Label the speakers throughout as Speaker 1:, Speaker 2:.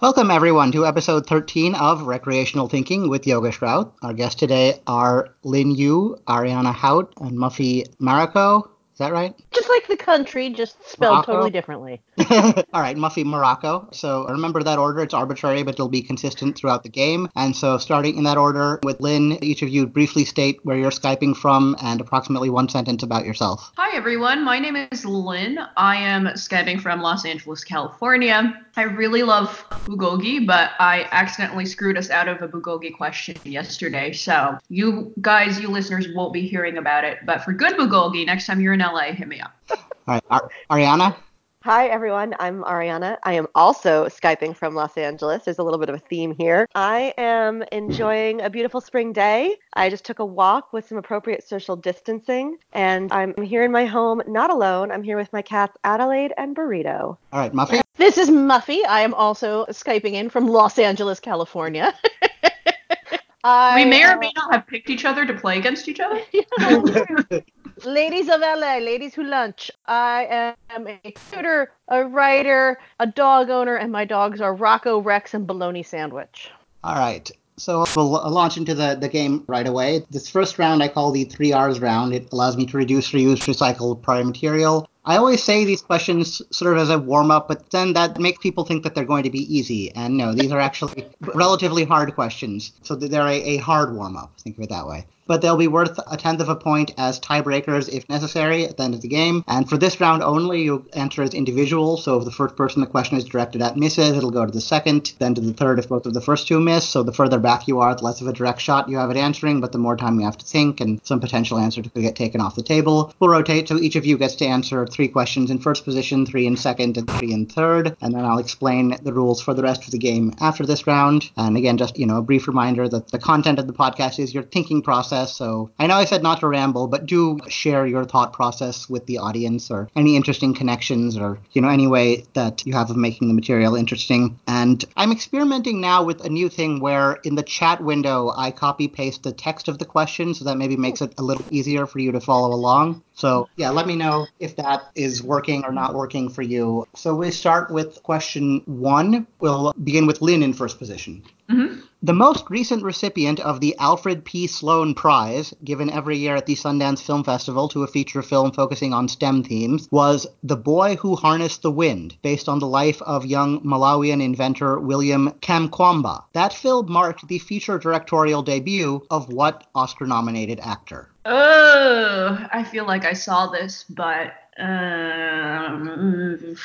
Speaker 1: Welcome, everyone, to episode 13 of Recreational Thinking with Yoga Shrout. Our guests today are Lin Yu, Ariana Hout, and Muffy Mariko. Is that right?
Speaker 2: Just like the country, just spelled
Speaker 1: Morocco?
Speaker 2: totally differently.
Speaker 1: All right, Muffy Morocco. So remember that order. It's arbitrary, but it'll be consistent throughout the game. And so, starting in that order with Lynn, each of you briefly state where you're Skyping from and approximately one sentence about yourself.
Speaker 3: Hi, everyone. My name is Lynn. I am Skyping from Los Angeles, California. I really love bulgogi, but I accidentally screwed us out of a bulgogi question yesterday. So, you guys, you listeners, won't be hearing about it. But for good bulgogi, next time you're in LA, hit me up.
Speaker 1: All right, Ar- Ariana?
Speaker 4: Hi, everyone. I'm Ariana. I am also Skyping from Los Angeles. There's a little bit of a theme here. I am enjoying a beautiful spring day. I just took a walk with some appropriate social distancing, and I'm here in my home, not alone. I'm here with my cats, Adelaide and Burrito.
Speaker 1: All right, Muffy?
Speaker 2: This is Muffy. I am also Skyping in from Los Angeles, California. I,
Speaker 3: We may
Speaker 2: uh,
Speaker 3: or may not have picked each other to play against each other.
Speaker 2: Ladies of LA, ladies who lunch. I am a tutor, a writer, a dog owner, and my dogs are Rocco, Rex, and Bologna Sandwich.
Speaker 1: All right. So we'll l- launch into the, the game right away. This first round I call the three R's round. It allows me to reduce, reuse, recycle prior material. I always say these questions sort of as a warm up, but then that makes people think that they're going to be easy. And no, these are actually relatively hard questions. So th- they're a, a hard warm up, think of it that way. But they'll be worth a tenth of a point as tiebreakers if necessary at the end of the game. And for this round only, you'll enter as individual. So if the first person the question is directed at misses, it'll go to the second, then to the third if both of the first two miss. So the further back you are, the less of a direct shot you have at answering, but the more time you have to think, and some potential answer could get taken off the table. We'll rotate so each of you gets to answer three questions in first position, three in second, and three in third. And then I'll explain the rules for the rest of the game after this round. And again, just you know, a brief reminder that the content of the podcast is your thinking process. So I know I said not to ramble, but do share your thought process with the audience or any interesting connections or you know any way that you have of making the material interesting. And I'm experimenting now with a new thing where in the chat window I copy paste the text of the question, so that maybe makes it a little easier for you to follow along. So yeah, let me know if that is working or not working for you. So we start with question one. We'll begin with Lynn in first position.
Speaker 3: Mhm.
Speaker 1: The most recent recipient of the Alfred P. Sloan Prize, given every year at the Sundance Film Festival to a feature film focusing on STEM themes, was The Boy Who Harnessed the Wind, based on the life of young Malawian inventor William Kamkwamba. That film marked the feature directorial debut of what Oscar nominated actor?
Speaker 3: Oh, I feel like I saw this, but um,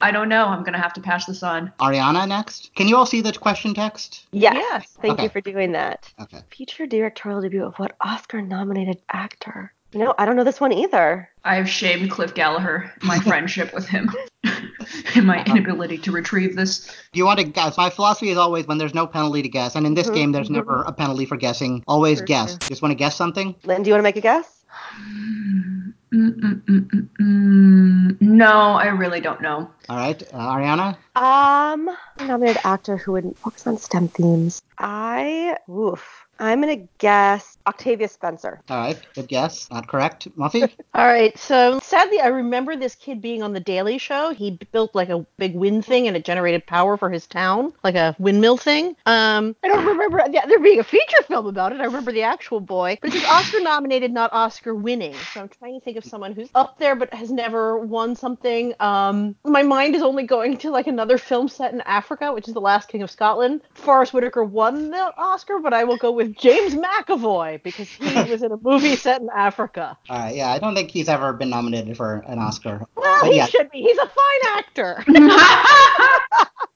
Speaker 3: I don't know. I'm gonna have to pass this on.
Speaker 1: Ariana next. Can you all see the question text?
Speaker 4: Yes.
Speaker 2: Yes.
Speaker 4: Thank
Speaker 1: Okay.
Speaker 4: you for doing that.
Speaker 1: Okay.
Speaker 4: Feature directorial debut of what Oscar nominated actor? No, I don't know this one either.
Speaker 3: I have shamed Cliff Gallagher, my friendship with him, and my inability to retrieve this.
Speaker 1: Do you want to guess? My philosophy is always when there's no penalty to guess, and in this
Speaker 4: Mhm,
Speaker 1: game there's
Speaker 4: mhm.
Speaker 1: never a penalty for guessing. Always
Speaker 4: Sure,
Speaker 1: guess.
Speaker 4: sure.
Speaker 1: Just want to guess something?
Speaker 4: Lynn, do you want to make a guess?
Speaker 3: Mm, mm, mm, mm, mm. No, I really don't know.
Speaker 1: All right, uh, Ariana.
Speaker 4: Um, nominated actor who would focus on STEM themes. I, oof, I'm gonna guess Octavia Spencer.
Speaker 1: All right, good guess. Not correct. Muffy.
Speaker 2: All right. So sadly, I remember this kid being on the Daily Show. He built like a big wind thing, and it generated power for his town, like a windmill thing. Um, I don't remember yeah, there being a feature film about it. I remember the actual boy, but it's Oscar nominated, not Oscar winning. So I'm trying to think of someone who's up there but has never won something. Um, my mind is only going to like another film set in Africa, which is The Last King of Scotland. Forrest Whitaker won the Oscar, but I will go with James McAvoy because he was in a movie set in Africa.
Speaker 1: All right, yeah, I don't think he's ever been nominated for an Oscar.
Speaker 2: Well,
Speaker 1: But
Speaker 2: he
Speaker 1: yeah.
Speaker 2: should be. He's a fine actor.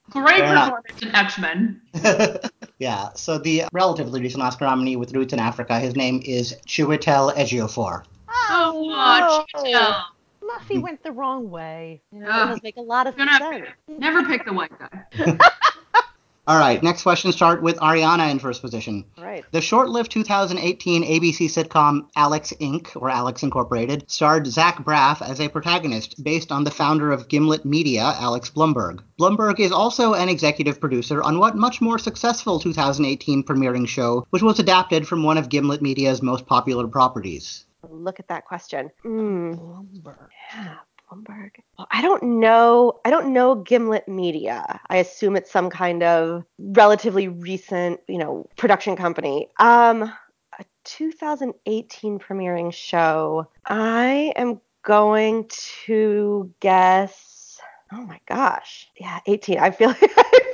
Speaker 3: Great
Speaker 1: Fair enough.
Speaker 3: performance in X Men.
Speaker 1: yeah, so the relatively recent Oscar nominee with roots in Africa, his name is Chiwetel Ejiofor.
Speaker 3: Oh, God,
Speaker 2: no.
Speaker 3: Chantel.
Speaker 2: Muffy went the wrong way. Yeah,
Speaker 3: Yeah.
Speaker 2: That does make a lot of
Speaker 3: You're not
Speaker 2: sense.
Speaker 3: Never pick the white guy.
Speaker 1: All right, next question start with Ariana in first position.
Speaker 4: All right.
Speaker 1: The short-lived 2018 ABC sitcom Alex Inc. or Alex Incorporated starred Zach Braff as a protagonist, based on the founder of Gimlet Media, Alex Blumberg. Blumberg is also an executive producer on what much more successful 2018 premiering show, which was adapted from one of Gimlet Media's most popular properties.
Speaker 4: Look at that question. Mm,
Speaker 2: Lumber.
Speaker 4: yeah, Umberg. Well, I don't know. I don't know Gimlet Media. I assume it's some kind of relatively recent, you know, production company. Um, a 2018 premiering show. I am going to guess. Oh my gosh. Yeah, 18. I feel.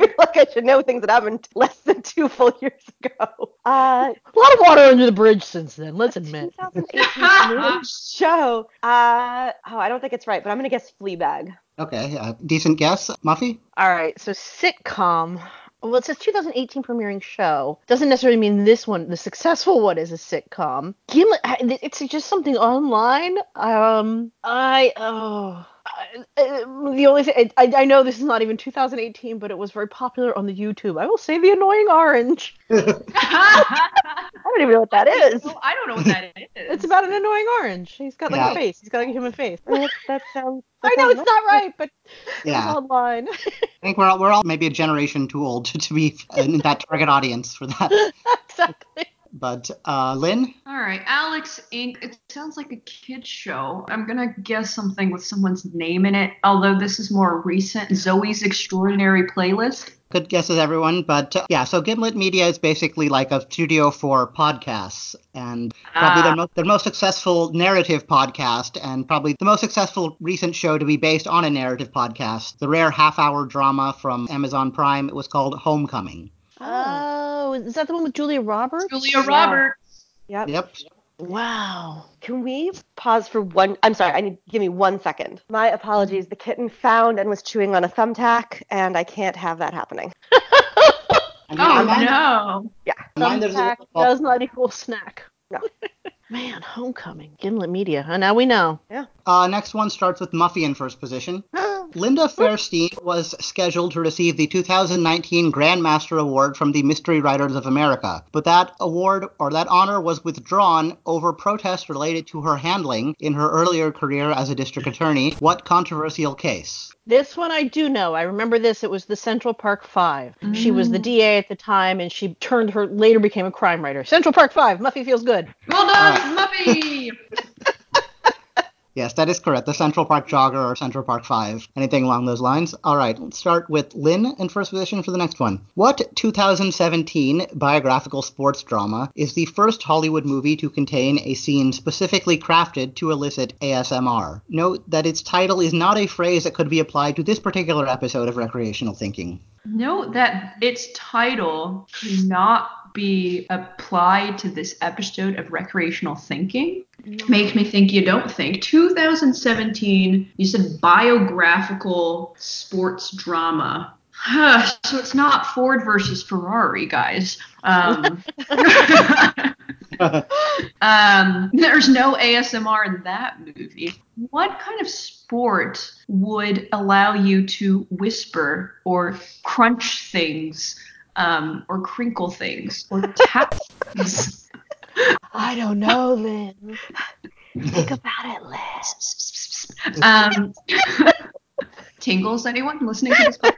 Speaker 4: I feel like I should know things that happened less than two full years ago. Uh,
Speaker 2: A lot of water under the bridge since then. Let's admit.
Speaker 4: 2018 new show. Uh, oh, I don't think it's right, but I'm gonna guess Fleabag.
Speaker 1: Okay, uh, decent guess, Muffy.
Speaker 2: All right, so sitcom. Well, it says 2018 premiering show. Doesn't necessarily mean this one, the successful one, is a sitcom. Gimlet, I- it's just something online. Um, I oh. I- I- The only thing I, I know this is not even 2018, but it was very popular on the YouTube. I will say the annoying orange. I don't even know what that is.
Speaker 3: No, I don't know what that is.
Speaker 2: It's about an annoying orange. He's got like
Speaker 1: Yeah.
Speaker 2: a face. He's got like a human face.
Speaker 4: That, that sounds. that
Speaker 2: I know
Speaker 4: sounds
Speaker 2: it's not right, but
Speaker 1: Yeah,
Speaker 2: it's online.
Speaker 1: I think we're all, we're all maybe a generation too old to, to be in that target audience for that.
Speaker 2: exactly.
Speaker 1: But uh, Lynn,
Speaker 3: All right, Alex Inc. It sounds like a kid's show. I'm gonna guess something with someone's name in it, although this is more recent. Zoe's Extraordinary Playlist.
Speaker 1: good guesses everyone. But uh, yeah, so Gimlet Media is basically like a studio for podcasts, and probably
Speaker 3: Ah.
Speaker 1: their, mo- their most successful narrative podcast, and probably the most successful recent show to be based on a narrative podcast. The rare half-hour drama from Amazon Prime. It was called Homecoming.
Speaker 4: Uh,
Speaker 2: Oh, is that the one with Julia Roberts?
Speaker 3: Julia Roberts.
Speaker 4: Yep.
Speaker 1: Yep.
Speaker 2: Wow.
Speaker 4: Can we pause for one? I'm sorry. I need give me one second. My apologies. The kitten found and was chewing on a thumbtack, and I can't have that happening.
Speaker 1: I mean,
Speaker 3: Oh
Speaker 1: online-
Speaker 3: no.
Speaker 1: online there's a
Speaker 2: Thumbtack
Speaker 1: lot of-
Speaker 2: does not equal snack.
Speaker 4: No.
Speaker 2: Man, homecoming, Gimlet Media. Huh? Now we know.
Speaker 1: Uh, next one starts with Muffy in first position. Linda Fairstein was scheduled to receive the 2019 Grandmaster Award from the Mystery Writers of America, but that award or that honor was withdrawn over protests related to her handling in her earlier career as a district attorney. What controversial case?
Speaker 2: This one I do know. I remember this. It was the Central Park Five. She was the DA at the time, and she turned her later became a crime writer. Central Park Five. Muffy feels good.
Speaker 3: Well done, Muffy.
Speaker 1: Yes, that is correct. The Central Park Jogger or Central Park 5, anything along those lines. All right, let's start with Lynn in first position for the next one. What 2017 biographical sports drama is the first Hollywood movie to contain a scene specifically crafted to elicit ASMR? Note that its title is not a phrase that could be applied to this particular episode of Recreational Thinking.
Speaker 3: Note that its title could not be applied to this episode of recreational thinking. Make me think you don't think. 2017, you said biographical sports drama. so it's not Ford versus Ferrari, guys. Um, um, there's no ASMR in that movie. What kind of sport would allow you to whisper or crunch things um, or crinkle things or tap things?
Speaker 2: I don't know, Lynn.
Speaker 1: Think
Speaker 2: about it, Lynn.
Speaker 3: um, tingles anyone listening to this podcast?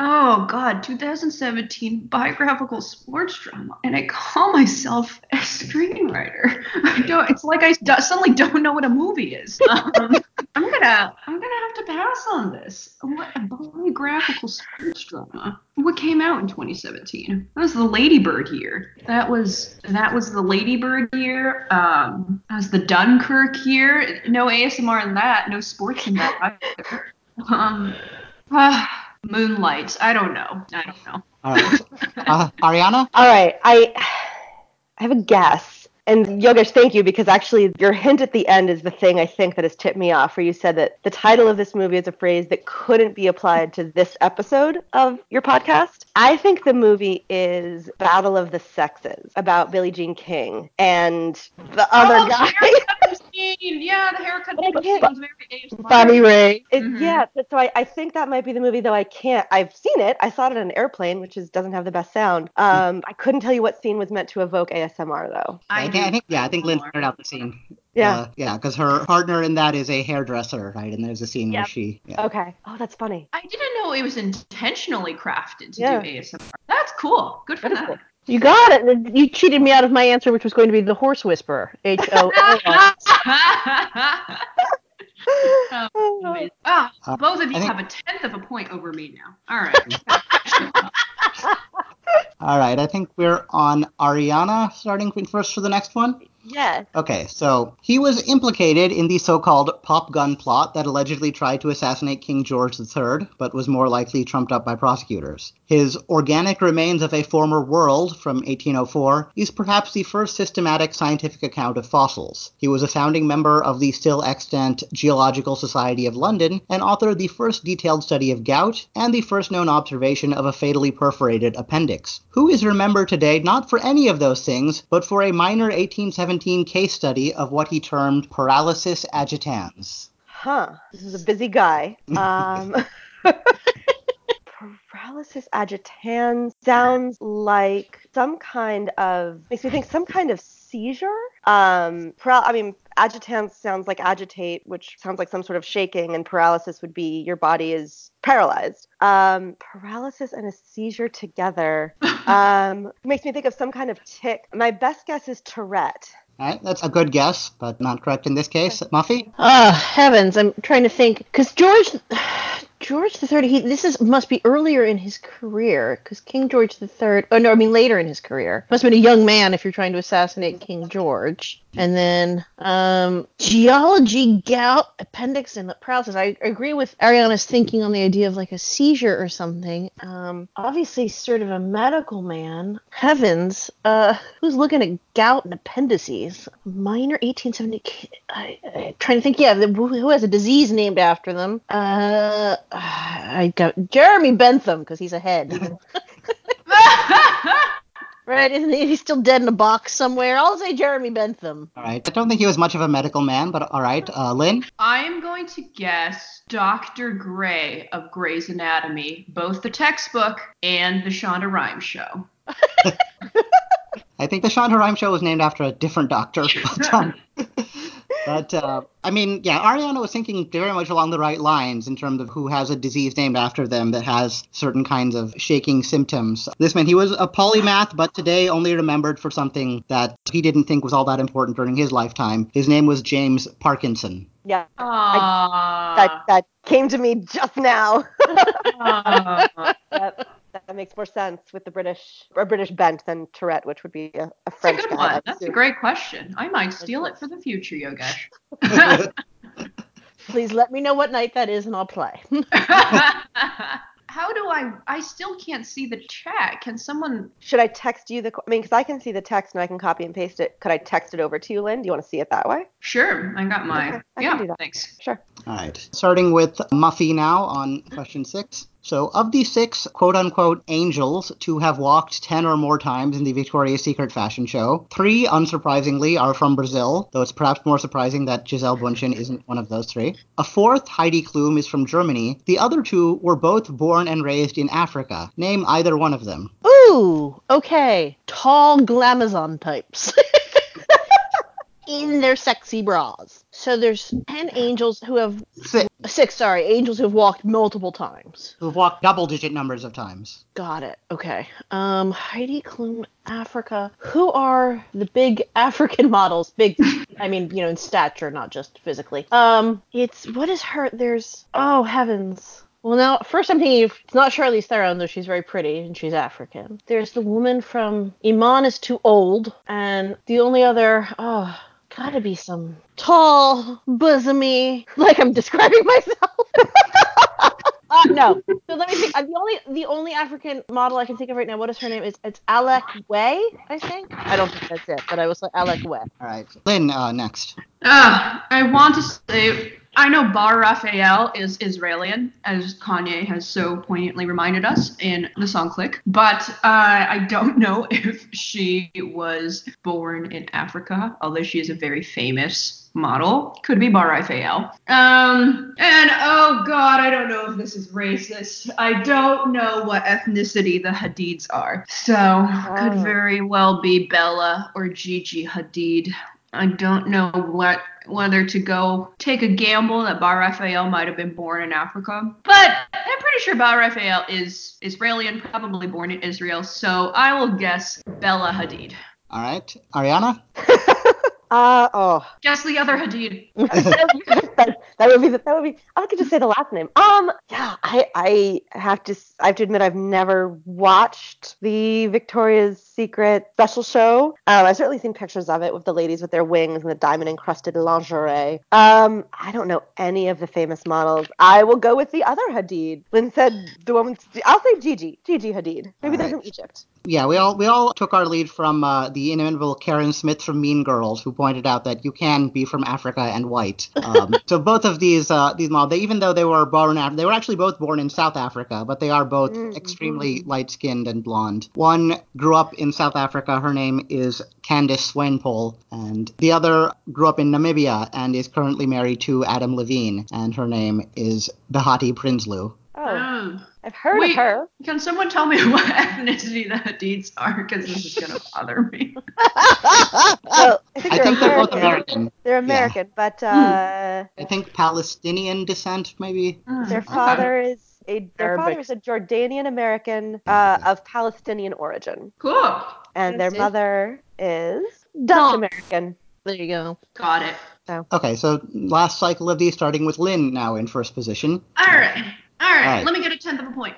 Speaker 3: Oh God, 2017 biographical sports drama, and I call myself a screenwriter. I don't. It's like I do- suddenly don't know what a movie is. Um, I'm gonna, I'm gonna have to pass on this. What a biographical sports drama? What came out in 2017? That was the Ladybird year. That was, that was the Ladybird year. Um, that was the Dunkirk year. No ASMR in that. No sports in that. Either. Um, ah, moonlights. I don't know. I don't know.
Speaker 1: All right. Uh, Ariana?
Speaker 4: All right. I I have a guess. And Yogesh, thank you because actually your hint at the end is the thing I think that has tipped me off, where you said that the title of this movie is a phrase that couldn't be applied to this episode of your podcast. I think the movie is Battle of the Sexes about Billie Jean King and the
Speaker 3: Oh,
Speaker 4: other
Speaker 3: the
Speaker 4: guy.
Speaker 3: haircut scene. Yeah, the haircut
Speaker 4: But I
Speaker 3: scene
Speaker 4: can't-
Speaker 3: was very ASMR.
Speaker 2: Bonnie Ray.
Speaker 4: It,
Speaker 3: Mhm.
Speaker 4: Yeah, but so I, I think that might be the movie, though I can't. I've seen it. I saw it on an airplane, which is doesn't have the best sound. Um, I couldn't tell you what scene was meant to evoke ASMR, though.
Speaker 1: I,
Speaker 3: do
Speaker 1: think, I think yeah, I think Lynn
Speaker 3: ASMR.
Speaker 1: figured out the scene.
Speaker 4: Yeah.
Speaker 1: Uh, yeah, because her partner in that is a hairdresser, right? And there's a scene where
Speaker 4: Yep.
Speaker 1: she. Yeah.
Speaker 4: Okay. Oh, that's funny.
Speaker 3: I didn't know it was intentionally crafted to
Speaker 4: Yeah.
Speaker 3: do ASMR. That's cool. Good for
Speaker 4: That is
Speaker 3: that.
Speaker 4: cool.
Speaker 2: You got it. You cheated me out of my answer, which was going to be the horse whisperer. H O L.
Speaker 3: Um,
Speaker 4: Oh.
Speaker 3: ah,
Speaker 1: Uh,
Speaker 3: both of
Speaker 1: I
Speaker 3: you
Speaker 1: think-
Speaker 3: have a tenth of a point over me now. All right.
Speaker 1: All right, I think we're on Ariana starting first for the next one.
Speaker 4: yeah.
Speaker 1: Okay, so he was implicated in the so called pop gun plot that allegedly tried to assassinate King George III, but was more likely trumped up by prosecutors. His Organic Remains of a Former World from 1804 is perhaps the first systematic scientific account of fossils. He was a founding member of the still extant Geological Society of London and authored the first detailed study of gout and the first known observation of a fatally perforated appendix. Who is remembered today not for any of those things, but for a minor 1817 case study of what he termed paralysis agitans?
Speaker 4: Huh. This is a busy guy. Um, paralysis agitans sounds like some kind of makes me think some kind of seizure. Um, paral- I mean, agitans sounds like agitate, which sounds like some sort of shaking, and paralysis would be your body is paralyzed. Um, paralysis and a seizure together um, makes me think of some kind of tick. My best guess is Tourette.
Speaker 1: All right, that's a good guess, but not correct in this case. Muffy?
Speaker 2: Oh heavens! I'm trying to think because George, George the Third. He this is must be earlier in his career because King George the Third. Oh no, I mean later in his career. Must have been a young man if you're trying to assassinate King George. And then um, geology, gout, appendix, and the paralysis. I agree with Ariana's thinking on the idea of like a seizure or something. Um, obviously, sort of a medical man. Heavens, uh, who's looking at gout and appendices? Minor 1870. ki- I, I, trying to think. Yeah, the, who who has a disease named after them? Uh, I got Jeremy Bentham because he's a head. Right, isn't he? He's still dead in a box somewhere. I'll say Jeremy Bentham.
Speaker 1: All right, I don't think he was much of a medical man, but all right. Uh, Lynn?
Speaker 3: I'm going to guess Dr. Gray of Grey's Anatomy, both the textbook and the Shonda Rhimes show.
Speaker 1: I think the Shonda Rhimes show was named after a different doctor. But, um, but, uh, I mean, yeah, Ariana was thinking very much along the right lines in terms of who has a disease named after them that has certain kinds of shaking symptoms. This man, he was a polymath, but today only remembered for something that he didn't think was all that important during his lifetime. His name was James Parkinson.
Speaker 4: Yeah, that
Speaker 3: Ah.
Speaker 4: that came to me just now.
Speaker 3: ah.
Speaker 4: yep, that makes more sense with the British or British bent than Tourette, which would be a, a
Speaker 3: That's
Speaker 4: French
Speaker 3: a good
Speaker 4: guy.
Speaker 3: one.
Speaker 4: I
Speaker 3: That's a
Speaker 4: assume.
Speaker 3: great question. I might steal it for the future, Yogesh.
Speaker 2: Please let me know what night that is and I'll play.
Speaker 3: How do I? I still can't see the chat. Can someone?
Speaker 4: Should I text you the? qu- I mean, because I can see the text and I can copy and paste it. Could I text it over to you, Lynn? Do you want to see it that way?
Speaker 3: Sure, I got mine.
Speaker 4: Okay, I can
Speaker 3: yeah,
Speaker 4: do that.
Speaker 3: thanks.
Speaker 4: Sure.
Speaker 1: All right. Starting with Muffy now on question six. So, of the six quote unquote angels to have walked 10 or more times in the Victoria's Secret fashion show, three, unsurprisingly, are from Brazil, though it's perhaps more surprising that Giselle Bundchen isn't one of those three. A fourth, Heidi Klum, is from Germany. The other two were both born and raised in Africa. Name either one of them.
Speaker 2: Ooh, okay. Tall glamazon types. In their sexy bras. So there's ten angels who have
Speaker 1: Six,
Speaker 2: six, sorry, angels who have walked multiple times.
Speaker 1: who've walked double digit numbers of times.
Speaker 2: Got it. Okay. Um, Heidi Klum, Africa. Who are the big African models? Big, I mean, you know, in stature, not just physically. Um, it's what is her? There's oh heavens. Well, now first I'm thinking of, it's not Charlize Theron though. She's very pretty and she's African. There's the woman from Iman is too old, and the only other oh. Gotta be some tall, bosomy, like I'm describing myself. Uh, no. So let me think. Uh, the only the only African model I can think of right now. What is her name? Is it's Alec Way? I think. I don't think that's it, but I was like Alec Way.
Speaker 1: All right. Lynn, uh, next.
Speaker 3: Ah, I want to say I know Bar Raphael is Israeli, as Kanye has so poignantly reminded us in the song "Click," but uh, I don't know if she was born in Africa, although she is a very famous model. Could be Bar Raphael. Um, and oh god, I don't know if this is racist. I don't know what ethnicity the Hadids are, so
Speaker 4: Oh.
Speaker 3: could very well be Bella or Gigi Hadid. I don't know what whether to go take a gamble that Bar Raphael might have been born in Africa, but I'm pretty sure Bar Raphael is Israeli and probably born in Israel. So I will guess Bella Hadid.
Speaker 1: All right. Ariana?
Speaker 4: Uh oh.
Speaker 3: Oh. Guess the other Hadid.
Speaker 4: that, that would be the, that would be. I could just say the last name. Um, yeah, I I have to s- I have to admit I've never watched the Victoria's Secret special show. Um, I've certainly seen pictures of it with the ladies with their wings and the diamond encrusted lingerie. Um, I don't know any of the famous models. I will go with the other Hadid. Lynn said the woman. I'll say Gigi. Gigi Hadid.
Speaker 1: All
Speaker 4: Maybe they're
Speaker 1: right.
Speaker 4: from Egypt.
Speaker 1: Yeah, we all we all took our lead from uh, the inimitable Karen Smith from Mean Girls, who pointed out that you can be from Africa and white. Um, so both of these uh, these models, they, even though they were born in Af- they were actually both born in South Africa, but they are both
Speaker 4: Mhm.
Speaker 1: extremely light skinned and blonde. One grew up in South Africa. Her name is Candice Swainpole, and the other grew up in Namibia and is currently married to Adam Levine, and her name is Bahati Prinsloo.
Speaker 4: Oh,
Speaker 3: Oh.
Speaker 4: I've heard
Speaker 3: Wait.
Speaker 4: of her.
Speaker 3: Can someone tell me what ethnicity the Hadids are? Because this is gonna bother me.
Speaker 4: Well, Oh, I think
Speaker 1: I
Speaker 4: they're
Speaker 1: think they're both
Speaker 4: American.
Speaker 1: American.
Speaker 4: They're American, but uh,
Speaker 1: I think Palestinian descent, maybe.
Speaker 3: Mm,
Speaker 4: their
Speaker 3: okay.
Speaker 4: father is a their
Speaker 2: Arabic.
Speaker 4: father is a Jordanian American uh, of Palestinian origin,
Speaker 3: Cool.
Speaker 4: and their
Speaker 2: That's it.
Speaker 4: mother is Dutch
Speaker 2: Dutch.
Speaker 4: American.
Speaker 2: There you go.
Speaker 3: Got it.
Speaker 1: Okay, so last cycle of these, starting with Lynn now in first position.
Speaker 3: All right. All right.
Speaker 1: Alright.
Speaker 3: Let me get a tenth of a point.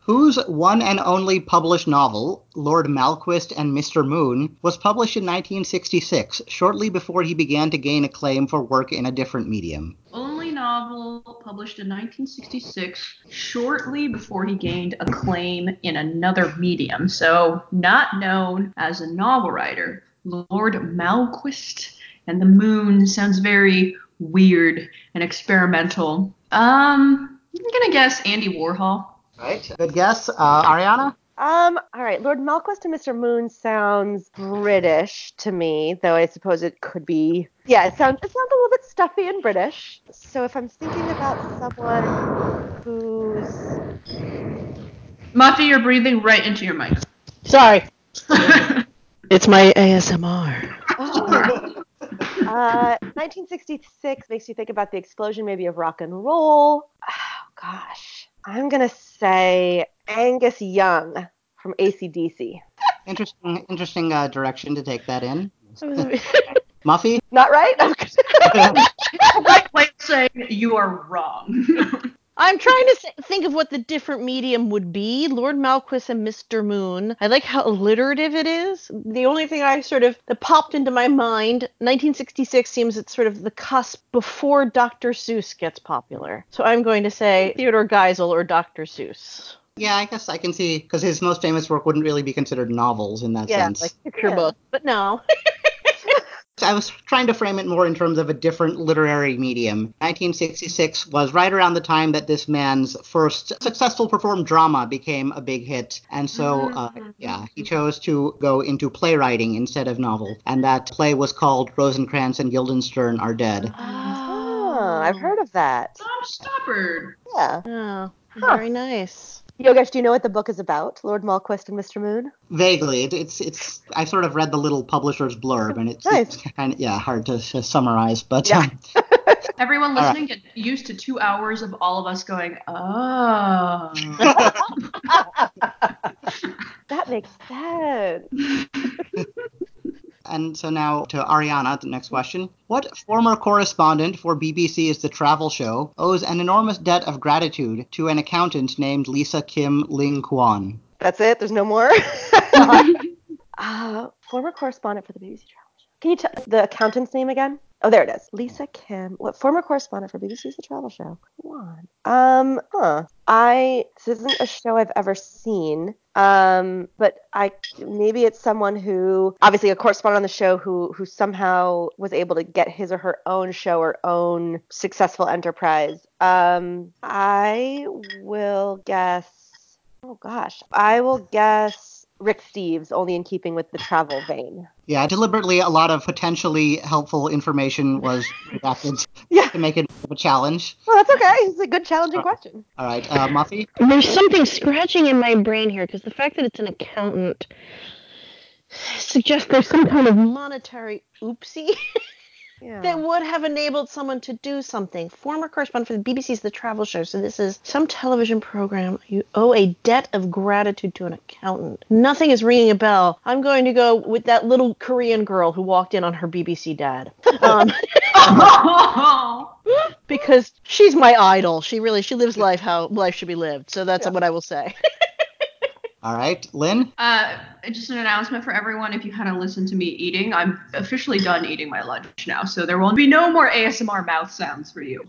Speaker 1: Whose one and only published novel, Lord Malquist and Mr. Moon, was published in 1966, shortly before he began to gain acclaim for work in a different medium.
Speaker 3: Only novel published in 1966, shortly before he gained acclaim in another medium. So, not known as a novel writer, Lord Malquist and the Moon sounds very weird and experimental. Um, I'm gonna guess Andy Warhol.
Speaker 1: Right. Good guess, uh, Ariana.
Speaker 4: Um, all right, Lord Malquest and Mr. Moon sounds British to me, though I suppose it could be. Yeah, it sounds it sounds a little bit stuffy and British. So if I'm thinking about someone who's
Speaker 3: Muffy, you're breathing right into your mic.
Speaker 2: Sorry. It's my ASMR.
Speaker 3: Oh,
Speaker 4: Uh, 1966 makes you think about the explosion maybe of rock and roll. Oh, gosh. I'm going to say Angus Young from ACDC.
Speaker 1: Interesting, interesting uh, direction to take that in.
Speaker 2: That's
Speaker 1: Muffy.
Speaker 4: Not right?
Speaker 3: Like way of saying you are wrong.
Speaker 2: I'm trying to s- think of what the different medium would be. Lord Malquist and Mr. Moon. I like how alliterative it is. The only thing I sort of that popped into my mind, 1966 seems it's sort of the cusp before Dr. Seuss gets popular. So I'm going to say Theodore Geisel or Dr. Seuss.
Speaker 1: yeah, I guess I can see because his most famous work wouldn't really be considered novels in that
Speaker 2: Yeah,
Speaker 1: sense.
Speaker 2: like picture
Speaker 4: Yeah.
Speaker 2: book. But no.
Speaker 1: So I was trying to frame it more in terms of a different literary medium. 1966 was right around the time that this man's first successful performed drama became a big hit. And so,
Speaker 4: Mm-hmm.
Speaker 1: uh, yeah, he chose to go into playwriting instead of novel. And that play was called Rosencrantz and Guildenstern Are Dead.
Speaker 4: oh, I've heard of that.
Speaker 3: Tom Stoppard.
Speaker 4: Yeah.
Speaker 2: Oh,
Speaker 4: Huh.
Speaker 2: very nice.
Speaker 4: Yogesh, do you know what the book is about? Lord Malquist and Mr. Moon?
Speaker 1: Vaguely, it, it's it's. I sort of read the little publisher's blurb, and it's,
Speaker 4: Nice.
Speaker 1: it's kind of yeah hard to, to summarize, but
Speaker 4: Yeah.
Speaker 1: um,
Speaker 3: Everyone
Speaker 1: All right.
Speaker 3: listening get used to two hours of all of us going, oh.
Speaker 4: That makes sense.
Speaker 1: And so now to Ariana, the next question. What former correspondent for BBC's The Travel Show owes an enormous debt of gratitude to an accountant named Lisa Kim Ling Kwan?
Speaker 4: That's it? There's no more? uh, former correspondent for the BBC Travel Show. Can you tell the accountant's name again? Oh, there it is. Lisa Kim. What former correspondent for BBC's The Travel Show? One. Um, huh. I this isn't a show I've ever seen. Um, but I maybe it's someone who obviously a correspondent on the show who who somehow was able to get his or her own show or own successful enterprise. Um, I will guess Oh gosh, I will guess Rick Steves, only in keeping with the travel vein.
Speaker 1: Yeah, deliberately, a lot of potentially helpful information was redacted
Speaker 4: Yeah,
Speaker 1: to make it a challenge.
Speaker 4: well that's okay. It's a good challenging question.
Speaker 1: All right, uh, Muffy?
Speaker 5: There's something scratching in my brain here because the fact that it's an accountant suggests there's some kind of
Speaker 2: Monetary oopsie.
Speaker 4: Yeah.
Speaker 2: that would have enabled someone to do something. Former correspondent for the BBC's The Travel Show, so this is some television program. You owe a debt of gratitude to an accountant. Nothing is ringing a bell. I'm going to go with that little Korean girl who walked in on her BBC dad. Um, because she's my idol. She really she lives life how life should be lived. So that's what I will say.
Speaker 1: All right, Lynn.
Speaker 3: Uh, just an announcement for everyone. If you hadn't listened to me eating, I'm officially done eating my lunch now, so there will be no more ASMR mouth sounds for you.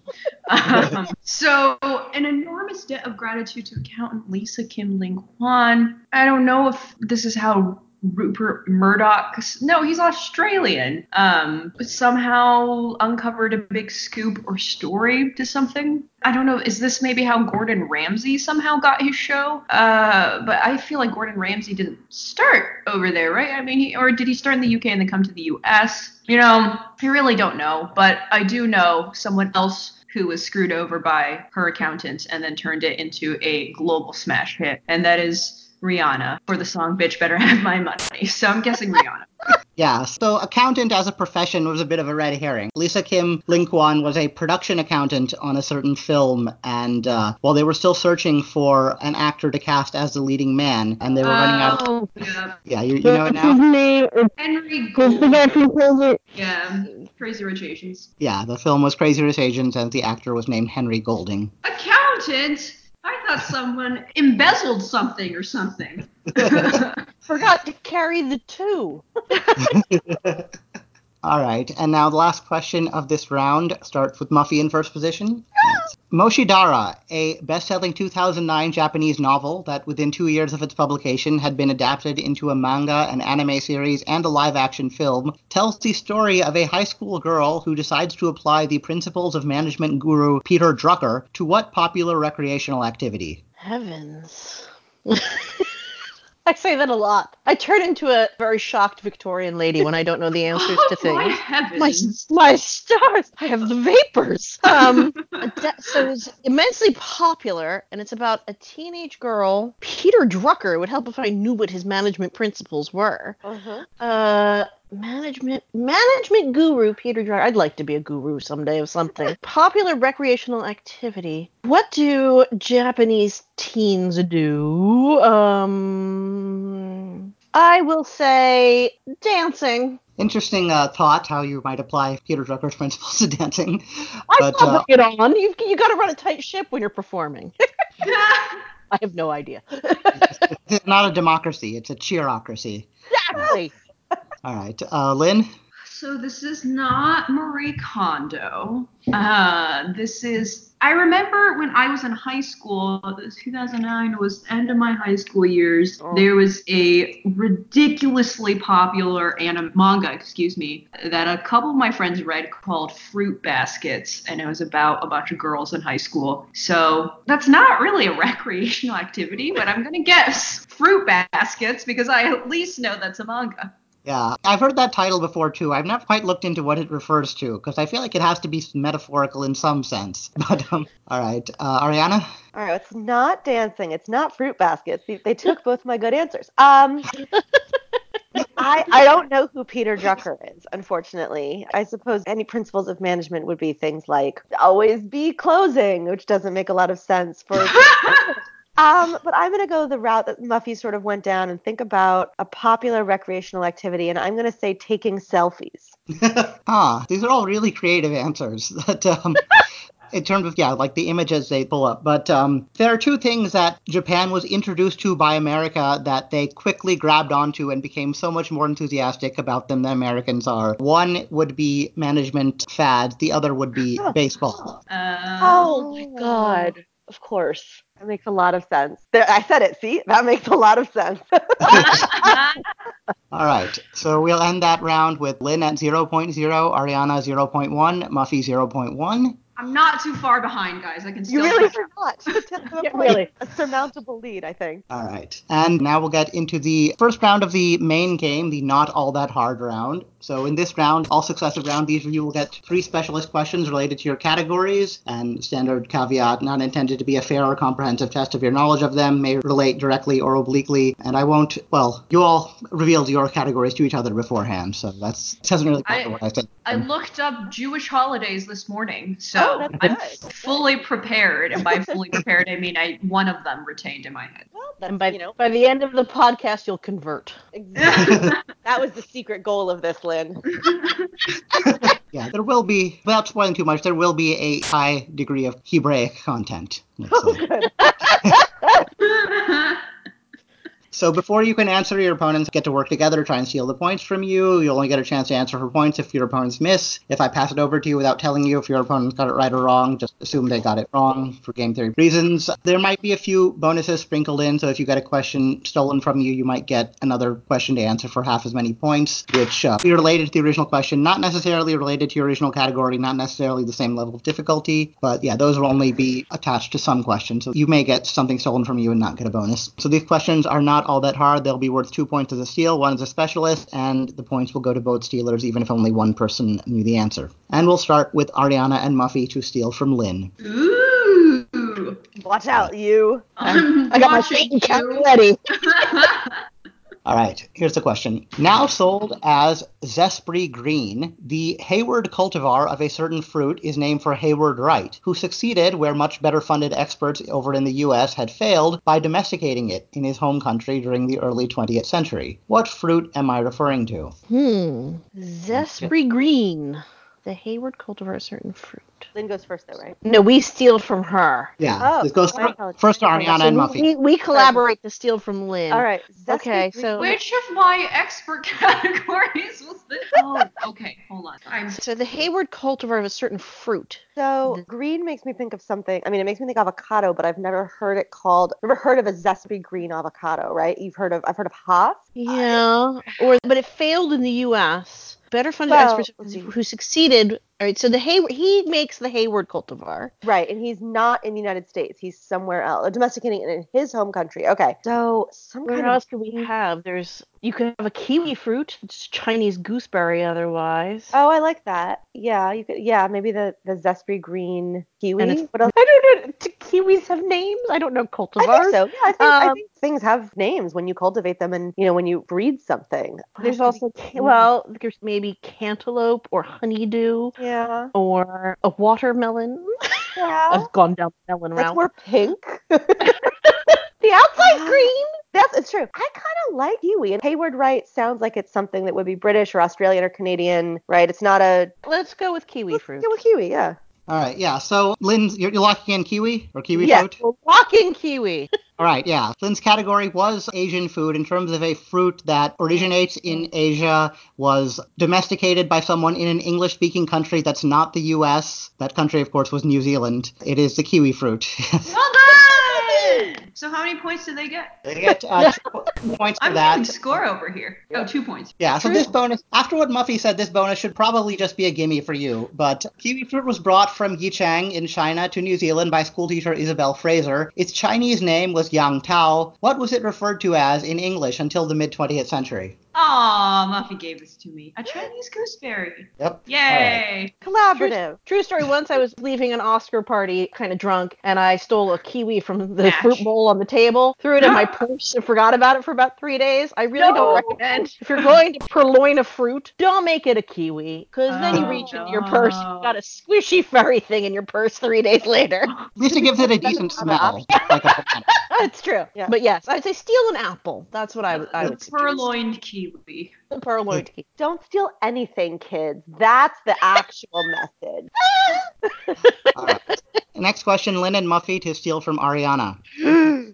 Speaker 3: Um, so, an enormous debt of gratitude to accountant Lisa Kim Ling Kwan. I don't know if this is how Rupert Murdoch. No, he's Australian. Um, but somehow uncovered a big scoop or story to something. I don't know. Is this maybe how Gordon Ramsay somehow got his show? Uh, but I feel like Gordon Ramsay didn't start over there, right? I mean, he, or did he start in the UK and then come to the US? You know, I really don't know. But I do know someone else who was screwed over by her accountant and then turned it into a global smash hit, and that is. Rihanna for the song Bitch Better Have My Money. So I'm guessing Rihanna.
Speaker 1: Yeah, so accountant as a profession was a bit of a red herring. Lisa Kim Ling Kwan was a production accountant on a certain film, and uh, while they were still searching for an actor to cast as the leading man, and they were running out. Of,
Speaker 5: Oh,
Speaker 3: Yeah.
Speaker 1: yeah, you, you know it
Speaker 5: what's
Speaker 1: now.
Speaker 5: his name? It's-
Speaker 3: Henry
Speaker 5: It's the
Speaker 3: Gold.
Speaker 5: guy from Closer.
Speaker 3: Yeah. Crazy Rich Asians.
Speaker 1: Yeah, the film was Crazy Rich Asians, and the actor was named Henry Golding.
Speaker 3: Accountant? I thought someone embezzled something or something.
Speaker 2: Forgot to carry the two.
Speaker 1: All right, and now the last question of this round starts with Muffy in first position. Moshidara, a best-selling 2009 Japanese novel that within two years of its publication had been adapted into a manga, an anime series, and a live-action film, tells the story of a high school girl who decides to apply the principles of management guru Peter Drucker to what popular recreational activity?
Speaker 2: Heavens. I say that a lot. I turn into a very shocked Victorian lady when I don't know the answers to
Speaker 3: My
Speaker 2: things. My,
Speaker 3: heavens.
Speaker 2: my stars! I have the vapors. Um, that, so it's immensely popular, and it's about a teenage girl. Peter Drucker it would help if I knew what his management principles were.
Speaker 4: Uh-huh.
Speaker 2: Uh, management management guru Peter Drucker. I'd like to be a guru someday of something. Popular recreational activity. What do Japanese teens do? Um, I will say dancing.
Speaker 1: Interesting uh, thought how you might apply Peter Drucker's principles to dancing.
Speaker 2: I
Speaker 1: But,
Speaker 2: will
Speaker 1: uh,
Speaker 2: bring it on. You you got to run a tight ship when you're performing. I have no idea.
Speaker 1: It's not a democracy, it's a cheerocracy.
Speaker 2: Exactly.
Speaker 1: All right, uh, Lynn?
Speaker 3: So this is not Marie Kondo. Uh, this is. I remember when I was in high school. this 2009 was the end of my high school years.
Speaker 4: Oh.
Speaker 3: There was a ridiculously popular anime manga, excuse me, that a couple of my friends read called Fruit Baskets, and it was about a bunch of girls in high school. So that's not really a recreational activity, but I'm gonna guess Fruit Baskets because I at least know that's a manga.
Speaker 1: Yeah, I've heard that title before too. I've not quite looked into what it refers to because I feel like it has to be metaphorical in some sense. But um, all right, uh, Ariana.
Speaker 4: All right, it's not dancing. It's not fruit baskets. They, they took both my good answers. Um, I I don't know who Peter Drucker is, unfortunately. I suppose any principles of management would be things like always be closing, which doesn't make a lot of sense for. Um, but I'm gonna go the route that Muffy sort of went down and think about a popular recreational activity, and I'm gonna say taking selfies.
Speaker 1: Ah, these are all really creative answers. That um, in terms of yeah, like the images they pull up. But um, there are two things that Japan was introduced to by America that they quickly grabbed onto and became so much more enthusiastic about them than Americans are. One would be management fad. The other would be baseball.
Speaker 3: Uh,
Speaker 2: Oh my
Speaker 4: Um,
Speaker 2: god. Of course.
Speaker 4: That makes a lot of sense. There, I said it. See, that makes a lot of sense.
Speaker 1: All right, so we'll end that round with Lynn at 0.0, Ariana 0.1, Muffy 0.1.
Speaker 3: I'm not too far behind, guys. I can
Speaker 4: You
Speaker 3: still.
Speaker 4: really are not. That's a
Speaker 2: Yeah,
Speaker 4: point-
Speaker 2: really.
Speaker 4: A surmountable lead, I think.
Speaker 1: All right, and now we'll get into the first round of the main game, the not all that hard round. So in this round, all successive rounds, each of you will get three specialist questions related to your categories, and standard caveat, not intended to be a fair or comprehensive test of your knowledge of them, may relate directly or obliquely, and I won't, well, you all revealed your categories to each other beforehand, so that's, it doesn't really matter
Speaker 3: I-
Speaker 1: what I said.
Speaker 3: I looked up Jewish holidays this morning,
Speaker 4: Oh,
Speaker 3: so
Speaker 4: that's
Speaker 3: I'm
Speaker 4: good. That's
Speaker 3: fully prepared. And by fully prepared, I mean I one of them retained in my head.
Speaker 4: Well,
Speaker 2: And
Speaker 4: that's,
Speaker 2: by,
Speaker 4: you know,
Speaker 2: by the end of the podcast, you'll convert.
Speaker 4: exactly. that was the secret goal of this, Lynn.
Speaker 1: Yeah, there will be, without spoiling too much, there will be a high degree of Hebraic content. let's say.
Speaker 4: Good.
Speaker 1: So before you can answer, your opponents get to work together to try and steal the points from you. You'll only get a chance to answer her points if your opponents miss. If I pass it over to you without telling you if your opponent got it right or wrong, just assume they got it wrong for game theory reasons. There might be a few bonuses sprinkled in, so if you get a question stolen from you, you might get another question to answer for half as many points, which uh, be related to the original question, not necessarily related to your original category, not necessarily the same level of difficulty. But yeah, those will only be attached to some questions. So you may get something stolen from you and not get a bonus. So these questions are not all that hard. They'll be worth two points as a steal, one as a specialist, and the points will go to both stealers, even if only one person knew the answer. And we'll start with Ariana and Muffy to steal from Lynn.
Speaker 3: Ooh,
Speaker 4: Watch out, you.
Speaker 3: I'm
Speaker 2: I got my
Speaker 3: watching
Speaker 2: second count
Speaker 3: you.
Speaker 2: ready.
Speaker 1: All right, here's the question. Now sold as Zespri Green, the Hayward cultivar of a certain fruit is named for Hayward Wright, who succeeded where much better funded experts over in the U.S. had failed by domesticating it in his home country during the early 20th century. What fruit am I referring to?
Speaker 2: Hmm. Zespri Green, the Hayward cultivar, of certain fruit.
Speaker 4: Lynn goes first, though, right?
Speaker 2: No, we steal from her.
Speaker 1: Yeah,
Speaker 4: Oh,
Speaker 1: this goes
Speaker 4: my
Speaker 1: fir-
Speaker 4: apologies.
Speaker 1: first to
Speaker 4: Oh, that's
Speaker 1: Ariana
Speaker 2: So
Speaker 1: and
Speaker 2: we-
Speaker 1: Muffy.
Speaker 2: we, we collaborate to steal from Lynn.
Speaker 4: All right. Zesty
Speaker 2: Okay,
Speaker 4: Green-
Speaker 2: so-
Speaker 3: Which of my expert categories was this? Oh, okay, hold on. I'm
Speaker 2: So the Hayward cultivar of a certain fruit.
Speaker 4: So green makes me think of something. I mean, it makes me think avocado, but I've never heard it called. Never heard of a zesty green avocado, right? You've heard of. I've heard of Haas.
Speaker 2: Yeah. Or but it failed in the U.S. Better funded
Speaker 4: Well,
Speaker 2: experts
Speaker 4: let's see.
Speaker 2: who succeeded. All right. So the Hayward he makes the Hayward cultivar.
Speaker 4: Right, and he's not in the United States. He's somewhere else, domesticating it in his home country. Okay, so some
Speaker 2: What
Speaker 4: kind
Speaker 2: else
Speaker 4: of
Speaker 2: can we have? There's you can have a kiwi fruit. It's Chinese gooseberry otherwise.
Speaker 4: oh, I like that. Yeah, you could. Yeah, maybe the the zesty green kiwi.
Speaker 2: And it's-
Speaker 4: what else?
Speaker 2: I don't know. Do kiwis have names? I don't know cultivars.
Speaker 4: I think so. Yeah, I think, I
Speaker 2: Um,
Speaker 4: think things have names when you cultivate them and you know when you breed something.
Speaker 2: There's also ca- well, there's maybe cantaloupe or honeydew
Speaker 4: yeah,
Speaker 2: or a watermelon.
Speaker 4: yeah.
Speaker 2: I've gone down the melon
Speaker 4: That's
Speaker 2: route.
Speaker 4: more pink.
Speaker 2: the outside
Speaker 4: Yeah.
Speaker 2: green.
Speaker 4: That's it's true. I kind of like kiwi. And Hayward Wright sounds like it's something that would be British or Australian or Canadian, right? It's not a
Speaker 2: Let's go with kiwi
Speaker 4: Let's
Speaker 2: fruit.
Speaker 4: go with kiwi. Yeah.
Speaker 1: All right, yeah. So, Lynn, you're, you're locking in kiwi or kiwi
Speaker 2: yeah,
Speaker 1: fruit?
Speaker 2: we're walking kiwi.
Speaker 1: All right, yeah. Lynn's category was Asian food in terms of a fruit that originates in Asia, was domesticated by someone in an English speaking country that's not the US. That country, of course, was New Zealand. It is the kiwi fruit.
Speaker 3: well done. So how many points did they get?
Speaker 1: they get uh, two points for
Speaker 3: I'm getting
Speaker 1: that.
Speaker 3: score over here. Oh, two points.
Speaker 1: Yeah, so
Speaker 3: True.
Speaker 1: this bonus, after what Muffy said, this bonus should probably just be a gimme for you. But kiwi fruit was brought from Yichang in China to New Zealand by schoolteacher Isabel Fraser. Its Chinese name was Yang Tao. What was it referred to as in English until the mid 20th century?
Speaker 3: Aw, Muffy gave this to me. A Chinese gooseberry.
Speaker 1: Yep.
Speaker 3: Yay.
Speaker 4: Collaborative.
Speaker 2: True story. Once I was leaving an Oscar party, kind of drunk, and I stole a kiwi from the
Speaker 3: Ash.
Speaker 2: fruit bowl on the table, threw it in my purse, and forgot about it for about three days. I really
Speaker 3: No.
Speaker 2: don't recommend if you're going to purloin a fruit, don't make it a kiwi, because then you
Speaker 3: Oh,
Speaker 2: reach into your purse,
Speaker 3: no.
Speaker 2: you've got a squishy furry thing in your purse three days later.
Speaker 1: At least it gives it a
Speaker 4: That's
Speaker 1: decent
Speaker 4: another
Speaker 1: smell. like a banana.
Speaker 2: That's Oh, true.
Speaker 4: Yeah.
Speaker 2: But yes, I'd say steal an apple. That's what I, would- I
Speaker 3: The
Speaker 2: would suggest.
Speaker 3: purloined kiwi.
Speaker 2: The purloined kiwi.
Speaker 4: Don't steal anything, kids. That's the actual message.
Speaker 1: All right. Next question, Lynn and Muffy to steal from Ariana.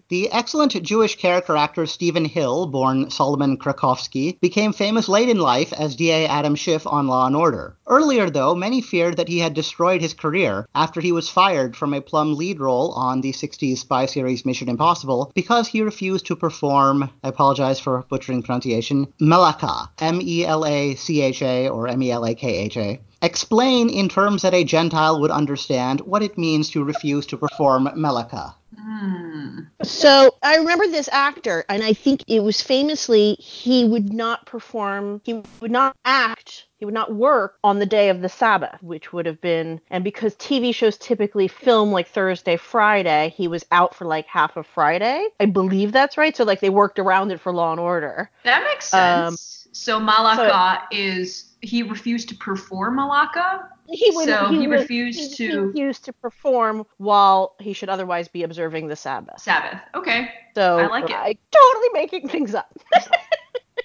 Speaker 1: The excellent Jewish character actor Stephen Hill, born Solomon Krakowski, became famous late in life as DA Adam Schiff on Law and Order. Earlier, though, many feared that he had destroyed his career after he was fired from a plum lead role on the 60s spy series Mission Impossible because he refused to perform, I apologize for butchering pronunciation, Melaka, M E L A C H A or M E L A K H A. Explain in terms that a Gentile would understand what it means to refuse to perform Melaka.
Speaker 3: Hmm.
Speaker 2: So I remember this actor, and I think it was famously he would not perform, he would not act, he would not work on the day of the Sabbath, which would have been, and because TV shows typically film like Thursday, Friday, he was out for like half of Friday. I believe that's right. So like they worked around it for Law and Order.
Speaker 3: That makes
Speaker 2: Um,
Speaker 3: sense. so Malaka is he refused to perform Malaka,
Speaker 2: He would,
Speaker 3: so he,
Speaker 2: would-
Speaker 3: refused
Speaker 2: he
Speaker 3: to
Speaker 2: refused to perform while he should otherwise be observing the Sabbath.
Speaker 3: Sabbath. Okay,
Speaker 2: So
Speaker 3: I like it.
Speaker 2: I totally making things up.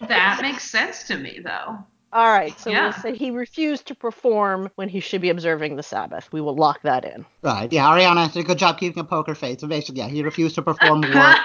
Speaker 3: that makes sense to me though.
Speaker 2: All right, so
Speaker 3: Yeah.
Speaker 2: we'll say he refused to perform when he should be observing the Sabbath. We will lock that in.
Speaker 1: Right. Yeah, Ariana did a good job keeping a poker face. So basically, yeah, he refused to perform work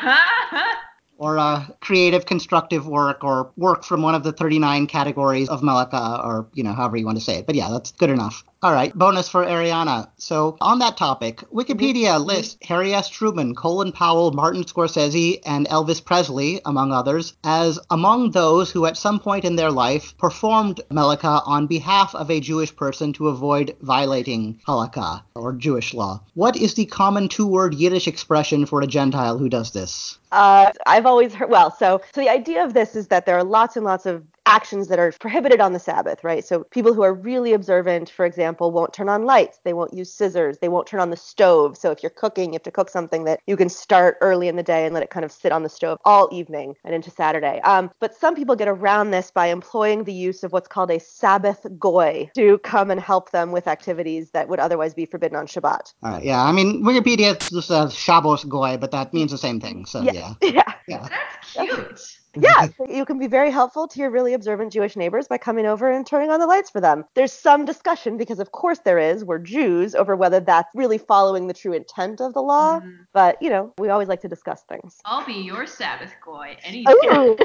Speaker 1: or uh, creative constructive work or work from one of the 39 categories of Malika or, you know, however you want to say it. But yeah, that's good enough. All right. Bonus for Ariana. So on that topic, Wikipedia lists Harry S. Truman, Colin Powell, Martin Scorsese, and Elvis Presley, among others, as among those who at some point in their life performed Melika on behalf of a Jewish person to avoid violating Halakha or Jewish law. What is the common two-word Yiddish expression for a Gentile who does this?
Speaker 4: Uh, I've always heard. Well, so so the idea of this is that there are lots and lots of actions that are prohibited on the Sabbath, right? So people who are really observant, for example, won't turn on lights, they won't use scissors, they won't turn on the stove. So if you're cooking, you have to cook something that you can start early in the day and let it kind of sit on the stove all evening and into Saturday. Um, but some people get around this by employing the use of what's called a Sabbath goy to come and help them with activities that would otherwise be forbidden on Shabbat.
Speaker 1: All right, yeah. I mean, Wikipedia just says Shabbos goy, but that means the same thing. So yeah, yeah.
Speaker 4: yeah.
Speaker 3: That's cute.
Speaker 4: Yeah,
Speaker 3: Mm-hmm.
Speaker 4: so you can be very helpful to your really observant Jewish neighbors by coming over and turning on the lights for them. There's some discussion, because of course there is, we're Jews, over whether that's really following the true intent of the
Speaker 2: Uh,
Speaker 4: law.
Speaker 3: Mm.
Speaker 4: But, you know, we always like to discuss things. Oh,
Speaker 3: I'll be your Sabbath boy any day.
Speaker 2: Ooh,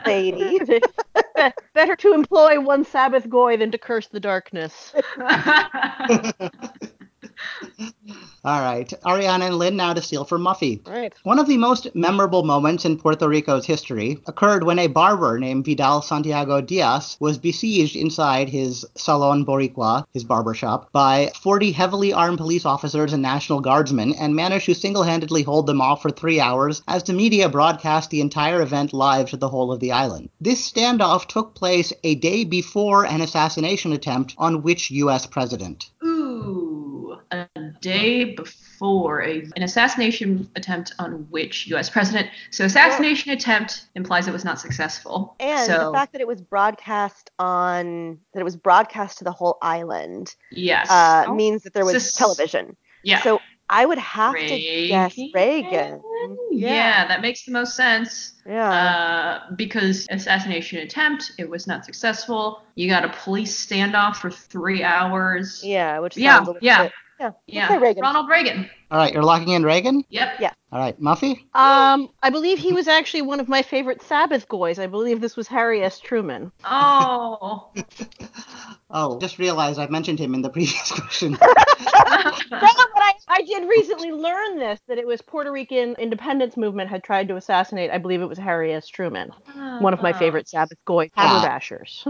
Speaker 4: Lady.
Speaker 2: better to employ one Sabbath goy than to curse the darkness.
Speaker 1: All right, Ariana and Lynn now to steal from Muffy.
Speaker 2: All right.
Speaker 1: One of the most memorable moments in Puerto Rico's history occurred when a barber named Vidal Santiago Diaz was besieged inside his Salon Boricua, his barber shop, by 40 heavily armed police officers and National Guardsmen and managed to single handedly hold them off for three hours as the media broadcast the entire event live to the whole of the island. This standoff took place a day before an assassination attempt on which U.S. president?
Speaker 3: Ooh, a day before a, an assassination attempt on which U.S. president. So assassination attempt implies it was not successful.
Speaker 4: And
Speaker 3: so
Speaker 4: the fact that it was broadcast on, that it was broadcast to the whole island
Speaker 3: yes,
Speaker 4: uh,
Speaker 2: Oh.
Speaker 4: means that there was
Speaker 3: Sus-
Speaker 4: television.
Speaker 3: Oh, yeah.
Speaker 4: So I would have to guess
Speaker 3: Reagan?
Speaker 4: Reagan. Uh-huh.
Speaker 3: Yeah. that makes the most sense.
Speaker 4: Yeah.
Speaker 3: Uh, because assassination attempt, it was not successful. You got a police standoff for three hours.
Speaker 4: yeah, which
Speaker 3: yeah,
Speaker 4: sounds a little
Speaker 3: yeah.
Speaker 4: bit. Yeah. let's
Speaker 3: Yeah.
Speaker 4: say Reagan.
Speaker 3: Ronald Reagan.
Speaker 1: All right, you're locking in Reagan?
Speaker 3: Yep.
Speaker 1: All right, Muffy?
Speaker 2: Um, I believe he was actually one of my favorite Sabbath goys. I believe this was Harry S. Truman.
Speaker 3: Oh.
Speaker 1: Oh, just realized I mentioned him in the previous question.
Speaker 2: Well, but I, I did recently learn this that it was Puerto Rican independence movement had tried to assassinate. I believe it was Harry S. Truman, one of my favorite Sabbath goy
Speaker 1: Ah.
Speaker 2: haberdashers.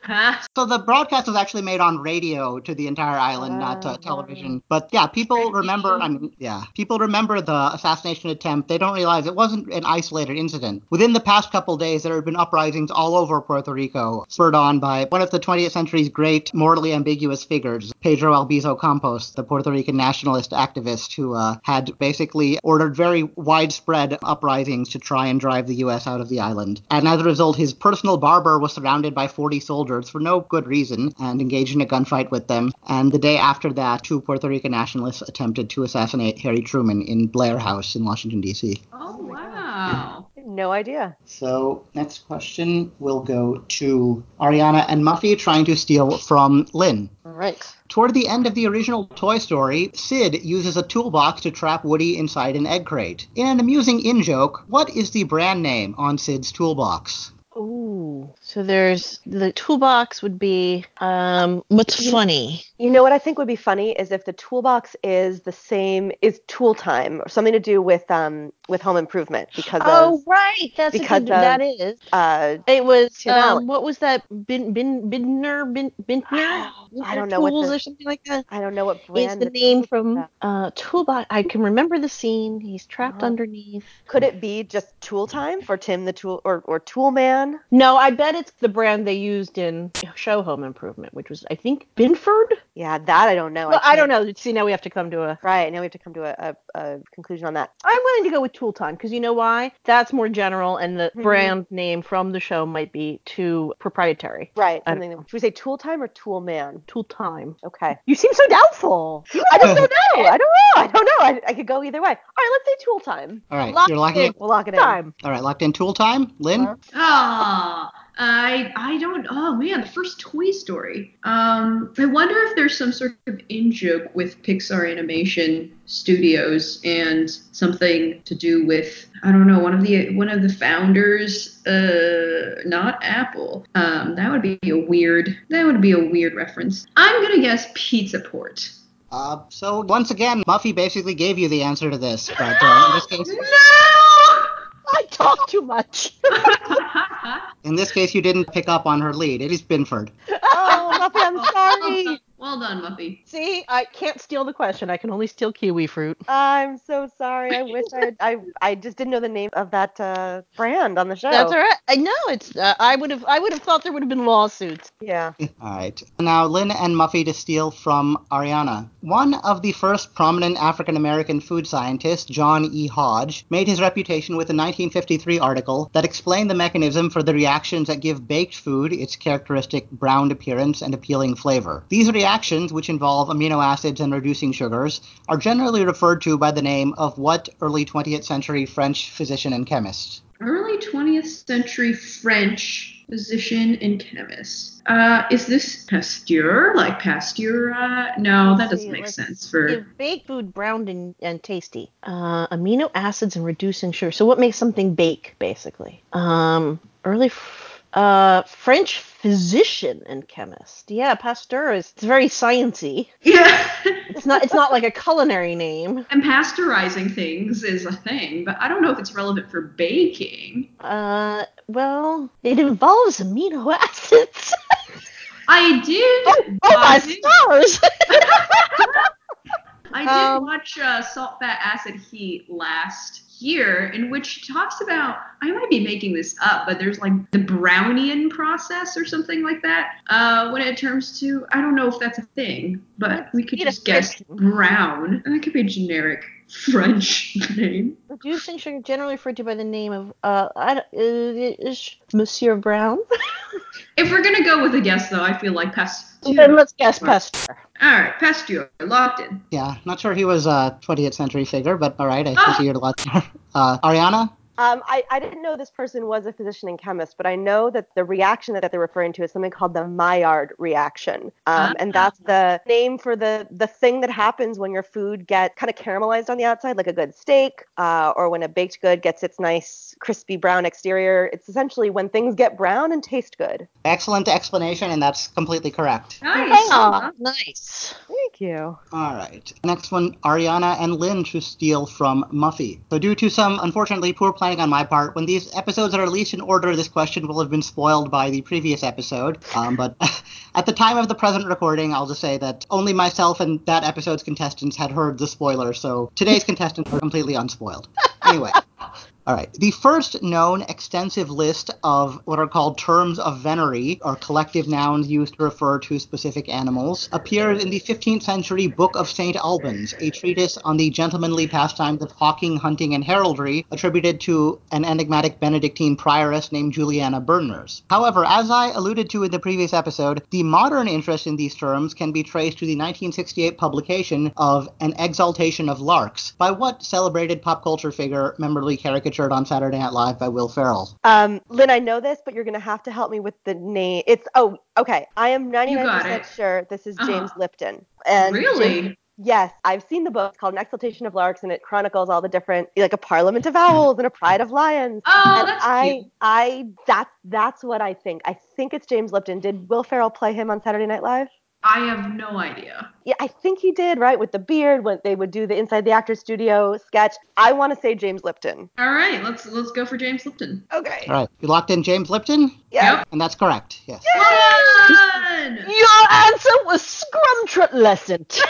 Speaker 3: Huh?
Speaker 1: so the broadcast was actually made on radio to the entire island, not
Speaker 4: Wow.
Speaker 1: to television. But yeah, people remember. I mean, yeah, people remember the assassination attempt. They don't realize it wasn't an isolated incident. Within the past couple days, there have been uprisings all over Puerto Rico, spurred on by one of the 20th century's great morally ambiguous figures, Pedro Albizu Campos, the Puerto Rican nationalist activist who uh, had basically ordered very widespread uprisings to try and drive the U.S. out of the island. And as a result, his personal barber was surrounded by 40 soldiers for no good reason and engaged in a gunfight with them. And the day after that, two Puerto Rican nationalists attempted to assassinate Harry Truman in Blair House in Washington, D.C.
Speaker 3: Oh, wow.
Speaker 4: No idea.
Speaker 1: So, next question will go to Ariana and Muffy trying to steal from Lynn.
Speaker 2: All right.
Speaker 1: Toward the end of the original Toy Story, Sid uses a toolbox to trap Woody inside an egg crate. In an amusing in joke, what is the brand name on Sid's toolbox?
Speaker 2: Ooh. So there's the toolbox would be um, what's funny.
Speaker 4: You know what I think would be funny is if the toolbox is the same is tool time or something to do with um with home improvement because
Speaker 2: Oh
Speaker 4: of
Speaker 2: right, that's a
Speaker 4: because
Speaker 2: good,
Speaker 4: of-
Speaker 2: that is.
Speaker 4: uh
Speaker 2: It was
Speaker 4: Tim Allen.
Speaker 2: um, what was that bin bin bintner bin bintner?
Speaker 4: I don't know what
Speaker 2: tools
Speaker 4: the-
Speaker 2: or something like that.
Speaker 4: I don't know what
Speaker 2: It's
Speaker 4: brand
Speaker 2: the name from
Speaker 4: that.
Speaker 2: uh, Toolbox. I can remember the scene. He's trapped
Speaker 4: Oh.
Speaker 2: underneath.
Speaker 4: could it be just tool time for Tim the tool or or tool man?
Speaker 2: No, I bet it's the brand they used in Show Home Improvement, which was I think Binford.
Speaker 4: Yeah, that I don't know.
Speaker 2: Well, I don't
Speaker 4: can't-
Speaker 2: know. See, now we have to come to a.
Speaker 4: Right, now we have to come to a, a, a conclusion on that.
Speaker 2: I'm willing to go with Tool Time because you know why? That's more general, and the
Speaker 4: Mhm.
Speaker 2: brand name from the show might be too proprietary.
Speaker 4: Right.
Speaker 2: I don't
Speaker 4: something- Should we say tool time or tool man?
Speaker 2: Tool Time.
Speaker 4: Okay. You seem so doubtful. I just don't know. I don't know. I don't know. I, I could go either way. All right, let's say tool time.
Speaker 1: All right,
Speaker 2: Lock
Speaker 1: you're locking
Speaker 2: in.
Speaker 1: it.
Speaker 4: We'll lock it in.
Speaker 2: Time.
Speaker 1: All right, locked in tool time, Lynn.
Speaker 4: Huh?
Speaker 3: Ah, I I don't. Oh man, the first Toy Story. Um, I wonder if there's some sort of in joke with Pixar Animation Studios and something to do with I don't know one of the one of the founders. Uh, not Apple. Um, that would be a weird. That would be a weird reference. I'm gonna guess Pizza Port.
Speaker 1: Uh, so once again, Muffy basically gave you the answer to this, but uh, in this case,
Speaker 3: No.
Speaker 2: I talk too much.
Speaker 1: in this case, you didn't pick up on her lead. It is Binford.
Speaker 4: Oh, Muffy, I'm sorry.
Speaker 3: Well done, Muffy.
Speaker 2: See, I can't steal the question. I can only steal kiwi fruit.
Speaker 4: I'm so sorry. I wish I had, I I just didn't know the name of that uh, brand on the show.
Speaker 2: That's all right. I know it's. Uh, I would have. I would have thought there would have been lawsuits.
Speaker 4: Yeah.
Speaker 1: All right. Now, Lynn and Muffy to steal from Ariana. One of the first prominent African American food scientists, John E. Hodge, made his reputation with a 1953 article that explained the mechanism for the reactions that give baked food its characteristic browned appearance and appealing flavor. These reactions, which involve amino acids and reducing sugars, are generally referred to by the name of what early 20th century French physician and chemist?
Speaker 3: Early 20th century French physician and chemist. Uh, is this Pasteur? Like Pasteur? Uh, no, that
Speaker 4: Let's
Speaker 3: doesn't
Speaker 4: see,
Speaker 3: make
Speaker 4: let's
Speaker 3: sense for.
Speaker 2: Give baked food browned and, and tasty. Uh, amino acids and reducing sugar. So what makes something bake basically? Um, early. F- uh, French physician and chemist. Yeah, Pasteur is. It's very sciency.
Speaker 3: Yeah.
Speaker 2: It's not. It's not like a culinary name.
Speaker 3: and pasteurizing things is a thing, but I don't know if it's relevant for baking.
Speaker 2: Uh, well, it involves amino acids.
Speaker 3: I did.
Speaker 2: Oh my
Speaker 3: I did,
Speaker 2: stars!
Speaker 3: I did
Speaker 2: Um,
Speaker 3: watch uh, Salt, Fat, Acid, Heat last year, in which she talks about. I might be making this up, but there's like the Brownian process or something like that. Uh, when it terms to, I don't know if that's a thing, but we could
Speaker 2: eat a
Speaker 3: just guess
Speaker 2: French-
Speaker 3: brown, and that could be a generic French name.
Speaker 2: Reducing sugar generally referred to by the name of uh, I don't- uh, is Monsieur Brown.
Speaker 3: If we're gonna go with a guess, though, I feel like
Speaker 2: Then
Speaker 3: Pasteur.
Speaker 2: let's guess
Speaker 3: Right.
Speaker 2: Pasteur.
Speaker 3: All right, Pasteur, locked in.
Speaker 1: Yeah, not sure he was a 20th century figure, but all right, I
Speaker 3: Ah.
Speaker 1: think you're a lot there. Uh, Ariana?
Speaker 4: Um, I, I didn't know this person was a physician and chemist, but I know that the reaction that, they're referring to is something called the Maillard reaction. Um, And that's the name for the, the thing that happens when your food gets kind of caramelized on the outside, like a good steak, uh, or when a baked good gets its nice crispy brown exterior. It's essentially when things get brown and taste good.
Speaker 1: Excellent explanation, and that's completely correct.
Speaker 3: Nice.
Speaker 2: Ah, nice.
Speaker 4: Thank you.
Speaker 1: All right. Next one, Ariana and Lynn to steal from Muffy. So, due to some unfortunately poor planning on my part, when these episodes are released in order, this question will have been spoiled by the previous episode. Um, but at the time of the present recording, I'll just say that only myself and that episode's contestants had heard the spoiler, so today's contestants are completely unspoiled. Anyway. All right. The first known extensive list of what are called terms of venery, or collective nouns used to refer to specific animals, appeared in the 15th century Book of St. Albans, a treatise on the gentlemanly pastimes of hawking, hunting, and heraldry, attributed to an enigmatic Benedictine prioress named Juliana Berners. However, as I alluded to in the previous episode, the modern interest in these terms can be traced to the 1968 publication of An Exaltation of Larks by what celebrated pop culture figure memorably caricatured on Saturday Night Live by Will Ferrell?
Speaker 4: Um, Lynn, I know this, but you're going to have to help me with the name. It's, oh, okay. I am
Speaker 3: got
Speaker 4: 99%
Speaker 3: it.
Speaker 4: sure this is
Speaker 3: Uh-huh.
Speaker 4: James Lipton. And James-
Speaker 3: really?
Speaker 4: Yes, I've seen the book. It's called An Exaltation of Larks, and it chronicles all the different, like a parliament of owls and a pride of lions.
Speaker 3: Oh,
Speaker 4: and
Speaker 3: that's
Speaker 4: I,
Speaker 3: cute.
Speaker 4: I, that's that's what I think. I think it's James Lipton. Did Will Ferrell play him on Saturday Night Live?
Speaker 3: I have no idea.
Speaker 4: Yeah, I think he did, right? With the beard, when they would do the Inside the Actors Studio sketch. I want to say James Lipton.
Speaker 3: All right, let's let's go for James Lipton.
Speaker 4: Okay.
Speaker 1: All right, you locked in James Lipton,
Speaker 4: Yeah.
Speaker 1: and that's correct. Yes.
Speaker 3: Fun!
Speaker 2: Your answer was scrumtrutlescent.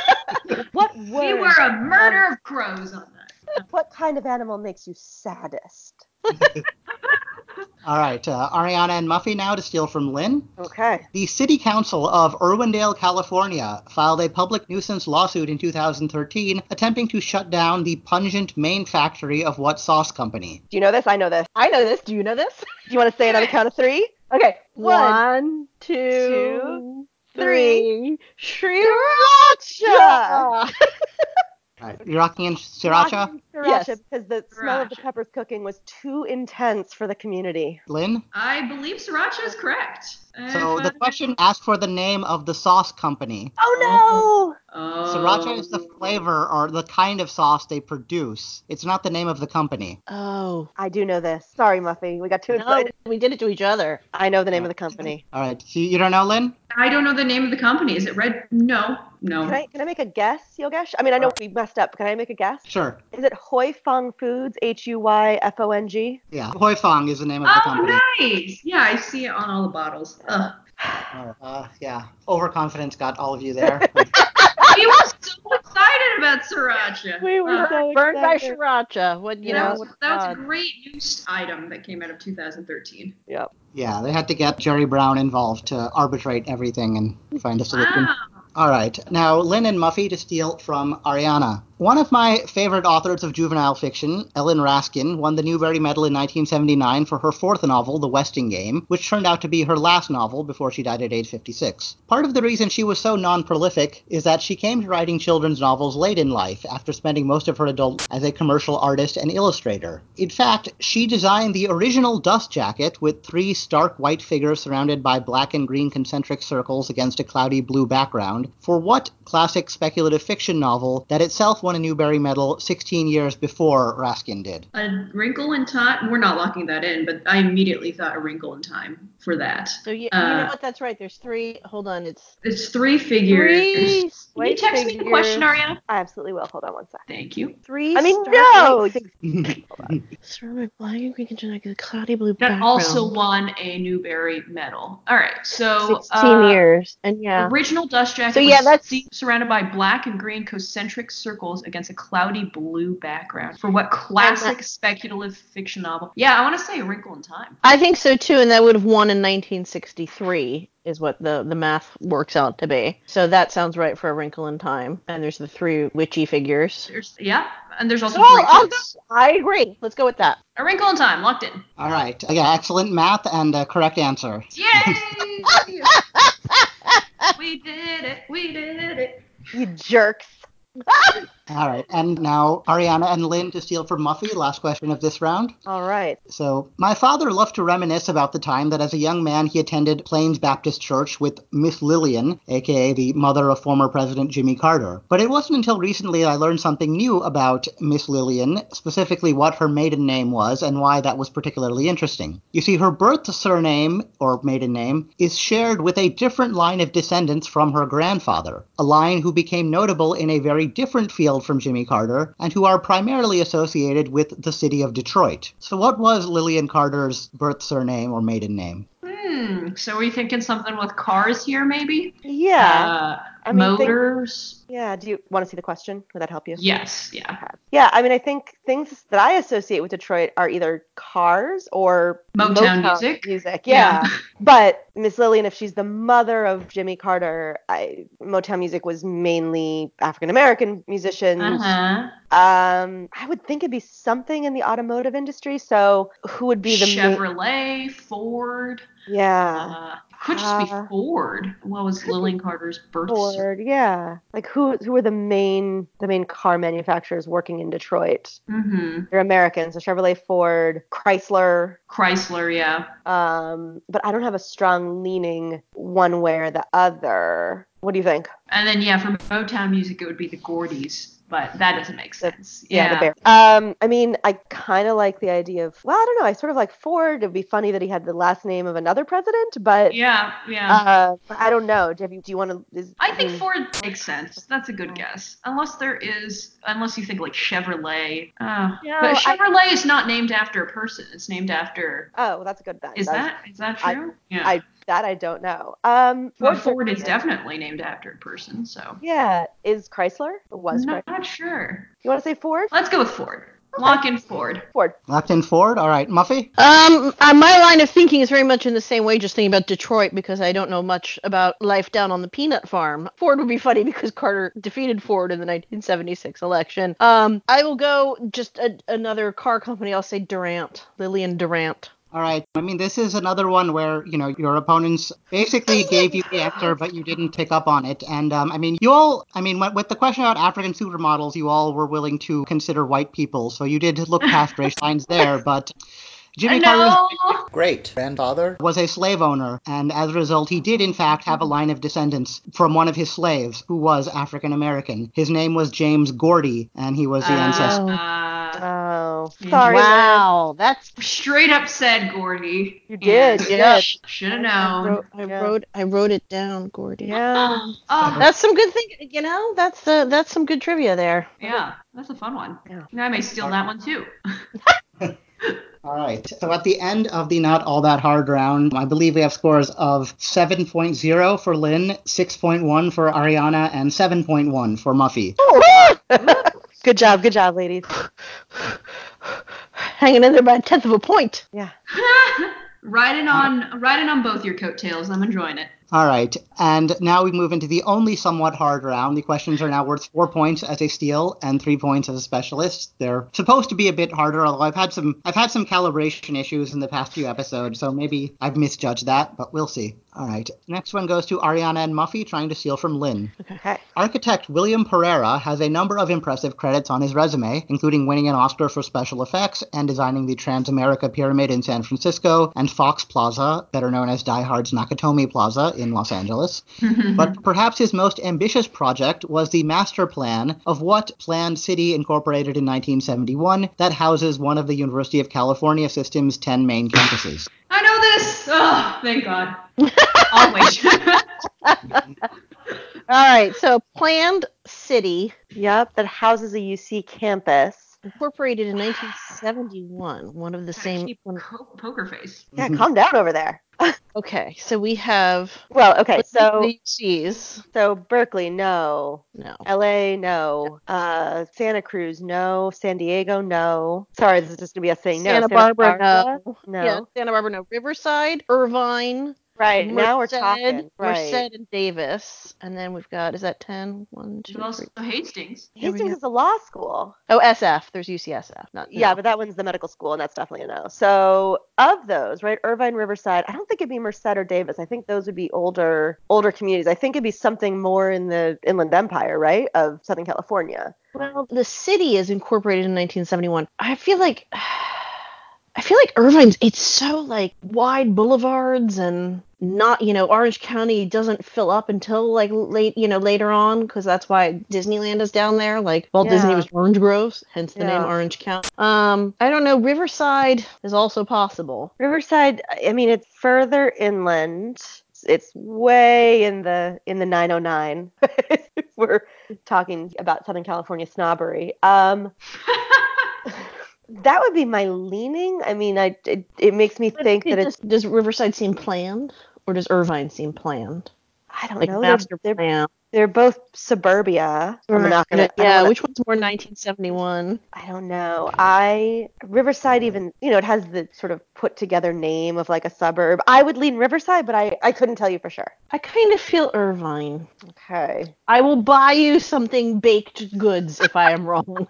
Speaker 4: What
Speaker 3: We
Speaker 4: word?
Speaker 3: were a murder of crows on that.
Speaker 4: What kind of animal makes you saddest?
Speaker 1: All right, uh, Ariana and Muffy now to steal from Lynn.
Speaker 4: Okay.
Speaker 1: The City Council of Irwindale, California, filed a public nuisance lawsuit in 2013 attempting to shut down the pungent main factory of What Sauce Company.
Speaker 4: Do you know this? I know this.
Speaker 2: I know this. Do you know this?
Speaker 4: Do you want to say it on the count of three?
Speaker 2: Okay. One,
Speaker 4: One,
Speaker 2: two,
Speaker 4: three.
Speaker 2: three.
Speaker 4: Sriracha!
Speaker 2: Sriracha.
Speaker 1: All right, you're rocking in Uh, Sriracha,
Speaker 4: Rocking Sriracha
Speaker 2: Yes.
Speaker 4: because the smell of the
Speaker 3: Sriracha.
Speaker 4: peppers cooking was too intense for the community.
Speaker 1: Lynn.
Speaker 3: I believe sriracha is correct. I
Speaker 1: So the
Speaker 3: found-
Speaker 1: question asked for the name of the sauce company.
Speaker 4: Oh
Speaker 3: Oh.
Speaker 1: Sriracha is the flavor or the kind of sauce they produce. It's not the name of the company.
Speaker 2: Oh.
Speaker 4: no! I do know this. Sorry, Muffy. We got too
Speaker 2: No,
Speaker 4: excited.
Speaker 2: we did it to each other.
Speaker 4: I know the name of the company.
Speaker 1: All right, so you don't know, Lynn?
Speaker 3: I don't know the name of the company. Is it Red? No, no.
Speaker 4: Can I can I make a guess, Yogesh? I mean, I know we messed up. Can I make a guess?
Speaker 1: Sure.
Speaker 4: Is it Hoi Fong Foods? H U Y F O N G.
Speaker 1: Yeah, Hoi Fong is the name of the company.
Speaker 3: Oh, nice. Yeah, I see it on all the bottles. Ugh.
Speaker 1: Alright, Uh, yeah, overconfidence got all of you there.
Speaker 3: we were so excited about sriracha.
Speaker 4: Ah, We were
Speaker 3: Uh,
Speaker 4: so
Speaker 2: Burned by
Speaker 4: excited.
Speaker 2: sriracha. What you
Speaker 3: that
Speaker 2: know? Uh,
Speaker 3: was,
Speaker 2: what
Speaker 3: that was a
Speaker 2: God.
Speaker 3: great news item that came out of 2013.
Speaker 4: Yep.
Speaker 1: yeah, they had to get Jerry Brown involved to arbitrate everything and find a solution.
Speaker 3: Wow.
Speaker 1: All right, now Lynn and Muffy to steal from Ariana. One of my favorite authors of juvenile fiction, Ellen Raskin, won the Newbery Medal in 1979 for her fourth novel, The Westing Game, which turned out to be her last novel before she died at age 56. Part of the reason she was so non prolific is that she came to writing children's novels late in life after spending most of her adult as a commercial artist and illustrator. In fact, she designed the original dust jacket with three stark white figures surrounded by black and green concentric circles against a cloudy blue background for what classic speculative fiction novel that itself won a Newbery Medal 16 years before Raskin did?
Speaker 3: A wrinkle in time. We're not locking that in, but I immediately thought a wrinkle in time for that.
Speaker 2: So you, you
Speaker 3: Uh,
Speaker 2: know what? That's right. There's three. Hold on. It's
Speaker 3: It's three figures.
Speaker 2: three.
Speaker 3: Can you
Speaker 2: white
Speaker 3: text me the question,
Speaker 2: figures.
Speaker 3: Ariana?
Speaker 4: I absolutely will. Hold on one sec.
Speaker 3: Thank you.
Speaker 2: Three.
Speaker 4: I mean,
Speaker 2: stark
Speaker 4: no.
Speaker 2: white
Speaker 4: you-
Speaker 5: Ceramic black and green conjunct with cloudy blue
Speaker 3: That
Speaker 5: background.
Speaker 3: also won a Newbery Medal. All right, so
Speaker 5: 16
Speaker 3: uh,
Speaker 5: years. And yeah.
Speaker 3: original dust jacket
Speaker 5: So
Speaker 3: was
Speaker 5: yeah, that's-
Speaker 3: seen surrounded by black and green concentric circles against a cloudy blue background. For what classic speculative fiction novel? Yeah, I want to say A Wrinkle in Time.
Speaker 2: I think so too, and that would have won in 1963, is what the the math works out to be. So that sounds right for A Wrinkle in Time. And there's the three witchy figures.
Speaker 3: There's yeah, and there's also
Speaker 2: Well, I'll
Speaker 3: wrinkles.
Speaker 2: I agree. Let's go with that.
Speaker 3: A Wrinkle in Time, locked in.
Speaker 1: All right, yeah, excellent math and uh, correct answer.
Speaker 3: Yay! we did it. We did it.
Speaker 4: You jerks.
Speaker 1: All right, and now Ariana and Lynn to steal from Muffy, last question of this round.
Speaker 4: All right.
Speaker 1: So, my father loved to reminisce about the time that as a young man he attended Plains Baptist Church with Miss Lillian, aka the mother of former President Jimmy Carter. But it wasn't until recently I learned something new about Miss Lillian, specifically what her maiden name was and why that was particularly interesting. You see, her birth surname, or maiden name, is shared with a different line of descendants from her grandfather, a line who became notable in a very different field from Jimmy Carter and who are primarily associated with the city of Detroit. So, what was Lillian Carter's birth surname or maiden name?
Speaker 3: Hmm. So are you thinking something with cars here, maybe?
Speaker 4: Yeah.
Speaker 3: Uh,
Speaker 4: I mean, think-
Speaker 3: motors.
Speaker 4: yeah. Do you want to see the question? Would that help you?
Speaker 3: Yes. Yeah.
Speaker 4: Yeah, I mean, I think things that I associate with Detroit are either cars or
Speaker 3: Motown music.
Speaker 4: yeah. But Miss Lillian, if she's the mother of Jimmy Carter, I, Motown music was mainly African American musicians.
Speaker 3: Uh huh.
Speaker 4: Um, I would think it'd be something in the automotive industry. So who would be the main-
Speaker 3: Chevrolet, Ford.
Speaker 4: yeah?
Speaker 3: Uh, Could just be
Speaker 4: Uh,
Speaker 3: Ford. What was Lillian Carter's birth? cert-
Speaker 4: Ford, yeah. Like who who were the main the main car manufacturers working in Detroit?
Speaker 3: Mhm.
Speaker 4: They're Americans, so Chevrolet, Ford, Chrysler.
Speaker 3: Chrysler, yeah.
Speaker 4: Um, but I don't have a strong leaning one way or the other. What do you think?
Speaker 3: And then yeah, for Motown music, it would be the Gordies, but that doesn't make sense.
Speaker 4: Yeah, the bear. Um, I mean, I kind of like the idea of. Well, I don't know. I sort of like Ford. It'd be funny that he had the last name of another president, but
Speaker 3: Yeah, yeah.
Speaker 4: uh, I don't know. Do you, mm. do you want to?
Speaker 3: I think Ford makes sense. That's a good guess. Unless there is, unless you think like Chevrolet. Uh,
Speaker 4: No,
Speaker 3: but
Speaker 4: Oh, I-
Speaker 3: Chevrolet is not named after a person. It's named after.
Speaker 4: Oh, well, that's a good bet.
Speaker 3: Is
Speaker 4: That's-
Speaker 3: that is that
Speaker 4: I-
Speaker 3: true? yeah.
Speaker 4: I- that I don't know. Um,
Speaker 3: But
Speaker 4: Ford,
Speaker 3: Ford is definitely named after a person. So.
Speaker 4: Yeah, is Chrysler? Was
Speaker 3: I'm
Speaker 4: Chrysler?
Speaker 3: not sure.
Speaker 4: You want to say Ford?
Speaker 3: Let's go with Ford. Lock in Ford.
Speaker 4: Ford.
Speaker 1: Locked in Ford. All right, Muffy.
Speaker 2: Um, uh, my line of thinking is very much in the same way, just thinking about Detroit because I don't know much about life down on the peanut farm. Ford would be funny because Carter defeated Ford in the 1976 election. Um, I will go just a, another car company. I'll say Durant, Lillian Durant.
Speaker 1: All right. I mean, this is another one where you know your opponents basically gave you the answer, but you didn't pick up on it. And um, I mean, you all. I mean, with- with the question about African supermodels, you all were willing to consider white people, so you did look past race lines there. But Jimmy Carter's
Speaker 3: no.
Speaker 6: Great grandfather.
Speaker 1: was a slave owner, and as a result, he did in fact have a line of descendants from one of his slaves who was African American. His name was James Gordy, and he was the
Speaker 3: Ah.
Speaker 1: ancestor.
Speaker 3: Uh,
Speaker 4: Oh,
Speaker 3: Mm.
Speaker 4: sorry. Liz.
Speaker 2: wow, that's
Speaker 3: straight up said Gordy.
Speaker 4: You did, you did.
Speaker 3: Should have
Speaker 2: I
Speaker 3: known.
Speaker 2: wrote, I
Speaker 4: Yeah.
Speaker 2: wrote I wrote it down, Gordy.
Speaker 4: Yeah.
Speaker 3: Oh,
Speaker 2: That's some good thing, you know. That's uh, that's some good trivia there.
Speaker 3: yeah. That's a fun one.
Speaker 4: Yeah.
Speaker 3: And I may steal that one too.
Speaker 1: All right. So at the end of the not all that hard round, I believe we have scores of 7.0 for Lynn, 6.1 for Ariana, and 7.1 for Muffy.
Speaker 4: Good job, good job, ladies.
Speaker 2: Hanging in there by a tenth of a point.
Speaker 4: Yeah.
Speaker 3: riding on, riding on both your coattails. I'm enjoying it.
Speaker 1: All right. And now we move into the only somewhat hard round. The questions are now worth four points as a steal and three points as a specialist. They're supposed to be a bit harder, although I've had some I've had some calibration issues in the past few episodes, so maybe I've misjudged that, but we'll see. All right. Next one goes to Ariana and Muffy trying to steal from Lynn.
Speaker 4: Okay.
Speaker 1: Architect William Pereira has a number of impressive credits on his resume, including winning an Oscar for special effects and designing the Transamerica Pyramid in San Francisco and Fox Plaza, better known as Die Hard's Nakatomi Plaza in Los Angeles.
Speaker 3: Mm-hmm.
Speaker 1: but perhaps his most ambitious project was the master plan of what planned city incorporated in 1971 that houses one of the University of California system's 10 main campuses.
Speaker 3: I know this. Oh, thank God. Always.
Speaker 2: All right, so planned city
Speaker 4: Yep, that houses a UC campus.
Speaker 2: incorporated in 1971. One of the same.
Speaker 3: Keep po- poker face.
Speaker 1: Mm-hmm.
Speaker 4: Yeah, calm down over there.
Speaker 2: Okay, so we have
Speaker 4: Well, okay, so
Speaker 2: the UCs.
Speaker 4: so Berkeley, no.
Speaker 2: No.
Speaker 4: LA, no. Uh, Santa Cruz, no. San Diego, no. Sorry, this is just gonna be us saying no.
Speaker 2: Santa Barbara,
Speaker 4: no. No.
Speaker 2: Yeah, Santa Barbara, no. Riverside, Irvine,
Speaker 4: Right. now we're
Speaker 2: Merced,
Speaker 4: talking. Right.
Speaker 2: Merced and Davis, and then we've got is that 10? One, two,
Speaker 3: But also
Speaker 2: three.
Speaker 3: Hastings.
Speaker 2: There we
Speaker 4: Hastings
Speaker 2: go.
Speaker 4: is a law school.
Speaker 2: Oh, SF. There's UCSF. Not
Speaker 4: Yeah,
Speaker 2: no.
Speaker 4: but that one's the medical school, and that's definitely a no. So of those, right, Irvine, Riverside, I don't think it'd be Merced or Davis. I think those would be older, older communities. I think it'd be something more in the Inland Empire, right, of Southern California.
Speaker 2: Well, the city is incorporated in 1971. I feel like I feel like Irvine's it's so like wide boulevards and not, you know, Orange County doesn't fill up until like late, you know, later on cuz that's why Disneyland is down there. Like Walt Disney
Speaker 4: Yeah.
Speaker 2: was Orange Groves, hence the
Speaker 4: Yeah.
Speaker 2: name Orange County. Um, I don't know, Riverside is also possible.
Speaker 4: Riverside, I mean, it's further inland. It's way in the in the 909. if we're talking about Southern California snobbery. Um, that would be my leaning. I mean, I it, it makes me think that it's
Speaker 2: does, does Riverside seem planned or does Irvine seem planned?
Speaker 4: I don't
Speaker 2: Like
Speaker 4: know. they're-
Speaker 2: master
Speaker 4: they're
Speaker 2: plan.
Speaker 4: They're both suburbia. I'm not gonna. I don't
Speaker 2: yeah,
Speaker 4: wanna-
Speaker 2: which one's more 1971?
Speaker 4: I don't know. I Riverside even. You know, it has the sort of put together name of like a suburb. I would lean Riverside, but I I couldn't tell you for sure.
Speaker 2: I kind of feel Irvine.
Speaker 4: Okay.
Speaker 2: I will buy you something baked goods if I am wrong.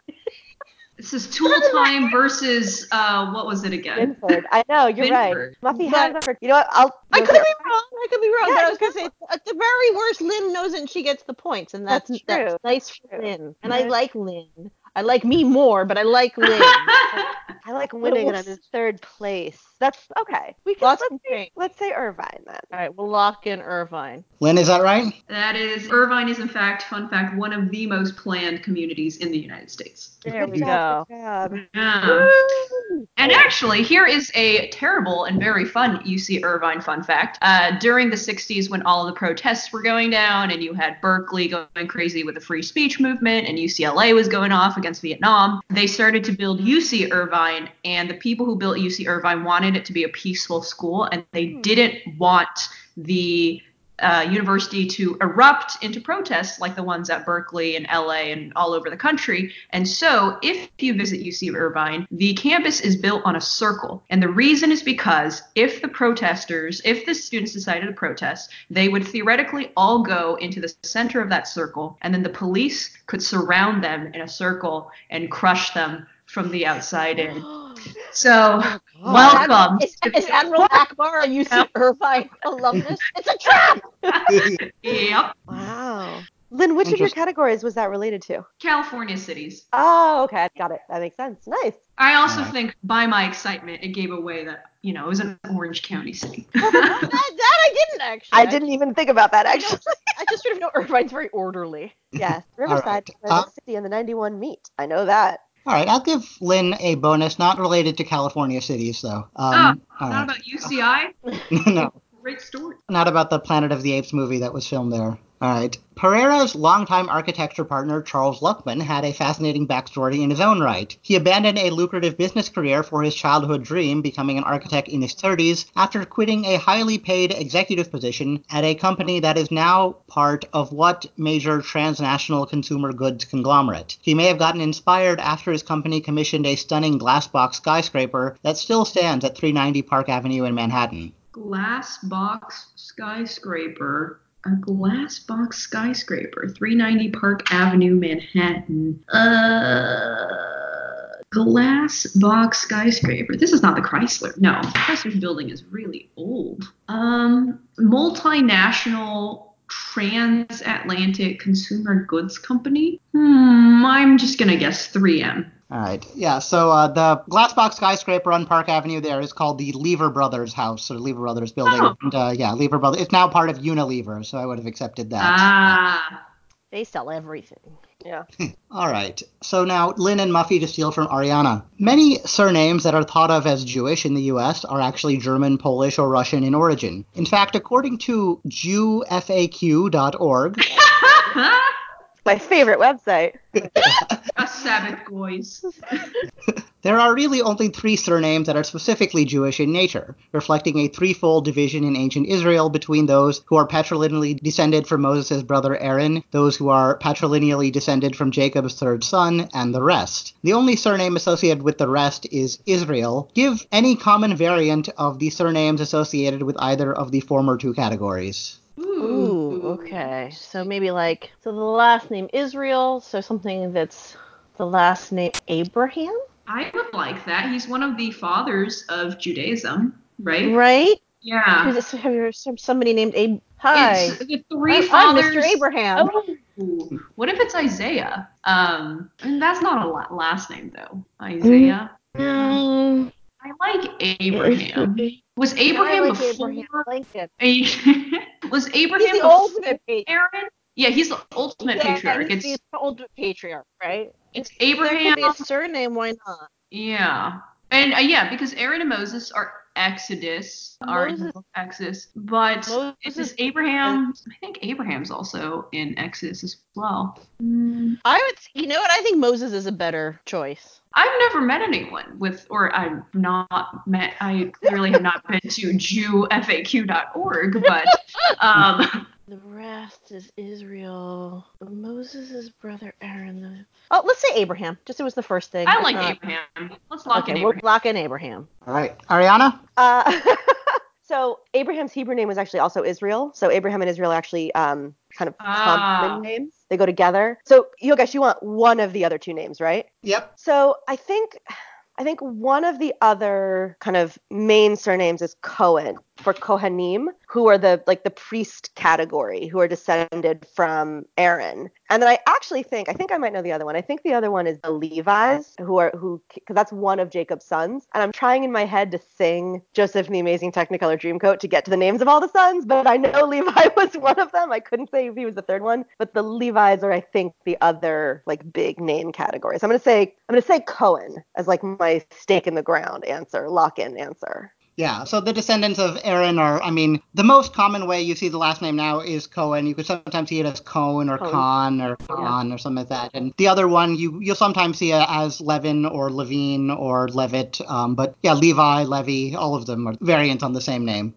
Speaker 3: This is tool time versus uh, what was it again?
Speaker 4: Binford. I know you're
Speaker 3: Binford.
Speaker 4: right. Muffy
Speaker 2: But-
Speaker 4: had it for- You know what? I'll.
Speaker 2: I
Speaker 4: was
Speaker 2: could be
Speaker 4: it-
Speaker 2: wrong. I could be wrong,
Speaker 4: Yeah,
Speaker 2: but I was gonna say it's- at the very worst, Lynn knows it and she gets the points, and that's
Speaker 4: That's
Speaker 2: that's,
Speaker 4: true.
Speaker 2: nice for
Speaker 4: True.
Speaker 2: Lynn. And I
Speaker 4: Mhm.
Speaker 2: like Lynn. I like me more, but I like Lynn.
Speaker 4: I like winning, and I'm
Speaker 2: we'll
Speaker 4: in third place. That's okay. We can
Speaker 2: Lots
Speaker 4: let's,
Speaker 2: can change.
Speaker 4: let's say Irvine then.
Speaker 2: All right, we'll lock in Irvine.
Speaker 1: Lynn, is that right?
Speaker 3: that is Irvine is in fact, fun fact, one of the most planned communities in the United States.
Speaker 2: There
Speaker 4: Good
Speaker 2: we
Speaker 4: job,
Speaker 2: go.
Speaker 4: good job.
Speaker 3: Yeah. And actually, here is a terrible and very fun UC Irvine fun fact. Uh, during the 60s, when all of the protests were going down, and you had Berkeley going crazy with the free speech movement, and UCLA was going off against Vietnam, they started to build UC Irvine. And the people who built UC Irvine wanted it to be a peaceful school, and they didn't want the uh, university to erupt into protests like the ones at Berkeley and LA and all over the country. And so, if you visit UC Irvine, the campus is built on a circle. And the reason is because if the protesters, if the students decided to protest, they would theoretically all go into the center of that circle, and then the police could surround them in a circle and crush them from the outside in. So, welcome.
Speaker 2: Oh, Is, is Admiral Akbar a UC Irvine alumnus? It's a trap.
Speaker 3: Yep.
Speaker 4: Wow. Lynn, which of your
Speaker 1: Interesting.
Speaker 4: categories was that related to?
Speaker 3: California cities.
Speaker 4: Oh, okay. I Got it. That makes sense. Nice.
Speaker 3: I also
Speaker 1: Alright.
Speaker 3: think by my excitement, it gave away that, you know, it was an Orange County city.
Speaker 2: That, that I didn't actually.
Speaker 4: I didn't even think about that,
Speaker 2: I,
Speaker 4: actually.
Speaker 2: don't- I just sort of know Irvine's very orderly.
Speaker 4: Yes.
Speaker 1: right.
Speaker 4: Riverside is where
Speaker 1: Uh,
Speaker 4: the city and the 91 meet. I know that.
Speaker 1: All right, I'll give Lynn a bonus, not related to California cities, though. Um, all
Speaker 3: Not
Speaker 1: right.
Speaker 3: about UCI.
Speaker 1: no,
Speaker 3: Great story.
Speaker 1: not about the Planet of the Apes movie that was filmed there. All right. Pereira's longtime architecture partner, Charles Luckman, had a fascinating backstory in his own right. He abandoned a lucrative business career for his childhood dream, becoming an architect in his 30s, after quitting a highly paid executive position at a company that is now part of what major transnational consumer goods conglomerate? He may have gotten inspired after his company commissioned a stunning glass box skyscraper that still stands at 390 Park Avenue in Manhattan.
Speaker 3: Glass box skyscraper. A glass box skyscraper. 390 Park Avenue, Manhattan. Uh, glass box skyscraper. This is not the Chrysler. No, Chrysler's building is really old. Um, multinational transatlantic consumer goods company. Hmm, I'm just gonna guess 3M.
Speaker 1: All right. Yeah. So uh, the glassbox skyscraper on Park Avenue there is called the Lever Brothers House or Lever Brothers Building.
Speaker 3: Oh.
Speaker 1: And, uh, yeah, Lever Brothers. It's now part of Unilever, so I would have accepted that.
Speaker 3: Ah,
Speaker 2: They sell everything.
Speaker 4: Yeah.
Speaker 1: All right. So now, Lynn and Muffy to steal from Ariana. Many surnames that are thought of as Jewish in the U.S. are actually German, Polish, or Russian in origin. In fact, according to JewFAQ.org,
Speaker 4: My favorite website.
Speaker 3: a Sabbath voice.
Speaker 1: There are really only three surnames that are specifically Jewish in nature, reflecting a threefold division in ancient Israel between those who are patrilineally descended from Moses' brother Aaron, those who are patrilineally descended from Jacob's third son, and the rest. The only surname associated with the rest is Israel. Give any common variant of the surnames associated with either of the former two categories.
Speaker 2: Ooh, okay. So maybe like so the last name Israel, so something that's the last name Abraham,
Speaker 3: I would like that. He's one of the fathers of Judaism, right?
Speaker 2: right?
Speaker 3: Yeah.
Speaker 2: Is it some- have some- somebody named Ab? Hi.
Speaker 3: Ah. It's the 3
Speaker 2: I'm- I'm
Speaker 3: fathers.
Speaker 2: Mr. Abraham.
Speaker 5: Oh,
Speaker 3: Ooh, What if it's Isaiah? Um, and that's not a la- last name though. Isaiah.
Speaker 5: no.
Speaker 3: I like Abraham. Was
Speaker 2: Mm-hmm. I
Speaker 3: Abraham
Speaker 2: like
Speaker 3: before?
Speaker 2: Abraham Lincoln.
Speaker 3: was Abraham
Speaker 2: He's the
Speaker 3: before
Speaker 2: ultimate patriarch.
Speaker 3: Aaron? Yeah, he's the ultimate
Speaker 2: Yeah,
Speaker 3: patriarch.
Speaker 2: he's
Speaker 3: It's
Speaker 2: the ultimate patriarch, right?
Speaker 3: it's
Speaker 2: There
Speaker 3: Abraham.
Speaker 2: could be a surname. Why not?
Speaker 3: Yeah. And uh, yeah, because Aaron and Moses are Exodus, are
Speaker 2: Moses-
Speaker 3: Exodus, but it's
Speaker 2: Moses-
Speaker 3: this Abraham. I think Abraham's also in Exodus as well. Mm,
Speaker 2: I would. You know what? I think Moses is a better choice.
Speaker 3: I've never met anyone with, or I've not met. I clearly have not been to JewFAQ.org, but um,
Speaker 2: The rest is Israel. Moses' brother Aaron. The... Oh, let's say Abraham. Just it was the first thing.
Speaker 3: I
Speaker 2: It's
Speaker 3: like
Speaker 4: Uh-huh.
Speaker 2: not-
Speaker 3: Abraham. Let's lock
Speaker 2: okay,
Speaker 3: in
Speaker 2: we'll
Speaker 3: Abraham.
Speaker 2: lock in Abraham.
Speaker 1: All right. Ariana?
Speaker 4: Uh, so So Abraham's Hebrew name was actually also Israel. So Abraham and Israel are actually um, kind of
Speaker 3: Ah.
Speaker 4: common names. They go together. So Yogesh, you want one of the other two names, right?
Speaker 1: Yep.
Speaker 4: So I think I think one of the other kind of main surnames is Cohen for Kohanim, who are the like the priest category, who are descended from Aaron. And then I actually think I think I might know the other one. I think the other one is the Levites, who are who because that's one of Jacob's sons. And I'm trying in my head to sing Joseph and the Amazing Technicolor Dreamcoat to get to the names of all the sons, but I know Levi was one of them. I couldn't say if he was the third one, but the Levites are I think the other like big name category. So I'm gonna say I'm gonna say Cohen as like my stake in the ground answer, lock in answer.
Speaker 1: Yeah, so the descendants of Aaron are, I mean, the most common way you see the last name now is Cohen. You could sometimes see it as Cohen or
Speaker 4: Cohen.
Speaker 1: Khan or Khan or something like that. And the other one, you, you'll sometimes see it as Levin or Levine or Levitt. Um, but yeah, Levi, Levy, all of them are variants on the same name.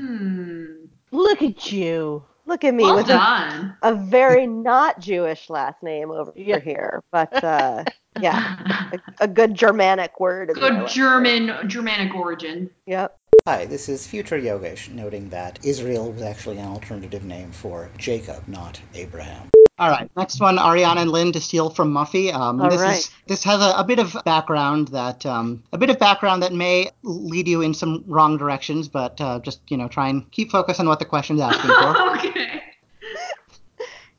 Speaker 3: Hmm.
Speaker 2: Look at you.
Speaker 4: Look at me
Speaker 3: Well
Speaker 4: with a
Speaker 3: done.
Speaker 4: a very not Jewish last name over
Speaker 2: Yeah.
Speaker 4: here, but uh, yeah, a, a good Germanic word. is what I
Speaker 3: Good
Speaker 4: like.
Speaker 3: German Germanic origin.
Speaker 4: Yep.
Speaker 6: Hi, this is future Yogesh, noting that Israel was actually an alternative name for Jacob, not Abraham.
Speaker 1: All right, next one, Ariana and Lynn to steal from Muffy. Um,
Speaker 4: All
Speaker 1: this
Speaker 4: right.
Speaker 1: is this has a, a bit of background that um, a bit of background that may lead you in some wrong directions, but uh, just you know try and keep focus on what the question's asking for.
Speaker 3: okay.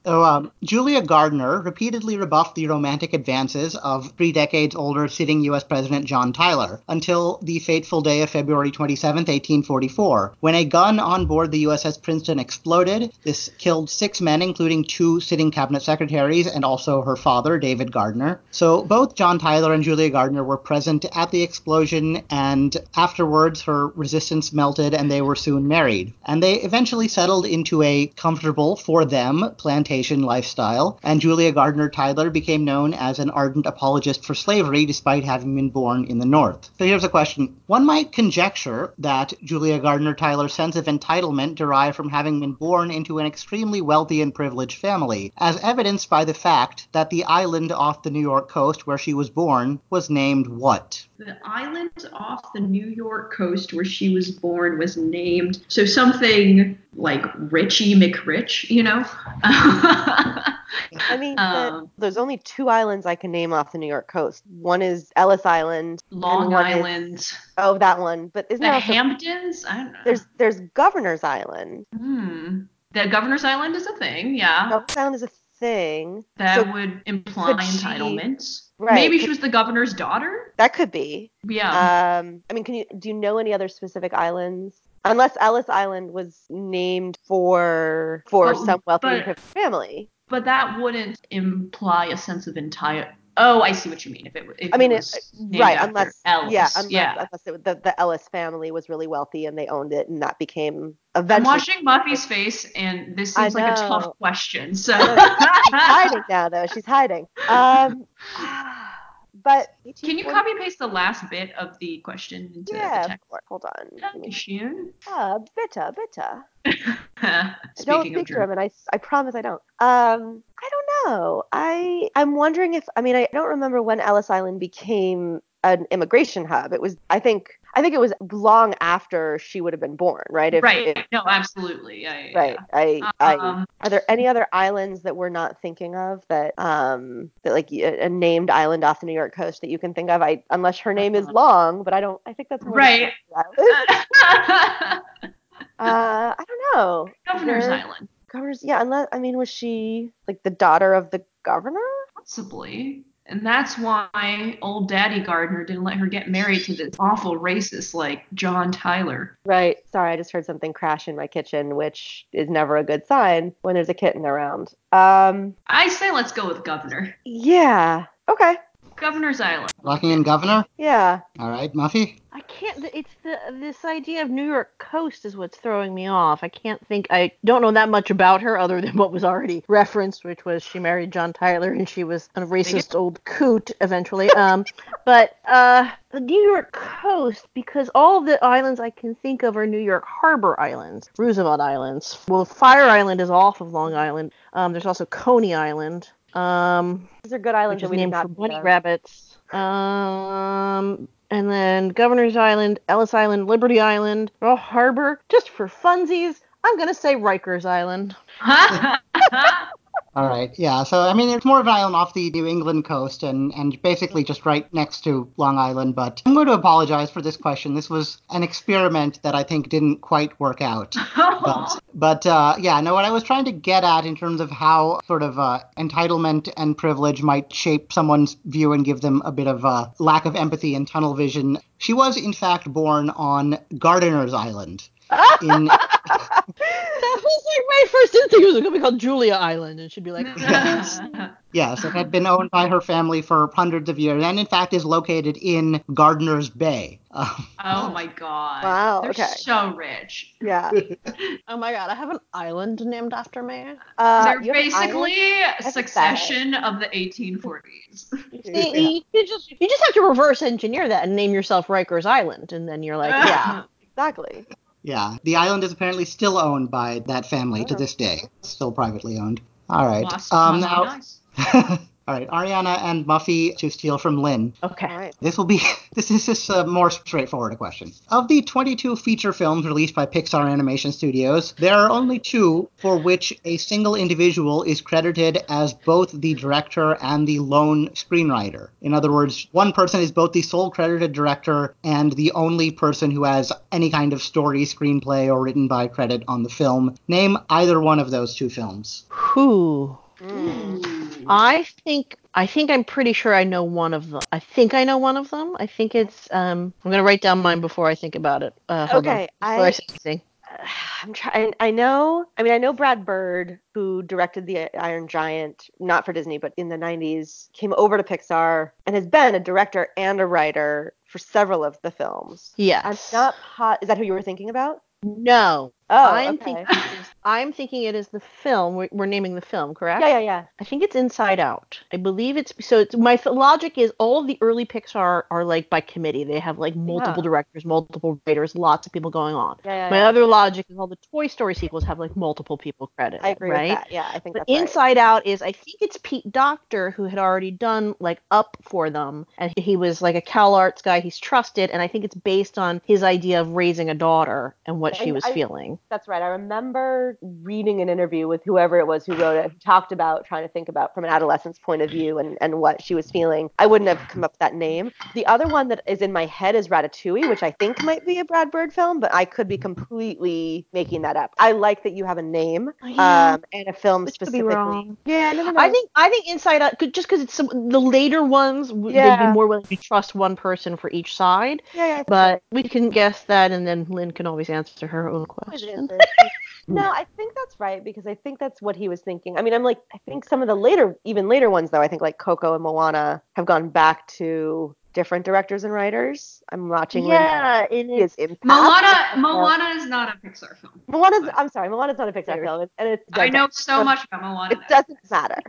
Speaker 1: So, um, Julia Gardner repeatedly rebuffed the romantic advances of three decades older sitting U.S. President John Tyler until the fateful day of February 27, 1844, when a gun on board the USS Princeton exploded. This killed six men, including two sitting cabinet secretaries and also her father, David Gardner. So, both John Tyler and Julia Gardner were present at the explosion, and afterwards, her resistance melted and they were soon married. And they eventually settled into a comfortable, for them, plantation lifestyle, and Julia Gardner Tyler became known as an ardent apologist for slavery despite having been born in the North. So here's a question. One might conjecture that Julia Gardner Tyler's sense of entitlement derived from having been born into an extremely wealthy and privileged family, as evidenced by the fact that the island off the New York coast where she was born was named what?
Speaker 3: The island off the New York coast where she was born was named so something like Richie McRich, you know?
Speaker 4: I mean, the,
Speaker 3: um,
Speaker 4: there's only two islands I can name off the New York coast. One is Ellis Island.
Speaker 3: Long
Speaker 4: what is-
Speaker 3: Island,
Speaker 4: Oh, that one. But isn't
Speaker 3: the
Speaker 4: there also,
Speaker 3: Hamptons. I don't know.
Speaker 4: there's there's Governor's Island.
Speaker 3: Hmm. The Governor's Island is a thing, yeah.
Speaker 4: Governor's Island is a thing.
Speaker 3: That
Speaker 4: so
Speaker 3: would imply
Speaker 4: could she-
Speaker 3: entitlement.
Speaker 4: Right,
Speaker 3: Maybe
Speaker 4: could-
Speaker 3: she was the governor's daughter.
Speaker 4: that could be.
Speaker 3: Yeah.
Speaker 4: Um, I mean, can you do you know any other specific islands? Unless Ellis Island was named for for
Speaker 3: Oh,
Speaker 4: some wealthy
Speaker 3: but-
Speaker 4: and privileged family.
Speaker 3: but that wouldn't imply a sense of entire. Oh, I see what you mean. If it, if
Speaker 4: I mean,
Speaker 3: it
Speaker 4: it,
Speaker 3: was named
Speaker 4: right?
Speaker 3: after
Speaker 4: Unless
Speaker 3: Ellis.
Speaker 4: yeah, unless,
Speaker 3: yeah.
Speaker 4: unless it, the, the Ellis family was really wealthy and they owned it, and that became
Speaker 3: I'm
Speaker 4: eventually.
Speaker 3: watching Muffy's face, and this
Speaker 4: I
Speaker 3: seems like a
Speaker 4: know.
Speaker 3: tough question. So,
Speaker 4: She's hiding now, though. She's hiding. Um, but
Speaker 3: can you copy and paste the last bit of the question into
Speaker 4: Yeah,
Speaker 3: the
Speaker 4: of
Speaker 3: text?
Speaker 4: course. hold on. Let
Speaker 3: Thank you,
Speaker 4: me-
Speaker 3: Shun.
Speaker 4: Ah, bitter, bitter. I don't
Speaker 3: Speaking of
Speaker 4: speak to
Speaker 3: German.
Speaker 4: him, and I, I promise I don't. Um, I don't know. I I'm wondering if I mean I don't remember when Ellis Island became an immigration hub. It was I think I think it was long after she would have been born, right? If,
Speaker 3: right.
Speaker 4: if-
Speaker 3: no, absolutely. Yeah, yeah,
Speaker 4: right. I,
Speaker 3: yeah.
Speaker 4: I
Speaker 3: Um,
Speaker 4: are there any other islands that we're not thinking of that um that like a, a named island off the New York coast that you can think of? I unless her name is long, but I don't. I think that's more
Speaker 3: Right.
Speaker 4: Uh, I don't know.
Speaker 3: Governor's
Speaker 4: Where-
Speaker 3: Island.
Speaker 4: Governor's. Yeah, unless I mean, was she like the daughter of the governor?
Speaker 3: Possibly. And that's why old Daddy Gardner didn't let her get married to this awful racist like John Tyler.
Speaker 4: Right. Sorry, I just heard something crash in my kitchen, which is never a good sign when there's a kitten around. Um.
Speaker 3: I say let's go with Governor.
Speaker 4: Yeah. Okay.
Speaker 3: Governor's Island.
Speaker 1: Locking in governor?
Speaker 4: Yeah.
Speaker 1: All right, Muffy?
Speaker 2: I can't. th- It's the this idea of New York coast is what's throwing me off. I can't think. I don't know that much about her other than what was already referenced, which was she married John Tyler and she was a racist old coot eventually. Um, but uh, the New York coast because all of the islands I can think of are New York Harbor Islands, Roosevelt Islands. Well, Fire Island is off of Long Island. Um, there's also Coney Island. Um,
Speaker 4: These are good islands
Speaker 2: which
Speaker 4: that
Speaker 2: is
Speaker 4: we did
Speaker 2: named for
Speaker 4: not.
Speaker 2: bunny
Speaker 4: think of.
Speaker 2: rabbits. Um, and then Governor's Island, Ellis Island, Liberty Island, Royal Harbor. Just for funsies, I'm gonna say Rikers Island.
Speaker 1: All right, yeah. So I mean, it's more of an island off the New England coast, and and basically just right next to Long Island. But I'm going to apologize for this question. This was an experiment that I think didn't quite work out. But, but uh, yeah, no. What I was trying to get at in terms of how sort of uh, entitlement and privilege might shape someone's view and give them a bit of uh, lack of empathy and tunnel vision. She was in fact born on Gardener's Island. In,
Speaker 2: That was like my first instinct. It was gonna be called Julia Island, and she'd be like,
Speaker 1: Yes,
Speaker 3: Uh-huh.
Speaker 1: it had been owned by her family for hundreds of years, and in fact is located in Gardener's Bay. Um,
Speaker 3: oh my god.
Speaker 4: Wow,
Speaker 3: They're
Speaker 4: okay.
Speaker 3: so rich.
Speaker 4: Yeah.
Speaker 2: "Oh my god, I have an island named after me."
Speaker 4: Uh,
Speaker 3: They're
Speaker 4: you have an island?
Speaker 3: basically
Speaker 4: That's
Speaker 3: succession of the 1840s.
Speaker 2: See, you just you just have to reverse engineer that and name yourself Rikers Island, and then you're like, yeah.
Speaker 4: Exactly.
Speaker 1: yeah, the island is apparently still owned by that family to
Speaker 4: Oh.
Speaker 1: this day. It's still privately owned. All right.
Speaker 3: Lost
Speaker 1: Um,
Speaker 3: money,
Speaker 1: now,
Speaker 3: nice.
Speaker 1: all right, Ariana and Muffy to steal from Lynn.
Speaker 4: All
Speaker 2: Okay.
Speaker 4: right.
Speaker 1: This will be this is just a more straightforward question. Of the 22 feature films released by Pixar Animation Studios, there are only two for which a single individual is credited as both the director and the lone screenwriter. In other words, one person is both the sole credited director and the only person who has any kind of story, screenplay, or written by credit on the film. Name either one of those two films.
Speaker 2: Who?
Speaker 4: Mm.
Speaker 3: Um,
Speaker 2: I think I think I'm pretty sure I know one of them. I think I know one of them. I think it's um. I'm gonna write down mine before I think about it. Uh, hold on.
Speaker 4: Okay,
Speaker 2: Before I,
Speaker 4: I-
Speaker 2: say anything.
Speaker 4: I'm trying. I know. I mean, I know Brad Bird, who directed the Iron Giant, not for Disney, but in the '90s, came over to Pixar and has been a director and a writer for several of the films. I'm
Speaker 2: Yes.
Speaker 4: not hot. Is that who you were thinking about?
Speaker 2: No.
Speaker 4: Oh,
Speaker 2: I'm
Speaker 4: okay.
Speaker 2: thinking. I'm thinking it is the film. We're, we're naming the film, correct?
Speaker 4: yeah, yeah, yeah.
Speaker 2: I think it's Inside Out. I believe it's so. It's, my th- logic is all of the early Pixar are like by committee. They have like multiple
Speaker 4: Yeah.
Speaker 2: directors, multiple writers, lots of people going on.
Speaker 4: Yeah, yeah,
Speaker 2: My
Speaker 4: yeah.
Speaker 2: other logic is all the Toy Story sequels have like multiple people credited.
Speaker 4: I agree
Speaker 2: right?
Speaker 4: with that. Yeah, I think
Speaker 2: But
Speaker 4: that's right.
Speaker 2: Inside Out is, I think it's Pete Doctor who had already done like Up for them, and he was like a Cal Arts guy. He's trusted, and I think it's based on his idea of raising a daughter and what she
Speaker 4: And
Speaker 2: was
Speaker 4: I-
Speaker 2: feeling.
Speaker 4: That's right. I remember reading an interview with whoever it was who wrote it, who talked about trying to think about from an adolescent's point of view and, and what she was feeling. I wouldn't have come up with that name. The other one that is in my head is Ratatouille, which I think might be a Brad Bird film, but I could be completely making that up. I like that you have a name
Speaker 2: Yeah.
Speaker 4: um, and a film
Speaker 2: Which could be
Speaker 4: specifically.
Speaker 2: wrong.
Speaker 4: Yeah, no, no, no.
Speaker 2: Uh, I think I think Inside Out, could, just because it's some, the later ones, w- they'd
Speaker 4: Yeah.
Speaker 2: be more willing to trust one person for each side.
Speaker 4: Yeah, yeah, I think
Speaker 2: But we can guess that, and then Lynn can always answer her own
Speaker 4: was
Speaker 2: question.
Speaker 4: answered. no, I think that's right because I think that's what he was thinking. I mean, I'm like, I think some of the later, even later ones though, I think like Coco and Moana have gone back to different directors and writers. I'm watching. Lin-
Speaker 2: Yeah, and
Speaker 4: His
Speaker 2: it's
Speaker 4: impact.
Speaker 3: Moana, Moana is not a Pixar film.
Speaker 4: Moana's. I'm sorry, Moana's not a Pixar film, and it
Speaker 3: I
Speaker 4: doesn't-
Speaker 3: know so much about Moana.
Speaker 4: It doesn't matter.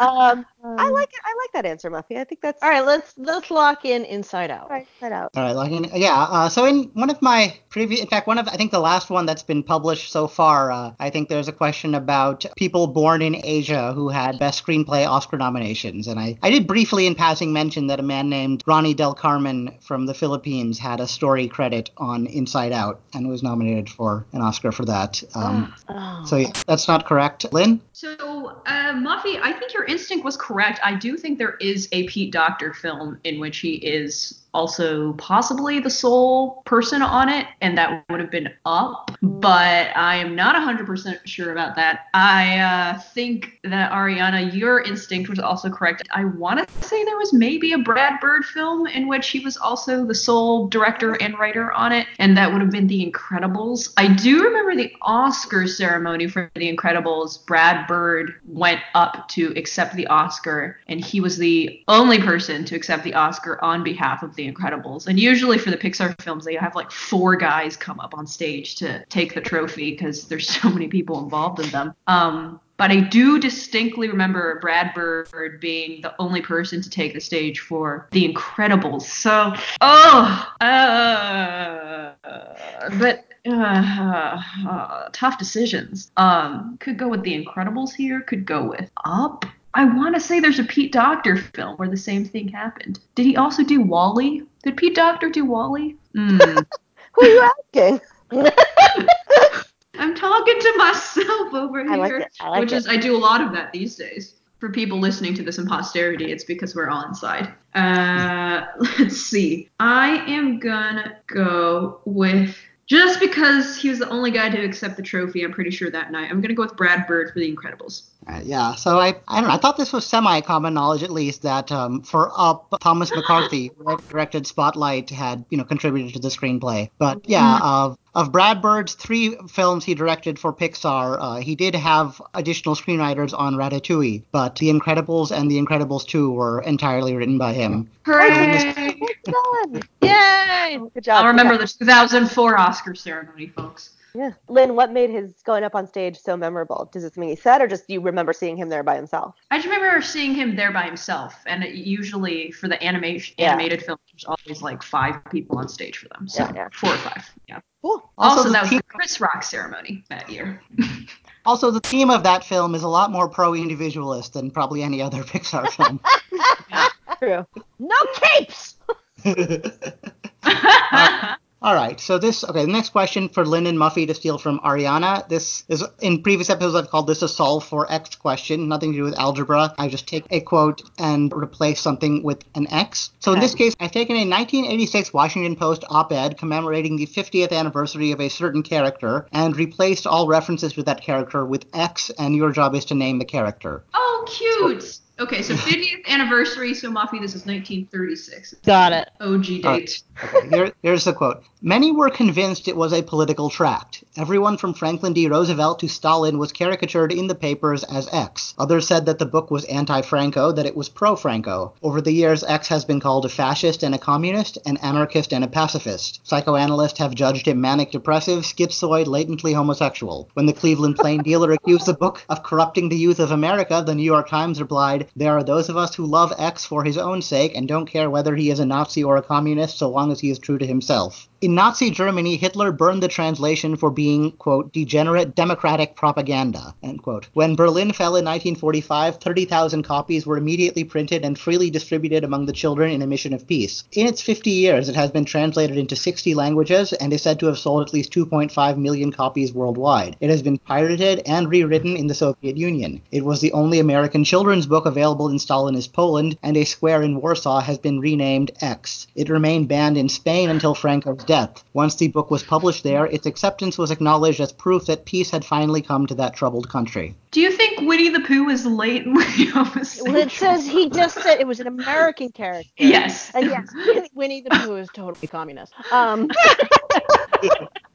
Speaker 4: Um, I
Speaker 2: um,
Speaker 4: like it. I like that answer, Muffy. I think that's
Speaker 2: All right, let's let's lock in Inside Out.
Speaker 4: Try that out.
Speaker 1: All right, like in, yeah. Uh, so in one of my previous, in fact, one of I think the last one that's been published so far, uh, I think there's a question about people born in Asia who had best screenplay Oscar nominations, and I, I did briefly in passing mention that a man named Ronnie Del Carmen from the Philippines had a story credit on Inside Out and was nominated for an Oscar for that. Um,
Speaker 2: Oh.
Speaker 1: so yeah, that's not correct, Lynn.
Speaker 3: So, uh, Muffy, I think your instinct was correct. I do think there is a Pete Doctor film in which he is also possibly the sole person on it, and that would have been Up. But I am not 100% sure about that. I uh, think that Ariana, your instinct was also correct. I want to say there was maybe a Brad Bird film in which he was also the sole director and writer on it, and that would have been The Incredibles. I do remember the Oscar ceremony for The Incredibles. Brad Bird went up to accept the Oscar, and he was the only person to accept the Oscar on behalf of The Incredibles. And usually for the Pixar films, they have like four guys come up on stage to take the trophy because there's so many people involved in them. Um, but I do distinctly remember Brad Bird being the only person to take the stage for The Incredibles. So, oh, uh, but uh, uh, tough decisions. Um, could go with The Incredibles here. Could go with Up. I want to say there's a Pete Doctor film where the same thing happened. Did he also do Wally? Did Pete Doctor do Wally? Mm.
Speaker 4: Who are you asking?
Speaker 3: I'm talking to myself over here,
Speaker 4: I like it. I like
Speaker 3: which
Speaker 4: it.
Speaker 3: is I do a lot of that these days. For people listening to this in posterity, it's because we're all inside. Uh, let's see. I am gonna go with just because he was the only guy to accept the trophy. I'm pretty sure that night. I'm gonna go with Brad Bird for The Incredibles.
Speaker 1: Uh, yeah, so I I don't know. I thought this was semi-common knowledge, at least, that um, for Up, Thomas McCarthy, who directed Spotlight, had you know contributed to the screenplay. But yeah,
Speaker 3: Mm-hmm.
Speaker 1: of of Brad Bird's three films he directed for Pixar, uh, he did have additional screenwriters on Ratatouille, but The Incredibles and The Incredibles 2 were entirely written by him.
Speaker 3: Hooray!
Speaker 4: Done. Oh,
Speaker 2: Yay!
Speaker 4: Good job.
Speaker 3: I'll remember
Speaker 4: Yeah.
Speaker 3: the 2004 Oscar ceremony, folks.
Speaker 4: Yeah. Lynn, what made his going up on stage so memorable? Does it something he said, or just you remember seeing him there by himself?
Speaker 3: I just remember seeing him there by himself, and it usually for the animation
Speaker 4: Yeah.
Speaker 3: animated films, there's always like five people on stage for them, so
Speaker 4: Yeah, yeah.
Speaker 3: four or five. Yeah.
Speaker 4: Cool.
Speaker 3: Also,
Speaker 1: the
Speaker 3: that was
Speaker 1: theme-
Speaker 3: the Chris Rock ceremony that year.
Speaker 1: Also, the theme of that film is a lot more pro-individualist than probably any other Pixar film.
Speaker 4: True.
Speaker 2: No capes!
Speaker 1: All right, so this okay. The next question for Lynn and Muffy to steal from Ariana. This is in previous episodes I've called this a solve for X question. Nothing to do with algebra. I just take a quote and replace something with an X. So in
Speaker 4: Okay.
Speaker 1: this case, I've taken a 1986 Washington Post op-ed commemorating the 50th anniversary of a certain character and replaced all references to that character with X. And your job is to name the character.
Speaker 3: oh, cute. Okay, so 50th anniversary. So Mafi, this is 1936.
Speaker 2: Got it.
Speaker 3: OG date.
Speaker 1: Okay, here, here's the quote. Many were convinced it was a political tract. Everyone from Franklin D. Roosevelt to Stalin was caricatured in the papers as X. Others said that the book was anti Franco, that it was pro Franco. Over the years, X has been called a fascist and a communist, an anarchist and a pacifist. Psychoanalysts have judged him manic depressive, schizoid, latently homosexual. When the Cleveland Plain Dealer accused the book of corrupting the youth of America, the New York Times replied, There are those of us who love X for his own sake and don't care whether he is a Nazi or a communist so long as he is true to himself. In Nazi Germany, Hitler burned the translation for being, quote, degenerate democratic propaganda, end quote. When Berlin fell in 1945, 30,000 copies were immediately printed and freely distributed among the children in a mission of peace. In its 50 years, it has been translated into 60 languages and is said to have sold at least 2.5 million copies worldwide. It has been pirated and rewritten in the Soviet Union. It was the only American children's book available in Stalinist Poland, and a square in Warsaw has been renamed X. It remained banned in Spain until Franco's death. Once the book was published there, its acceptance was acknowledged as proof that peace had finally come to that troubled country.
Speaker 3: Do you think Winnie the Pooh is late? in the
Speaker 2: Well, it
Speaker 3: homosexual?
Speaker 2: says he just said it was an American character.
Speaker 3: Yes.
Speaker 2: And yes, Winnie- Winnie the Pooh is totally communist. Um,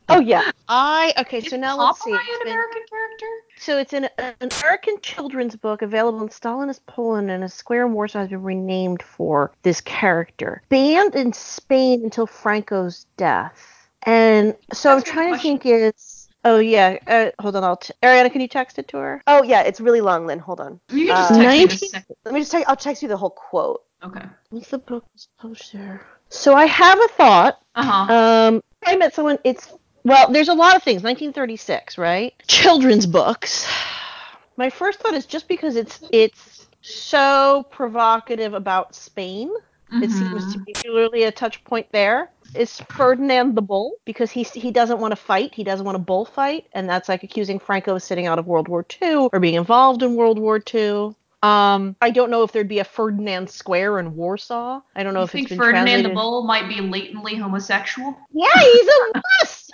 Speaker 4: Oh yeah.
Speaker 2: I okay. So
Speaker 3: Is
Speaker 2: now let's see.
Speaker 3: Popeye
Speaker 2: It's
Speaker 3: an
Speaker 2: been-
Speaker 3: American character?
Speaker 2: So it's an, an American children's book available in Stalinist Poland, and a square in Warsaw has been renamed for this character. Banned in Spain until Franco's death. And so
Speaker 3: That's
Speaker 2: I'm
Speaker 3: my
Speaker 2: trying
Speaker 3: question.
Speaker 2: to think. It's oh yeah. Uh, hold on. I'll t- Ariana, can you text it to her?
Speaker 4: Oh yeah. It's really long, Lynn. Hold on.
Speaker 3: You can just
Speaker 4: Uh,
Speaker 3: text me the
Speaker 2: 19
Speaker 3: second.
Speaker 4: Let me just tell you. I'll text you the whole quote.
Speaker 3: Okay.
Speaker 2: Once the book was published there. So I have a thought.
Speaker 3: Uh huh.
Speaker 2: Um, I met someone. It's well, there's a lot of things. 1936, right? Children's books. My first thought is just because it's it's so provocative about Spain. It
Speaker 3: Mm-hmm.
Speaker 2: seems to be particularly a touch point there. Is Ferdinand the Bull because he he doesn't want to fight. He doesn't want to bullfight, and that's like accusing Franco of sitting out of World War II or being involved in World War II. Um, I don't know if there'd be a Ferdinand Square in Warsaw. I don't know
Speaker 3: You
Speaker 2: if it's
Speaker 3: think
Speaker 2: been
Speaker 3: Ferdinand
Speaker 2: translated.
Speaker 3: the Bull might be latently homosexual? Uh,
Speaker 2: Yeah, he's a wuss.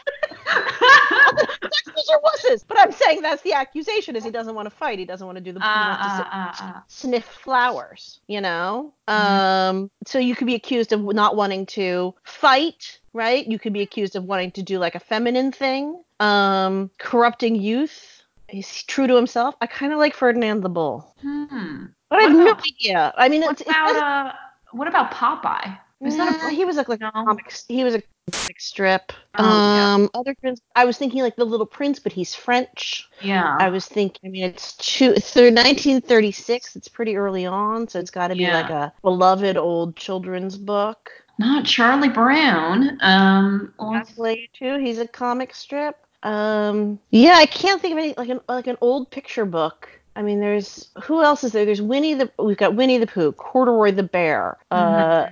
Speaker 2: Those are wusses. But I'm saying that's the accusation is he doesn't want to fight. He doesn't want to do the. he wants to
Speaker 3: Uh,
Speaker 2: sit-
Speaker 3: uh, uh, uh.
Speaker 2: sniff flowers, you know?
Speaker 3: Mhm.
Speaker 2: Um, so you could be accused of not wanting to fight, right? You could be accused of wanting to do like a feminine thing, um, corrupting youth. He's true to himself. I kind of like Ferdinand the Bull,
Speaker 3: Hmm.
Speaker 2: but I have
Speaker 3: What
Speaker 2: no
Speaker 3: about-
Speaker 2: idea. I mean,
Speaker 3: What
Speaker 2: it's,
Speaker 3: about
Speaker 2: it's
Speaker 3: uh? What about Popeye? Is that a
Speaker 2: Nah,
Speaker 3: book?
Speaker 2: he was like, like
Speaker 3: No.
Speaker 2: a comic. He was a comic strip.
Speaker 3: Oh, yeah.
Speaker 2: um, other prince. I was thinking like the Little Prince, but he's French.
Speaker 3: Yeah.
Speaker 2: I was thinking. I mean, it's two through 1936. It's pretty early on, so it's got to be
Speaker 3: Yeah.
Speaker 2: like a beloved old children's book.
Speaker 3: Not Charlie Brown. Um. or-
Speaker 2: Later too, he's a comic strip. Um, yeah, I can't think of any like an like an old picture book. I mean, there's who else is there? There's Winnie the we've got Winnie the Pooh, Corduroy the bear, uh,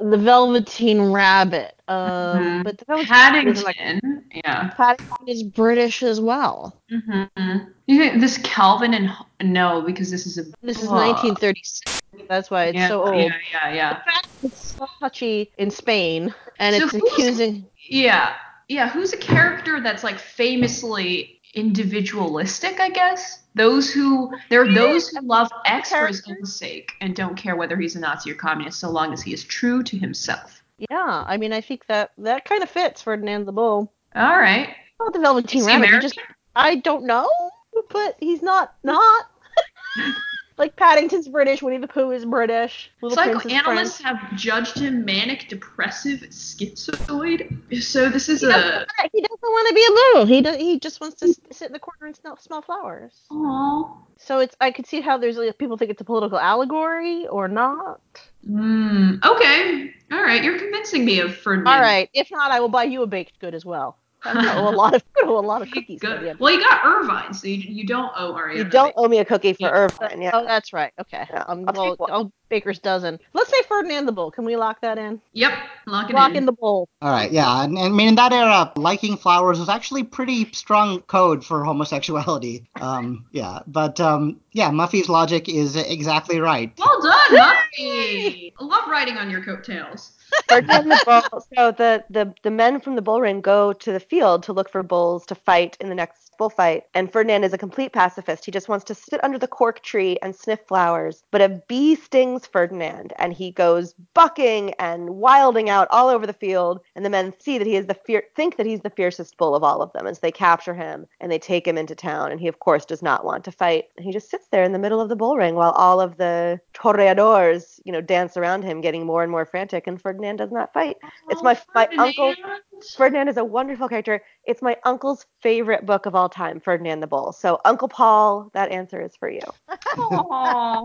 Speaker 2: the Velveteen Rabbit. Um,
Speaker 3: Mhm.
Speaker 2: But that was
Speaker 3: Paddington. yeah.
Speaker 2: Paddington is British as well.
Speaker 3: Mm-hmm. You think this Calvin and no, because this is a
Speaker 2: This is
Speaker 3: book.
Speaker 2: 1936. That's why it's
Speaker 3: yeah,
Speaker 2: so old.
Speaker 3: Yeah, yeah, yeah.
Speaker 2: The fact that It's so touchy in Spain, and
Speaker 3: So
Speaker 2: it's
Speaker 3: who's-
Speaker 2: accusing.
Speaker 3: Yeah. Yeah, who's a character that's like famously individualistic, I guess? Those who there are those who love X for his own sake and don't care whether he's a Nazi or communist so long as he is true to himself.
Speaker 2: Yeah, I mean, I think that that kind of fits Ferdinand the Bull.
Speaker 3: All right.
Speaker 2: Oh, the Velveteen
Speaker 3: Is he
Speaker 2: Rabbit. you
Speaker 3: American?
Speaker 2: just I don't know, but he's not not. like Paddington's British, Winnie the Pooh is British. Little Prince is French.
Speaker 3: Psychoanalysts have judged him manic, depressive, schizoid. So this is
Speaker 2: He doesn't,
Speaker 3: a.
Speaker 2: wanna, he doesn't want to be alone. He does, he just wants to s- sit in the corner and smell, smell flowers.
Speaker 3: Aww.
Speaker 2: So it's I could see how there's like, people think it's a political allegory or not.
Speaker 3: Mm, okay. All right. You're convincing me of Ferdinand.
Speaker 2: All right, if not, I will buy you a baked good as well. I'm gonna owe a lot of I'm gonna owe a lot of
Speaker 3: You
Speaker 2: cookies. by the
Speaker 3: Good.
Speaker 2: end.
Speaker 3: Well, you got Irvine, so you, you don't owe Ariana.
Speaker 4: You don't owe me a cookie for Irvine. Yeah.
Speaker 2: Oh, that's right. Okay.
Speaker 4: Yeah,
Speaker 2: Um,
Speaker 4: I'll take
Speaker 2: well,
Speaker 4: one.
Speaker 2: oh, Baker's dozen. Let's say Ferdinand the Bull. Can we lock that in?
Speaker 3: Yep. Lock it
Speaker 2: Lock
Speaker 3: in.
Speaker 2: in the Bull.
Speaker 1: All right, yeah, and, and I mean in that era, liking flowers was actually pretty strong code for homosexuality. Um, yeah, but um, yeah, Muffy's logic is exactly right.
Speaker 3: well done, Muffy. I love riding on your coattails.
Speaker 4: Ferdinand the bull. So the, the the men from the bull ring go to the field to look for bulls to fight in the next bullfight. And Ferdinand is a complete pacifist. He just wants to sit under the cork tree and sniff flowers. But a bee stings Ferdinand, and he goes bucking and wilding out all over the field. And the men see that he is the fear, think that he's the fiercest bull of all of them. And so they capture him and they take him into town. And he of course does not want to fight. And he just sits there in the middle of the bull ring while all of the toreadors, you know, dance around him, getting more and more frantic. And Ferdinand does not fight. It's my- my uncle-
Speaker 3: Oh, Ferdinand.
Speaker 4: Ferdinand is a wonderful character. It's my uncle's favorite book of all time, Ferdinand the Bull. So, Uncle Paul, that answer is for you.
Speaker 3: Aw.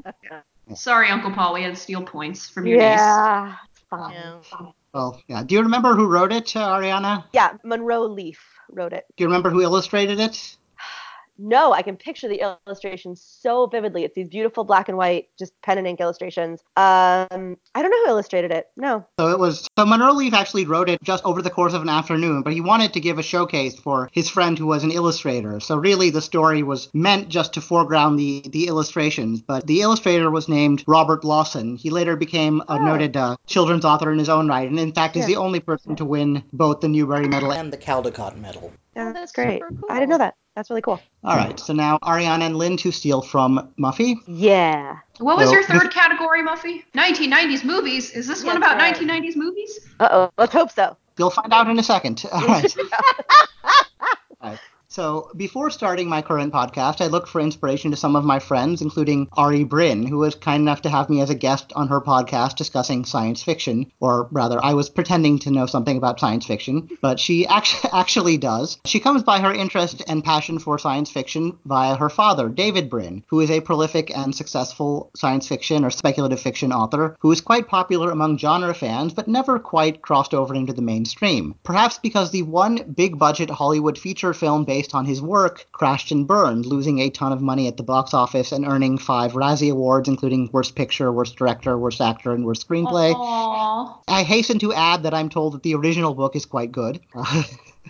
Speaker 3: Sorry, Uncle Paul. We had steel points from your niece.
Speaker 4: Yeah, it's fine.
Speaker 2: Yeah.
Speaker 1: Well, yeah. Do you remember who wrote it, uh, Ariana?
Speaker 4: Yeah, Monroe Leaf wrote it.
Speaker 1: Do you remember who illustrated it?
Speaker 4: No, I can picture the illustrations so vividly. It's these beautiful black and white, just pen and ink illustrations. Um, I don't know who illustrated it. No.
Speaker 1: So it was so Monroe Leaf actually wrote it just over the course of an afternoon, but he wanted to give a showcase for his friend who was an illustrator. So really the story was meant just to foreground the, the illustrations, but the illustrator was named Robert Lawson. He later became a
Speaker 4: Oh.
Speaker 1: noted uh, children's author in his own right, and in fact is
Speaker 4: Yeah.
Speaker 1: the only person to win both the Newbery Medal. And-
Speaker 6: And the Caldecott medal.
Speaker 4: Yeah,
Speaker 2: Oh, that's super cool.
Speaker 4: Uh, I didn't know that. That's really cool.
Speaker 1: All right, so now Ariana and Lynn to steal from Muffy.
Speaker 4: Yeah.
Speaker 3: What was
Speaker 1: Well,
Speaker 3: your third category, Muffy? 1990s movies. Is this one
Speaker 4: That's
Speaker 3: about
Speaker 4: right.
Speaker 3: 1990s movies?
Speaker 4: Uh oh. Let's hope so.
Speaker 1: You'll find out in a second. All right. All right. So, before starting my current podcast, I looked for inspiration to some of my friends, including Ari Brin, who was kind enough to have me as a guest on her podcast discussing science fiction, or rather, I was pretending to know something about science fiction, but she actually, actually does. She comes by her interest and passion for science fiction via her father, David Brin, who is a prolific and successful science fiction or speculative fiction author who is quite popular among genre fans but never quite crossed over into the mainstream. Perhaps because the one big budget Hollywood feature film based on his work crashed and burned, losing a ton of money at the box office and earning five Razzie Awards, including Worst Picture, Worst Director, Worst Actor, and Worst Screenplay.
Speaker 3: oh, Aw.
Speaker 1: I hasten to add that I'm told that the original book is quite good.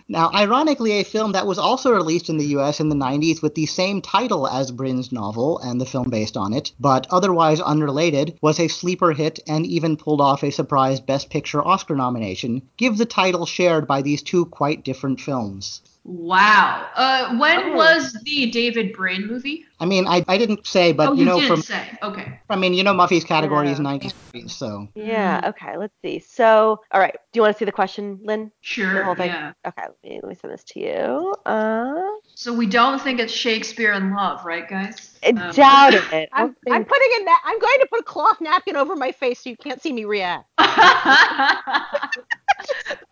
Speaker 1: now, ironically, a film that was also released in the US in the 90s with the same title as Brin's novel and the film based on it, but otherwise unrelated, was a sleeper hit and even pulled off a surprise Best Picture Oscar nomination. Give the title shared by these two quite different films.
Speaker 3: Wow. Uh, when
Speaker 4: Oh.
Speaker 3: was the David Brain movie?
Speaker 1: I mean, I, I didn't say, but
Speaker 3: oh,
Speaker 1: you,
Speaker 3: you
Speaker 1: know,
Speaker 3: did
Speaker 1: from
Speaker 3: say. Okay.
Speaker 1: I mean, you know, Muffy's category is
Speaker 4: Yeah.
Speaker 1: 90s, movies, so
Speaker 4: Yeah. Mm. Okay. Let's see. So, all right. Do you want to see the question, Lynn? The
Speaker 3: Sure.
Speaker 4: whole thing.
Speaker 3: Yeah.
Speaker 4: Okay. Let me, let me send this to you. Uh,
Speaker 3: So we don't think it's Shakespeare in Love, right, guys?
Speaker 4: I
Speaker 3: Um,
Speaker 4: doubt it.
Speaker 2: I'm, I'm putting a na- I'm going to put a cloth napkin over my face so you can't see me react.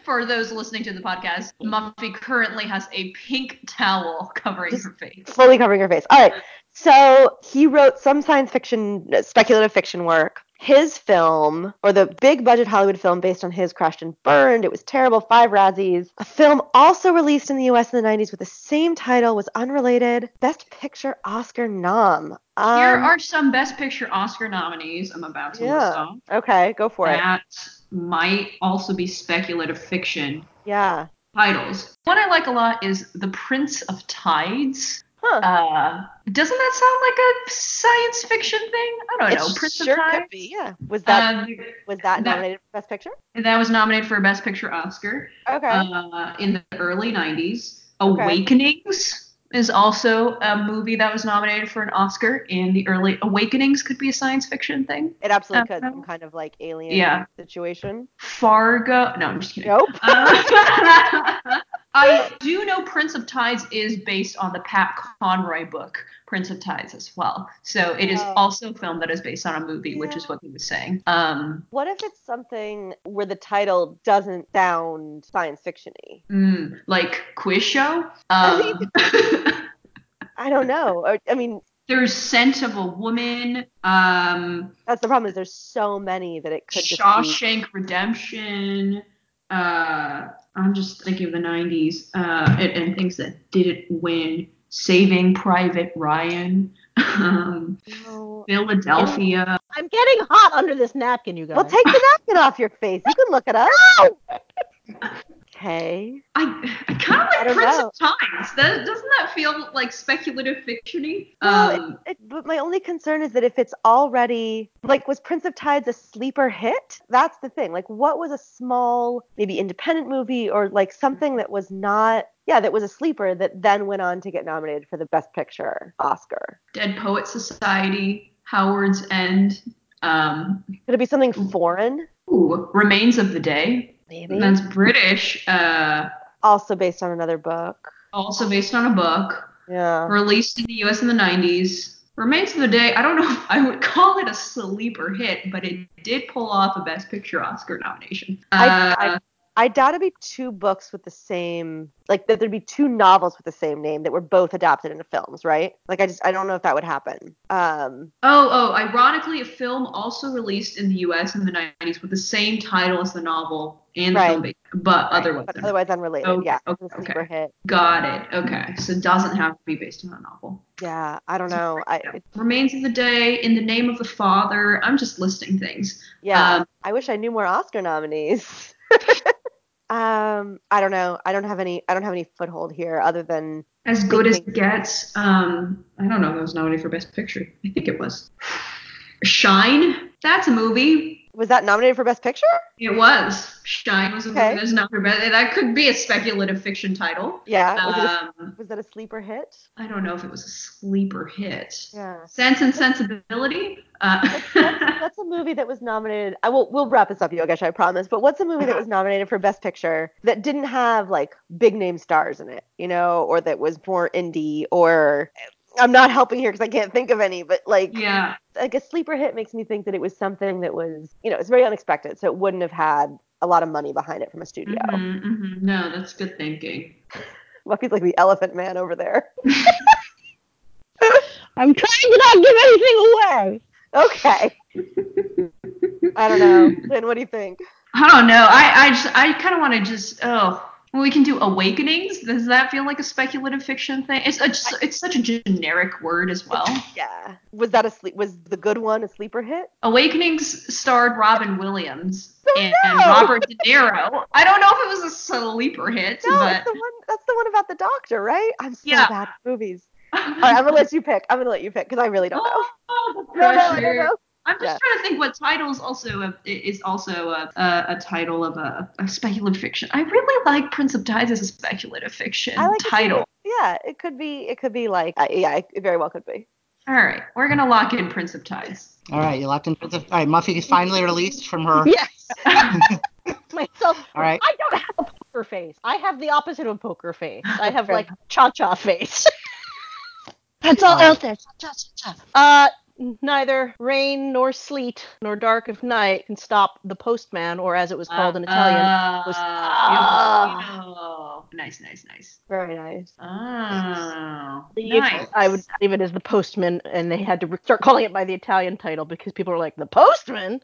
Speaker 3: For those listening to the podcast, Muffy currently has a pink towel covering her face.
Speaker 4: fully covering her face. All right. So he wrote some science fiction, speculative fiction work. his film, or the big budget Hollywood film based on his Crashed and Burned. It was terrible, five Razzies. A film also released in the US in the 90s with the same title was unrelated. Best Picture Oscar nom. Um,
Speaker 3: Here are some Best Picture Oscar nominees I'm about to list
Speaker 4: yeah.
Speaker 3: off.
Speaker 4: Okay, go for it.
Speaker 3: That might also be speculative fiction
Speaker 4: Yeah.
Speaker 3: titles. One I like a lot is The Prince of Tides.
Speaker 4: Huh.
Speaker 3: Uh, doesn't that sound like a science fiction thing? I don't
Speaker 4: it
Speaker 3: know. Prince
Speaker 4: sure
Speaker 3: of Tides.
Speaker 4: could be. Yeah. Was that
Speaker 3: Uh,
Speaker 4: was that
Speaker 3: that-
Speaker 4: nominated for Best Picture?
Speaker 3: that was nominated for a Best Picture Oscar
Speaker 4: Okay.
Speaker 3: uh, in the early 90s.
Speaker 4: Okay.
Speaker 3: Awakenings is also a movie that was nominated for an Oscar in the early. Awakenings could be a science fiction thing.
Speaker 4: it absolutely
Speaker 3: uh,
Speaker 4: could. Some kind of like alien
Speaker 3: Yeah.
Speaker 4: situation.
Speaker 3: Fargo. No, I'm just kidding.
Speaker 4: Nope.
Speaker 3: Uh, I do know Prince of Tides is based on the Pat Conroy book, Prince of Tides, as well. So it is
Speaker 4: Oh.
Speaker 3: also a film that is based on a movie, which is what he was saying. Um,
Speaker 4: What if it's something where the title doesn't sound science fiction-y?
Speaker 3: mm, like quiz show. Um,
Speaker 4: I don't know. Or, I mean,
Speaker 3: there's Scent of a Woman. Um,
Speaker 4: that's the problem is there's so many that it could just be.
Speaker 3: Shawshank Redemption. Uh, I'm just thinking of the 90s uh, and, and things that didn't win. Saving Private Ryan. Um,
Speaker 4: No.
Speaker 3: Philadelphia.
Speaker 2: I'm getting hot under this napkin, you guys.
Speaker 4: Well, take the napkin off your face. You can look it up. okay.
Speaker 3: I, I kind of
Speaker 4: I
Speaker 3: like
Speaker 4: don't
Speaker 3: Prince
Speaker 4: know.
Speaker 3: of Tides. That, doesn't that feel like speculative fictiony?
Speaker 4: Well,
Speaker 3: Um,
Speaker 4: It, but my only concern is that if it's already like, was Prince of Tides a sleeper hit? That's the thing. Like, what was a small, maybe independent movie or like something that was not, yeah, that was a sleeper that then went on to get nominated for the Best Picture Oscar?
Speaker 3: Dead Poet Society, Howard's End, um,
Speaker 4: Could it be something foreign?
Speaker 3: ooh, Remains of the Day.
Speaker 5: Maybe.
Speaker 3: That's British. Uh,
Speaker 4: Also based on another book.
Speaker 3: also based on a book
Speaker 4: Yeah.
Speaker 3: released in the U.S. in the 90s. Remains of the Day. I don't know if I would call it a sleeper hit, but it did pull off a Best Picture Oscar nomination.
Speaker 4: I-
Speaker 3: Uh,
Speaker 4: I- I doubt it'd be two books with the same, like that there'd be two novels with the same name that were both adapted into films, right? Like I just, I don't know if that would happen. Um,
Speaker 3: Oh, oh, ironically, a film also released in the US in the 90s with the same title as the novel and the
Speaker 4: Right.
Speaker 3: film, base, but otherwise.
Speaker 4: but otherwise unrelated.
Speaker 3: Okay,
Speaker 4: yeah,
Speaker 3: Oh, okay,
Speaker 4: it's a sleeper hit.
Speaker 3: Got it. Okay. So it doesn't have to be based on a novel.
Speaker 4: Yeah, I don't know. I
Speaker 3: Yeah.
Speaker 4: it-
Speaker 3: Remains of the Day, In the Name of the Father. I'm just listing things.
Speaker 4: yeah,
Speaker 3: Um,
Speaker 4: I wish I knew more Oscar nominees. um, I don't know. I don't have any. I don't have any foothold here other than
Speaker 3: As Good as It Gets. Um, I don't know if that was nominated for Best Picture. I think it was. Shine. That's a movie.
Speaker 4: was that nominated for Best Picture?
Speaker 3: It was. Shine was a
Speaker 4: Okay.
Speaker 3: movie that's not for Best. That could be a speculative fiction title.
Speaker 4: Yeah. Was, it a,
Speaker 3: Um,
Speaker 4: was that a sleeper hit?
Speaker 3: I don't know if it was a sleeper hit.
Speaker 4: Yeah.
Speaker 3: Sense and Sensibility. Uh,
Speaker 4: That's, that's a movie that was nominated. I will we'll wrap this up, Yogesh, I promise. But what's a movie that was nominated for Best Picture that didn't have like big name stars in it, you know, or that was more indie? Or I'm not helping here because I can't think of any, but like
Speaker 3: yeah.
Speaker 4: like a sleeper hit makes me think that it was something that was you know it's very unexpected, so it wouldn't have had a lot of money behind it from a studio.
Speaker 3: Mhm, mhm. No, that's good thinking.
Speaker 4: Lucky's like the Elephant Man over there.
Speaker 5: I'm trying to not give anything away.
Speaker 4: Okay. I don't know. Lynn, what do you think?
Speaker 3: I don't know. I, I just I kind of want to just oh. Well, we can do awakenings. Does that feel like a speculative fiction thing? It's it's, it's such a generic word as well.
Speaker 4: Yeah. Was that a sleep? Was the good one a sleeper hit?
Speaker 3: Awakenings starred Robin Williams
Speaker 4: Oh,
Speaker 3: and
Speaker 4: no!
Speaker 3: Robert De Niro. I don't know if it was a sleeper hit,
Speaker 4: No, it's
Speaker 3: but
Speaker 4: the one. That's the one about the doctor, right? I'm so
Speaker 3: Yeah.
Speaker 4: bad at movies. All right, I'm gonna let you pick. I'm gonna let you pick because I really don't know.
Speaker 3: Oh, the
Speaker 4: No, no, I
Speaker 3: pressure.
Speaker 4: don't know.
Speaker 3: I'm just
Speaker 4: Yeah.
Speaker 3: trying to think what titles also a, is also a, a, a title of a, a speculative fiction. I really like Prince of Tides as a speculative fiction
Speaker 4: I like it too.
Speaker 3: title.
Speaker 4: Yeah, it could be. It could be like. Uh, yeah, it very well could be.
Speaker 3: All right, we're gonna lock in Prince of Tides.
Speaker 1: All right, you locked in. All right, Muffy is finally released from her.
Speaker 2: Yes. Myself.
Speaker 1: All right.
Speaker 2: I don't have a poker face. I have the opposite of poker face. I have like cha cha face.
Speaker 5: That's all
Speaker 1: Alright.
Speaker 5: out there.
Speaker 2: Uh, Neither rain nor sleet nor dark of night can stop the postman, or as it was called
Speaker 3: Uh,
Speaker 2: in Italian, was-
Speaker 3: Ah. Nice, nice, nice.
Speaker 4: Very nice.
Speaker 3: Oh,
Speaker 2: the-
Speaker 3: nice.
Speaker 2: I would leave it as the postman, and they had to re- start calling it by the Italian title because people were like, the postman?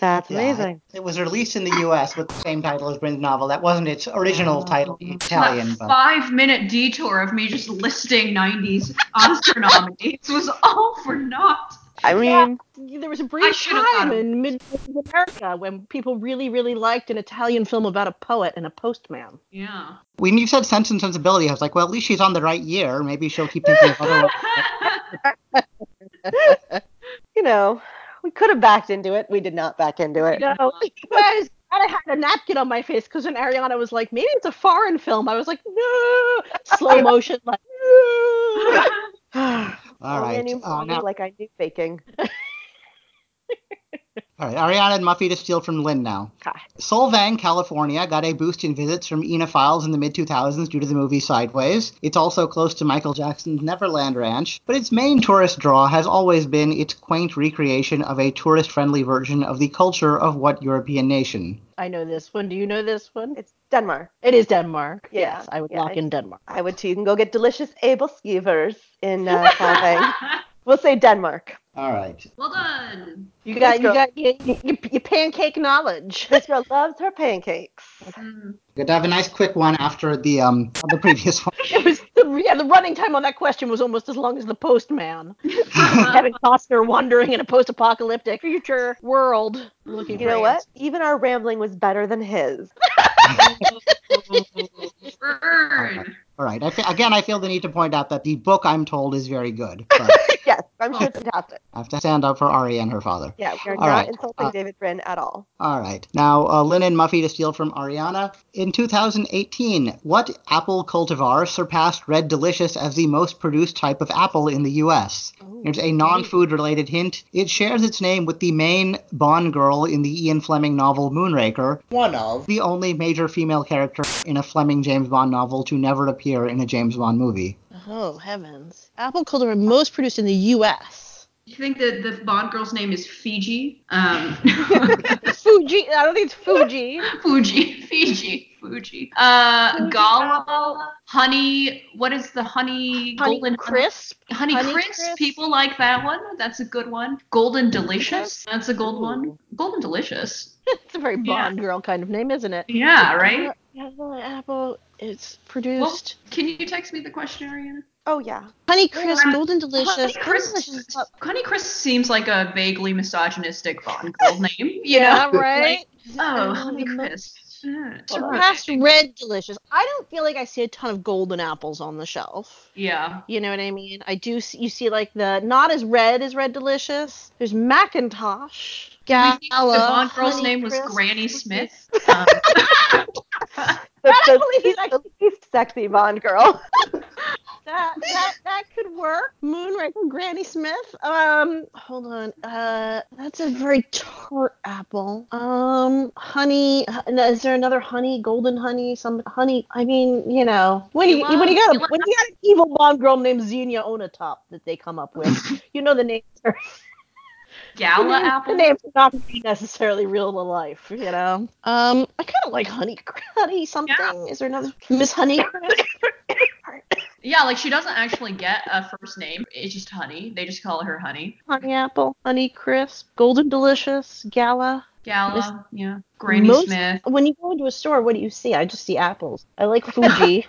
Speaker 4: That's
Speaker 1: Yeah,
Speaker 4: amazing.
Speaker 1: It was released in the U.S. with the same title as Brin's novel. That wasn't its original title, in Italian.
Speaker 3: That
Speaker 1: But
Speaker 3: five-minute detour of me just listing '90s Oscar nominees was all for naught.
Speaker 4: I
Speaker 2: Yeah.
Speaker 4: mean,
Speaker 2: There was a brief
Speaker 3: should've thought
Speaker 2: time
Speaker 3: of-
Speaker 2: in mid America when people really, really liked an Italian film about a poet and a postman.
Speaker 3: Yeah.
Speaker 1: when you said Sense and Sensibility, I was like, well, at least she's on the right year. Maybe she'll keep thinking of other.
Speaker 4: you know, we could have backed into it. We did not back into it.
Speaker 2: No, guys, I had a napkin on my face because when Ariana was like, maybe it's a foreign film, I was like, no, slow motion, like, no.
Speaker 1: All
Speaker 4: Only I
Speaker 1: right.
Speaker 4: knew
Speaker 1: Uh,
Speaker 4: mommy
Speaker 1: now,
Speaker 4: like I knew faking.
Speaker 1: all right. Ariana and Muffy to steal from Lynn now.
Speaker 4: Okay.
Speaker 1: Solvang, California, got a boost in visits from Enophiles in the mid 2000s due to the movie Sideways. It's also close to Michael Jackson's Neverland Ranch, but its main tourist draw has always been its quaint recreation of a tourist friendly version of the culture of what European nation?
Speaker 2: I know this one. Do you know this one?
Speaker 4: It's Denmark.
Speaker 2: It is Denmark.
Speaker 4: Yeah,
Speaker 2: Yes, I would
Speaker 4: yeah,
Speaker 2: lock in Denmark.
Speaker 4: I would too. You can go get delicious Abelskivers in uh, Solvang. we'll say Denmark.
Speaker 1: All right.
Speaker 3: well done.
Speaker 2: You
Speaker 4: This
Speaker 2: got, you
Speaker 4: girl-
Speaker 2: got your, your, your pancake knowledge.
Speaker 4: This girl loves her pancakes.
Speaker 3: Mm.
Speaker 1: Good to have a nice quick one after the um the previous one.
Speaker 2: It was the, yeah, the running time on that question was almost as long as the postman. Kevin Costner wandering in a post-apocalyptic future world looking
Speaker 4: You
Speaker 2: for
Speaker 4: know what?
Speaker 2: ants.
Speaker 4: Even our rambling was better than his.
Speaker 3: Burn.
Speaker 1: All right. I fe- again, I feel the need to point out that the book I'm told is very good. But
Speaker 4: Yes, I'm sure it's fantastic.
Speaker 1: I have to stand up for Ari and her father.
Speaker 4: Yeah, we are
Speaker 1: Oh. All
Speaker 4: not
Speaker 1: right.
Speaker 4: insulting
Speaker 1: Uh,
Speaker 4: David Brin at all.
Speaker 1: All right. Now, uh, Lynn and Muffy to steal from Ariana. In 2018, what apple cultivar surpassed Red Delicious as the most produced type of apple in the U.S.? Here's a non food related hint. It shares its name with the main Bond girl in the Ian Fleming novel Moonraker,
Speaker 6: One of.
Speaker 1: the only major female character in a Fleming James Bond novel to never appear in a James Bond movie.
Speaker 2: Oh heavens! Apple cultivar most produced in the U.S.
Speaker 3: You think that the Bond girl's name is Fiji? Um,
Speaker 2: Fuji. I don't think it's Fuji.
Speaker 3: Fuji, Fiji, Fuji. Uh, Gala, honey. What is the honey?
Speaker 2: Honey
Speaker 3: golden
Speaker 2: crisp.
Speaker 3: Honey,
Speaker 2: Honey
Speaker 3: crisp.
Speaker 2: Crisp.
Speaker 3: People like that one. That's a good one. Golden delicious. That's a gold one. Golden delicious.
Speaker 2: It's a very Bond girl kind of name, isn't it?
Speaker 3: Yeah, right.
Speaker 2: Apple. It's
Speaker 3: Well,
Speaker 2: produced.
Speaker 3: can you text me the question, Ariana?
Speaker 4: Oh yeah.
Speaker 2: Honey Crisp,
Speaker 3: Well,
Speaker 2: Golden Delicious.
Speaker 3: Honey
Speaker 2: Golden Delicious is
Speaker 3: Crisp,
Speaker 2: up-
Speaker 3: Honey Crisp seems like a vaguely misogynistic Bond girl name. You
Speaker 2: Yeah,
Speaker 3: know?
Speaker 2: right.
Speaker 3: Like, oh, Honey
Speaker 2: Um,
Speaker 3: Crisp. Yeah, it's
Speaker 2: Surpassed
Speaker 3: right.
Speaker 2: Red Delicious. I don't feel like I see a ton of golden apples on the shelf.
Speaker 3: Yeah.
Speaker 2: You know what I mean? I do. See, you see, like the not as red as Red Delicious. There's Macintosh,
Speaker 3: We
Speaker 2: Gala.
Speaker 3: think the Bond girl's
Speaker 2: Honey
Speaker 3: name was
Speaker 2: Crisp.
Speaker 3: Granny Smith. Um,
Speaker 4: The,
Speaker 2: I
Speaker 4: the,
Speaker 2: believe
Speaker 4: least,
Speaker 2: I-
Speaker 4: the least sexy Bond girl.
Speaker 2: That that that could work. Moonraker, Granny Smith. Um, hold on. Uh, that's a very tart apple. Um, honey. h- Is there another honey? Golden honey? Some honey? I mean, you know, when you when you got a, when you got an evil Bond girl named Xenia Onatop that they come up with, you know the names are the
Speaker 3: Gala
Speaker 2: names-
Speaker 3: apple.
Speaker 2: The names are not gonna be necessarily real to life, you know. Um, I kind of like honey honey something. Is there another Miss Honey?
Speaker 3: Yeah, like she doesn't actually get a first name. It's just Honey. They just call her Honey.
Speaker 2: Honey Apple, Honey Crisp, Golden Delicious, Gala.
Speaker 3: Gala. Yeah. Granny
Speaker 2: Most-
Speaker 3: Smith.
Speaker 2: When you go into a store, what do you see? I just see apples. I like Fuji.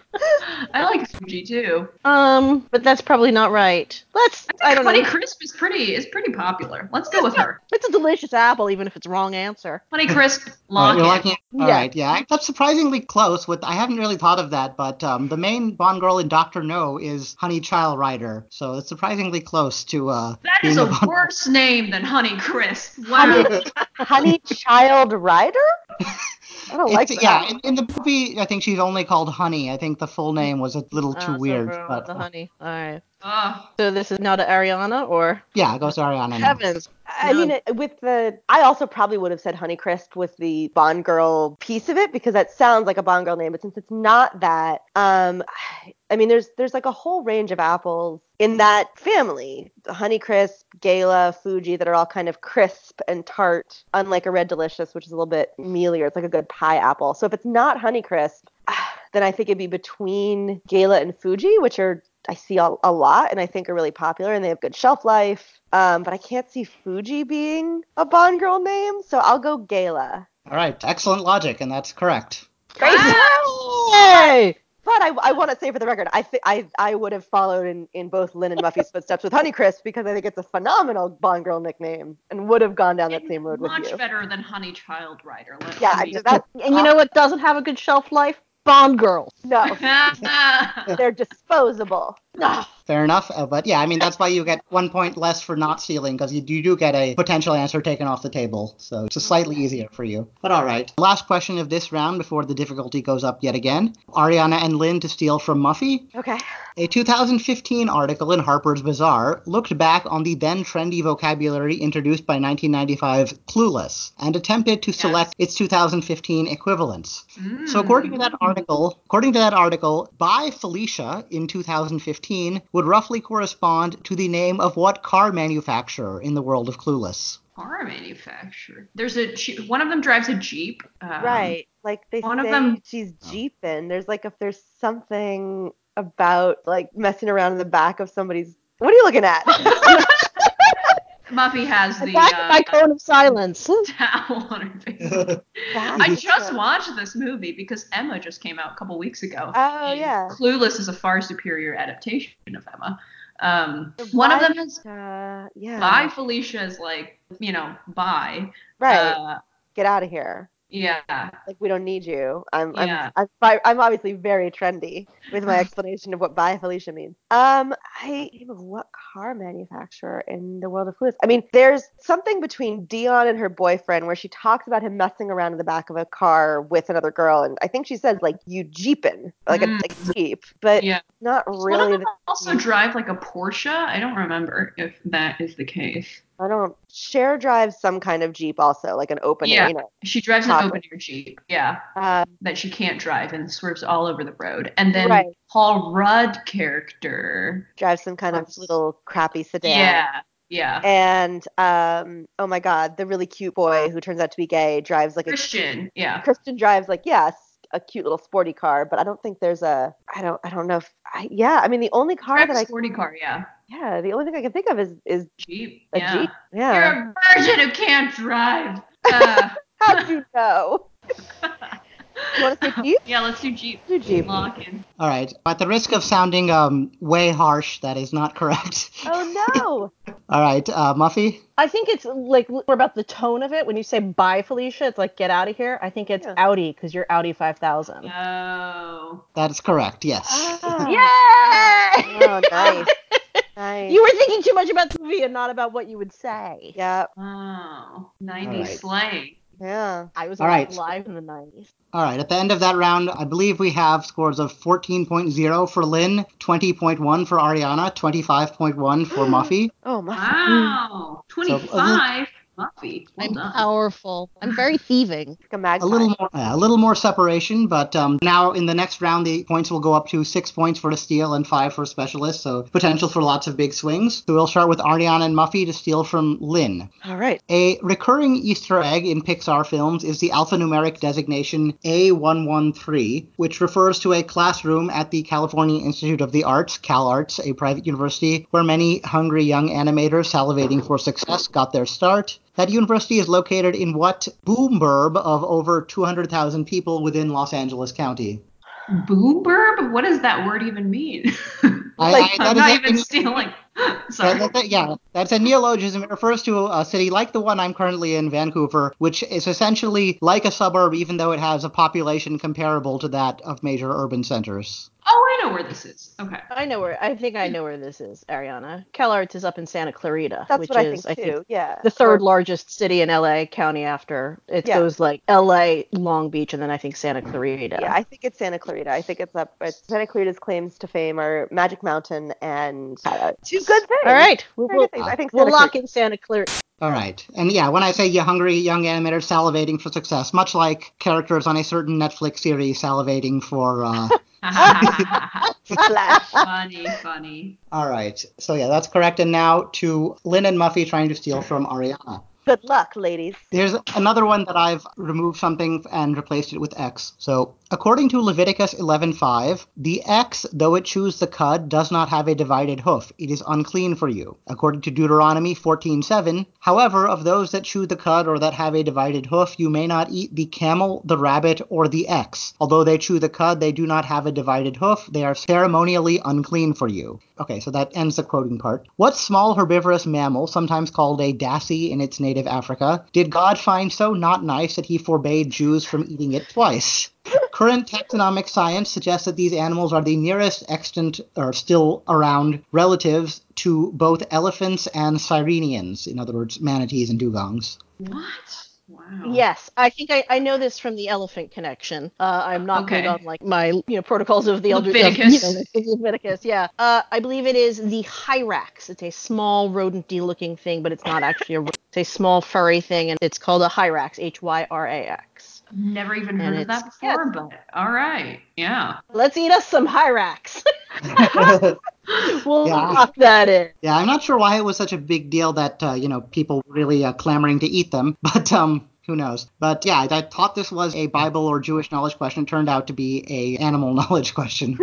Speaker 3: I like Fuji too.
Speaker 2: um, but that's probably not right. Let's. I don't
Speaker 3: Honey
Speaker 2: know.
Speaker 3: Crisp is pretty is pretty popular. Let's go with her.
Speaker 2: It's a delicious apple, even if it's wrong answer.
Speaker 3: Honey Crisp.
Speaker 1: All right,
Speaker 3: Lock
Speaker 1: you're
Speaker 3: it.
Speaker 1: liking it. All
Speaker 2: Yeah.
Speaker 1: right, yeah. That's surprisingly close. With I haven't really thought of that, but um, the main Bond girl in Doctor No is Honey Child Rider, so it's surprisingly close to. Uh,
Speaker 3: That is
Speaker 1: being
Speaker 3: a
Speaker 1: Bond-
Speaker 3: worse name than Honey Crisp. Wow.
Speaker 4: Honey, honey Child Rider? I don't like
Speaker 1: It's-
Speaker 4: that.
Speaker 1: yeah, in, in the movie, I think she's only called Honey. I think the full name was a little too
Speaker 2: Uh, so
Speaker 1: weird.
Speaker 2: for
Speaker 1: But,
Speaker 2: the honey. All right.
Speaker 3: Ugh.
Speaker 2: So this is now to Ariana or
Speaker 1: yeah, it goes to Ariana. now.
Speaker 2: Heavens.
Speaker 4: I mean, it, with the, I also probably would have said Honeycrisp with the Bond Girl piece of it because that sounds like a Bond Girl name, but since it's not that, um, I mean, there's there's like a whole range of apples in that family: Honeycrisp, Gala, Fuji, that are all kind of crisp and tart, unlike a Red Delicious, which is a little bit mealier. It's like a good pie apple. So if it's not Honeycrisp, then I think it'd be between Gala and Fuji, which are I see a, a lot and I think are really popular and they have good shelf life. Um, but I can't see Fuji being a Bond girl name, so I'll go Gala.
Speaker 1: All right, excellent logic, and that's correct.
Speaker 4: Crazy.
Speaker 2: Ah! Hey!
Speaker 4: But I, I want to say for the record, I thi- I I would have followed in, in both Lynn and Muffy's footsteps with Honeycrisp because I think it's a phenomenal Bond girl nickname and would have gone down that same road with
Speaker 3: Much
Speaker 4: you.
Speaker 3: better than Honey Child Rider. let
Speaker 4: Yeah,
Speaker 3: me-
Speaker 4: I- that's
Speaker 2: And you know what doesn't have a good shelf life? Bond girls.
Speaker 4: no, they're disposable.
Speaker 2: Ah,
Speaker 1: Fair enough, uh, but yeah, I mean that's why you get one point less for not sealing because you, you do get a potential answer taken off the table, so it's slightly easier for you. But all right, last question of this round before the difficulty goes up yet again. Ariana and Lynn to steal from Muffy.
Speaker 4: Okay.
Speaker 1: A 2015 article in Harper's Bazaar looked back on the then trendy vocabulary introduced by 1995 Clueless and attempted to select its 2015 equivalents. So
Speaker 3: Hmm,
Speaker 1: according to that article, according to that article, by Felicia in 2015 would roughly correspond to the name of what car manufacturer in the world of Clueless?
Speaker 3: Car manufacturer. There's a Jeep- one of them drives a Jeep. um,
Speaker 4: Right. Like they
Speaker 3: one
Speaker 4: one
Speaker 3: of
Speaker 4: say
Speaker 3: them- Oh.
Speaker 4: she's jeeping. There's like if there's something about like messing around in the back of somebody's. What are you looking at?
Speaker 3: Oh, Muffy has the
Speaker 2: Back of my
Speaker 3: uh,
Speaker 2: cone of silence.
Speaker 3: towel on her face.
Speaker 4: Back
Speaker 3: I
Speaker 4: of
Speaker 3: just
Speaker 4: the-
Speaker 3: watched this movie because Emma just came out a couple weeks ago.
Speaker 4: Oh
Speaker 3: And
Speaker 4: yeah.
Speaker 3: Clueless is a far superior adaptation of Emma. Um, one of them has
Speaker 4: Uh, yeah.
Speaker 3: by Felicia is like you know by
Speaker 4: Right.
Speaker 3: Uh,
Speaker 4: Get out of here.
Speaker 3: yeah.
Speaker 4: Like we don't need you. I'm
Speaker 3: Yeah.
Speaker 4: I'm I'm, fi- I'm obviously very trendy with my explanation of what "by Felicia" means. Um, I name of what car manufacturer in the world of Clueless? I mean, there's something between Dion and her boyfriend where she talks about him messing around in the back of a car with another girl, and I think she says like "you jeepin'," like
Speaker 3: Mm.
Speaker 4: a like jeep, but
Speaker 3: Yeah.
Speaker 4: not
Speaker 3: One of
Speaker 4: really.
Speaker 3: them
Speaker 4: The,
Speaker 3: also
Speaker 4: yeah.
Speaker 3: drive like a Porsche. I don't remember if that is the case.
Speaker 4: I don't. Cher drives some kind of jeep also, like an open
Speaker 3: Yeah.
Speaker 4: air. You know.
Speaker 3: She drives an
Speaker 4: Probably.
Speaker 3: open air Jeep. Yeah.
Speaker 4: Uh,
Speaker 3: that she can't drive and swerves all over the road. And then
Speaker 4: Right.
Speaker 3: Paul Rudd character.
Speaker 4: drives some kind of little crappy sedan.
Speaker 3: Yeah. Yeah.
Speaker 4: and um oh my god the really cute boy who turns out to be gay drives like a
Speaker 3: Christian. Yeah.
Speaker 4: christian drives like yes a cute little sporty car but i don't think there's a i don't i don't know if I, yeah i mean the only car
Speaker 3: Drive
Speaker 4: that
Speaker 3: a
Speaker 4: i
Speaker 3: sporty car. Yeah.
Speaker 4: yeah the only thing i can think of is is
Speaker 3: Jeep.
Speaker 4: a
Speaker 3: yeah.
Speaker 4: jeep yeah
Speaker 3: You're a virgin who can't drive. Uh,
Speaker 4: how do you know you want to say jeep
Speaker 3: yeah, let's do Jeep.
Speaker 4: Do Jeep.
Speaker 3: Lock in.
Speaker 1: All right, at the risk of sounding um, way harsh, that is not correct.
Speaker 4: oh no
Speaker 1: All right, uh, Muffy.
Speaker 2: I think it's like we're about the tone of it. When you say bye, Felicia, it's like get out of here. I think it's
Speaker 4: Yeah.
Speaker 2: Audi because you're Audi 5000.
Speaker 3: Oh.
Speaker 1: That is correct. Yes.
Speaker 4: Ah.
Speaker 2: Yay!
Speaker 4: oh nice nice
Speaker 2: you were thinking too much about the movie and not about what you would say.
Speaker 4: yeah
Speaker 3: Oh. 90s
Speaker 1: All right.
Speaker 3: slang.
Speaker 4: yeah
Speaker 2: I was
Speaker 1: All right.
Speaker 2: alive in the 90s.
Speaker 1: All right, at the end of that round, I believe we have scores of 14.0 for Lynn, 20.1 for Ariana, 25.1 for Muffy.
Speaker 4: oh my uh,
Speaker 3: Wow. 25. Muffy. Well
Speaker 5: I'm
Speaker 3: done.
Speaker 5: powerful. I'm very thieving.
Speaker 4: like a magpie
Speaker 1: A little more, yeah, a little more separation, but um, now in the next round, the points will go up to six points for a steal and five for a specialist, so potential for lots of big swings. So we'll start with Ariana and Muffy to steal from Lynn.
Speaker 4: all right
Speaker 1: A recurring Easter egg in Pixar films is the alphanumeric designation A113, which refers to a classroom at the California Institute of the Arts, CalArts, a private university where many hungry young animators salivating for success got their start. That university is located in what boom burb of over 200,000 people within Los Angeles County?
Speaker 3: Booberb? What does that word even mean?
Speaker 1: I-
Speaker 3: like,
Speaker 1: I- that is
Speaker 3: I'm not
Speaker 1: a-
Speaker 3: even stealing.
Speaker 1: That-
Speaker 3: Sorry.
Speaker 1: that- that- yeah, that's a neologism. It refers to a city like the one I'm currently in, Vancouver, which is essentially like a suburb, even though it has a population comparable to that of major urban centers.
Speaker 3: Oh, I know where this is. Okay.
Speaker 2: I know where. I think I know where this is, Ariana. CalArts is up in Santa Clarita,
Speaker 4: that's
Speaker 2: which
Speaker 4: what
Speaker 2: is
Speaker 4: i think too yeah
Speaker 2: the third
Speaker 4: Or-
Speaker 2: largest city in LA County after it
Speaker 4: Yeah.
Speaker 2: goes like LA, Long Beach, and then I think Santa Clarita.
Speaker 4: Yeah, I think it's Santa Clarita. I think it's up. It's Santa Clarita's claims to fame are Magic Mountain and uh, two good things.
Speaker 2: All right, we'll,
Speaker 4: Very good
Speaker 2: we'll-
Speaker 4: things. I think
Speaker 2: we'll
Speaker 4: Santa
Speaker 2: lock
Speaker 4: Clarita-
Speaker 2: in Santa Clarita.
Speaker 1: All right. And yeah, when I say you hungry young animators salivating for success, much like characters on a certain Netflix series salivating for uh,
Speaker 4: Slash.
Speaker 3: funny, funny.
Speaker 1: All right. So yeah, that's correct. And now to Lynn and Muffy trying to steal from Ariana.
Speaker 4: Good luck, ladies.
Speaker 1: There's another one that I've removed something and replaced it with X. So, according to Leviticus 11:5, the X, though it chews the cud, does not have a divided hoof. It is unclean for you. According to Deuteronomy 14:7, however, of those that chew the cud or that have a divided hoof, you may not eat the camel, the rabbit, or the X. Although they chew the cud, they do not have a divided hoof. They are ceremonially unclean for you. Okay, so that ends the quoting part. What small herbivorous mammal, sometimes called a dassie in its native Africa, did God find so not nice that he forbade Jews from eating it twice? Current taxonomic science suggests that these animals are the nearest extant or still around relatives to both elephants and sirenians, in other words, manatees and dugongs.
Speaker 3: What? Wow.
Speaker 2: Yes, I think I, I know this from the elephant connection. Uh, I'm not
Speaker 3: Okay.
Speaker 2: good on like my you know protocols of the elder of, you
Speaker 3: Leviticus.
Speaker 2: know, Leviticus, yeah. Uh, I believe it is the hyrax. It's a small rodent-y looking thing, but it's not actually a. rodent. It's a small furry thing, and it's called a hyrax. H y r a x.
Speaker 3: Never even
Speaker 2: And
Speaker 3: heard of
Speaker 2: it's-
Speaker 3: that before, but all right. Yeah.
Speaker 2: Let's eat us some hyrax. we'll
Speaker 1: Yeah.
Speaker 2: lock that in.
Speaker 1: Yeah, I'm not sure why it was such a big deal that uh, you know people were really uh, clamoring to eat them, but um, who knows? But yeah, I, I thought this was a Bible or Jewish knowledge question. It turned out to be a animal knowledge question.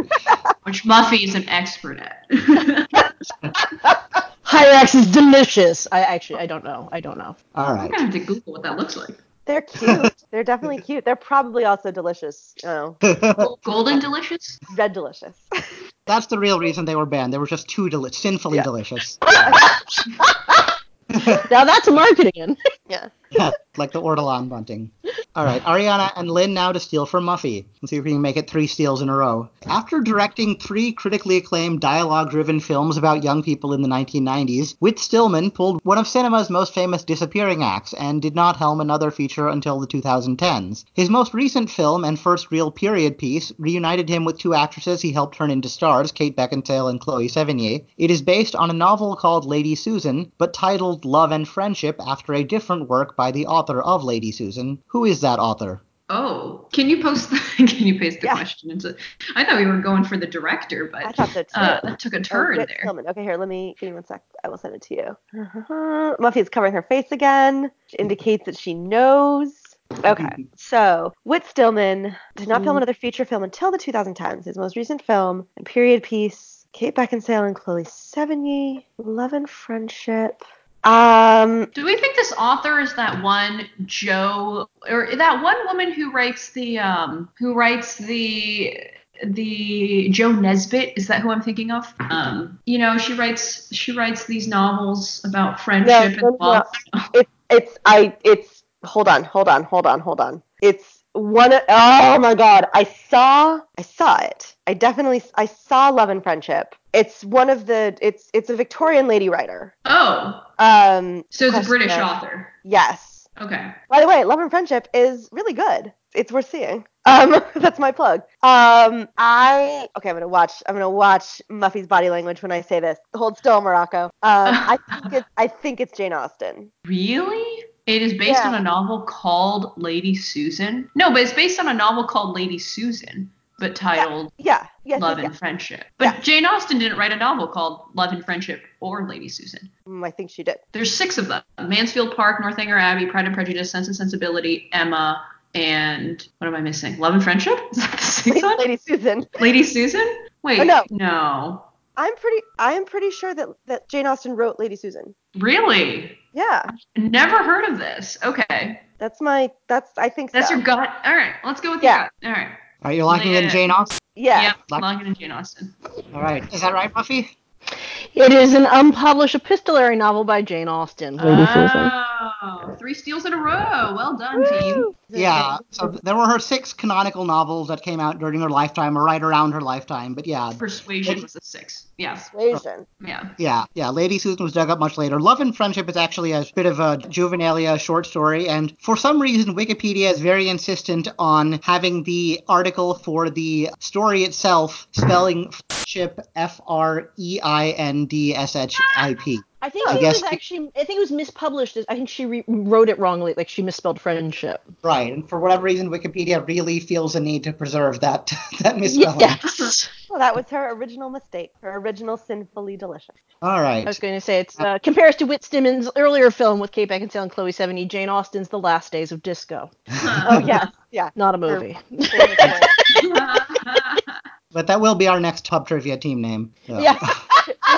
Speaker 3: Which Muffy is an expert at.
Speaker 2: Hyrax is delicious. I actually I don't know. I don't know.
Speaker 1: All
Speaker 3: I'm
Speaker 1: right.
Speaker 3: gonna have to Google what that looks like.
Speaker 4: They're cute. They're definitely cute. They're probably also delicious. Oh,
Speaker 3: Go- Golden delicious.
Speaker 4: red delicious.
Speaker 1: That's the real reason they were banned. They were just too deli- sinfully
Speaker 4: Yeah.
Speaker 1: delicious.
Speaker 2: Now that's marketing.
Speaker 4: yeah.
Speaker 1: Yeah, like the ortolan bunting. All right, Ariana and Lynn now to steal from Muffy. Let's see if we can make it three steals in a row. After directing three critically acclaimed dialogue driven films about young people in the 1990s, Whit Stillman pulled one of cinema's most famous disappearing acts and did not helm another feature until the 2010s. His most recent film and first real period piece reunited him with two actresses he helped turn into stars, Kate Beckinsale and Chloe Sevigny. It is based on a novel called Lady Susan, but titled Love and Friendship after a different work by the author of Lady Susan. Who is that author?
Speaker 3: Oh, can you post the? Can you paste the
Speaker 4: Yeah.
Speaker 3: question into? I thought we were going for the director, but
Speaker 4: I thought so too.
Speaker 3: uh, that took a
Speaker 4: Oh,
Speaker 3: turn
Speaker 4: Whit
Speaker 3: there.
Speaker 4: Tillman. Okay, here, let me give me one sec. I will send it to you. Muffy's covering her face again, which indicates that she knows. Okay, so Whit Stillman did not film another feature film until the 2010s. His most recent film and period piece, Kate Beckinsale and Chloe Sevigny, Love and Friendship. Um,
Speaker 3: Do we think this author is that one Joe or that one woman who writes the um who writes the the Joe Nesbitt? Is that who I'm thinking of? Um, you know, she writes she writes these novels about friendship
Speaker 4: no,
Speaker 3: and love.
Speaker 4: it's it's I it's hold on, hold on, hold on, hold on. It's one of oh my god, I saw I saw it. I definitely I saw Love and Friendship. It's one of the it's it's a Victorian lady writer.
Speaker 3: Oh,
Speaker 4: Um
Speaker 3: so it's a
Speaker 4: Question
Speaker 3: British
Speaker 4: mark.
Speaker 3: author.
Speaker 4: yes.
Speaker 3: Okay.
Speaker 4: By the way, Love and Friendship is really good. It's worth seeing. Um that's my plug. Um I okay, I'm going to watch I'm going to watch Muffy's body language when I say this. Hold still, Morocco. Um I think it's I think it's Jane Austen.
Speaker 3: Really? It is based
Speaker 4: Yeah.
Speaker 3: on a novel called Lady Susan. No, but it's based on a novel called Lady Susan, but titled
Speaker 4: Yeah. Yes,
Speaker 3: Love
Speaker 4: yes, yes.
Speaker 3: and Friendship. But
Speaker 4: Yeah.
Speaker 3: Jane Austen didn't write a novel called Love and Friendship or Lady Susan.
Speaker 4: Mm, I think she did.
Speaker 3: There's six of them Mansfield Park, Northanger Abbey, Pride and Prejudice, Sense and Sensibility, Emma, and what am I missing? Love and Friendship? Is that the sixth one?
Speaker 4: Lady Susan.
Speaker 3: Lady Susan? Wait.
Speaker 4: Oh, no.
Speaker 3: No.
Speaker 4: I'm pretty I'm pretty sure that, that Jane Austen wrote Lady Susan.
Speaker 3: Really?
Speaker 4: Yeah.
Speaker 3: Never heard of this. Okay.
Speaker 4: That's my that's I think
Speaker 3: That's
Speaker 4: so.
Speaker 3: your gut. All right. Let's go with
Speaker 4: Yeah.
Speaker 3: your gut. All right.
Speaker 1: All right, you're locking in
Speaker 3: Lynn.
Speaker 1: Jane Austen.
Speaker 4: yeah.
Speaker 3: Yeah.
Speaker 1: Lock-
Speaker 3: Logan and Jane Austen.
Speaker 1: All right. Is that right, Muffy?
Speaker 2: It is an unpublished epistolary novel by Jane Austen.
Speaker 5: Lady Susan.
Speaker 3: Oh, three steals in a row. Well done, team.
Speaker 1: Yeah. So there were her six canonical novels that came out during her lifetime or right around her lifetime. But yeah,
Speaker 3: Persuasion was a six. Yes.
Speaker 4: Persuasion.
Speaker 3: Yeah.
Speaker 1: Yeah, yeah. Lady Susan was dug up much later. Love and Friendship is actually a bit of a juvenilia short story, and for some reason, Wikipedia is very insistent on having the article for the story itself spelling friendship F R E I N D S H I P.
Speaker 2: I think
Speaker 1: I
Speaker 2: it
Speaker 1: guess-
Speaker 2: was actually. I think it was mispublished. as- I think she re- wrote it wrongly. Like she misspelled friendship.
Speaker 1: Right, and for whatever reason, Wikipedia really feels a need to preserve that that misspelling.
Speaker 2: Yes.
Speaker 4: Well, that was her original mistake, her original sinfully delicious.
Speaker 1: All right.
Speaker 2: I was going to say it's uh, compares to Whit Simmons' earlier film with Kate Beckinsale and Chloe Sevigny, Jane Austen's The Last Days of Disco.
Speaker 4: Oh yes, yeah.
Speaker 2: Not a movie.
Speaker 1: But that will be our next Hub Trivia team name. So.
Speaker 2: Yeah.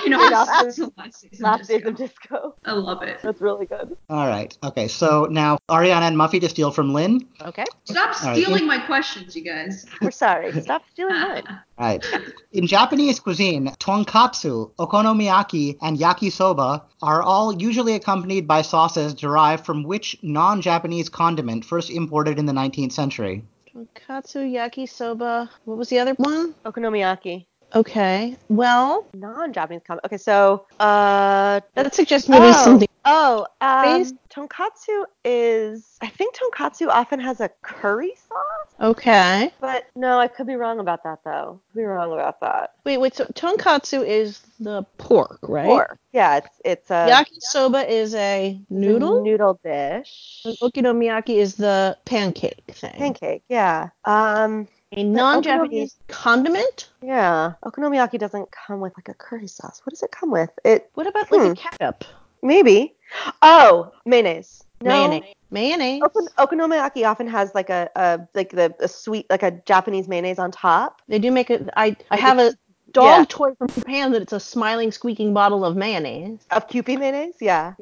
Speaker 3: you know, it's- it's last season
Speaker 4: Last days
Speaker 3: disco.
Speaker 4: of disco.
Speaker 3: I love it.
Speaker 4: That's really good.
Speaker 1: All right. Okay. So now Ariana and Muffy to steal from Lynn.
Speaker 2: Okay.
Speaker 3: Stop
Speaker 1: All right.
Speaker 3: stealing my questions, you guys.
Speaker 4: We're sorry. Stop stealing mine.
Speaker 1: All right. In Japanese cuisine, tonkatsu, okonomiyaki, and yakisoba are all usually accompanied by sauces derived from which non-Japanese condiment first imported in the 19th century?
Speaker 2: Tonkatsu, yakisoba. What was the other one?
Speaker 4: Okonomiyaki.
Speaker 2: Okay. Well,
Speaker 4: Non-Japanese comic. Okay, so uh,
Speaker 2: that suggests maybe something.
Speaker 4: Oh, um,
Speaker 2: Please?
Speaker 4: tonkatsu is. I think tonkatsu often has a curry sauce,
Speaker 2: Okay.
Speaker 4: but no, I could be wrong about that though. Could be wrong about that.
Speaker 2: Wait, wait. So tonkatsu is the pork, right? Uh,
Speaker 4: Or yeah, it's it's a
Speaker 2: Yakisoba is a
Speaker 4: it's a
Speaker 2: noodle.
Speaker 4: noodle dish.
Speaker 2: and okonomiyaki is the pancake thing.
Speaker 4: Pancake, yeah. Um,
Speaker 2: A non-Japanese condiment.
Speaker 4: yeah. Okonomiyaki doesn't come with like a curry sauce. What does it come with? It
Speaker 2: What about like
Speaker 4: Hmm.
Speaker 2: a ketchup?
Speaker 4: maybe. Oh, mayonnaise. No.
Speaker 2: Mayonnaise. Mayonnaise.
Speaker 4: Okon- Okonomiyaki often has like a, a like the a sweet like a Japanese mayonnaise on top.
Speaker 2: They do make it. I I have a dog
Speaker 4: Yeah.
Speaker 2: toy from Japan that it's a smiling, squeaking bottle of mayonnaise.
Speaker 4: Of Kewpie mayonnaise, yeah.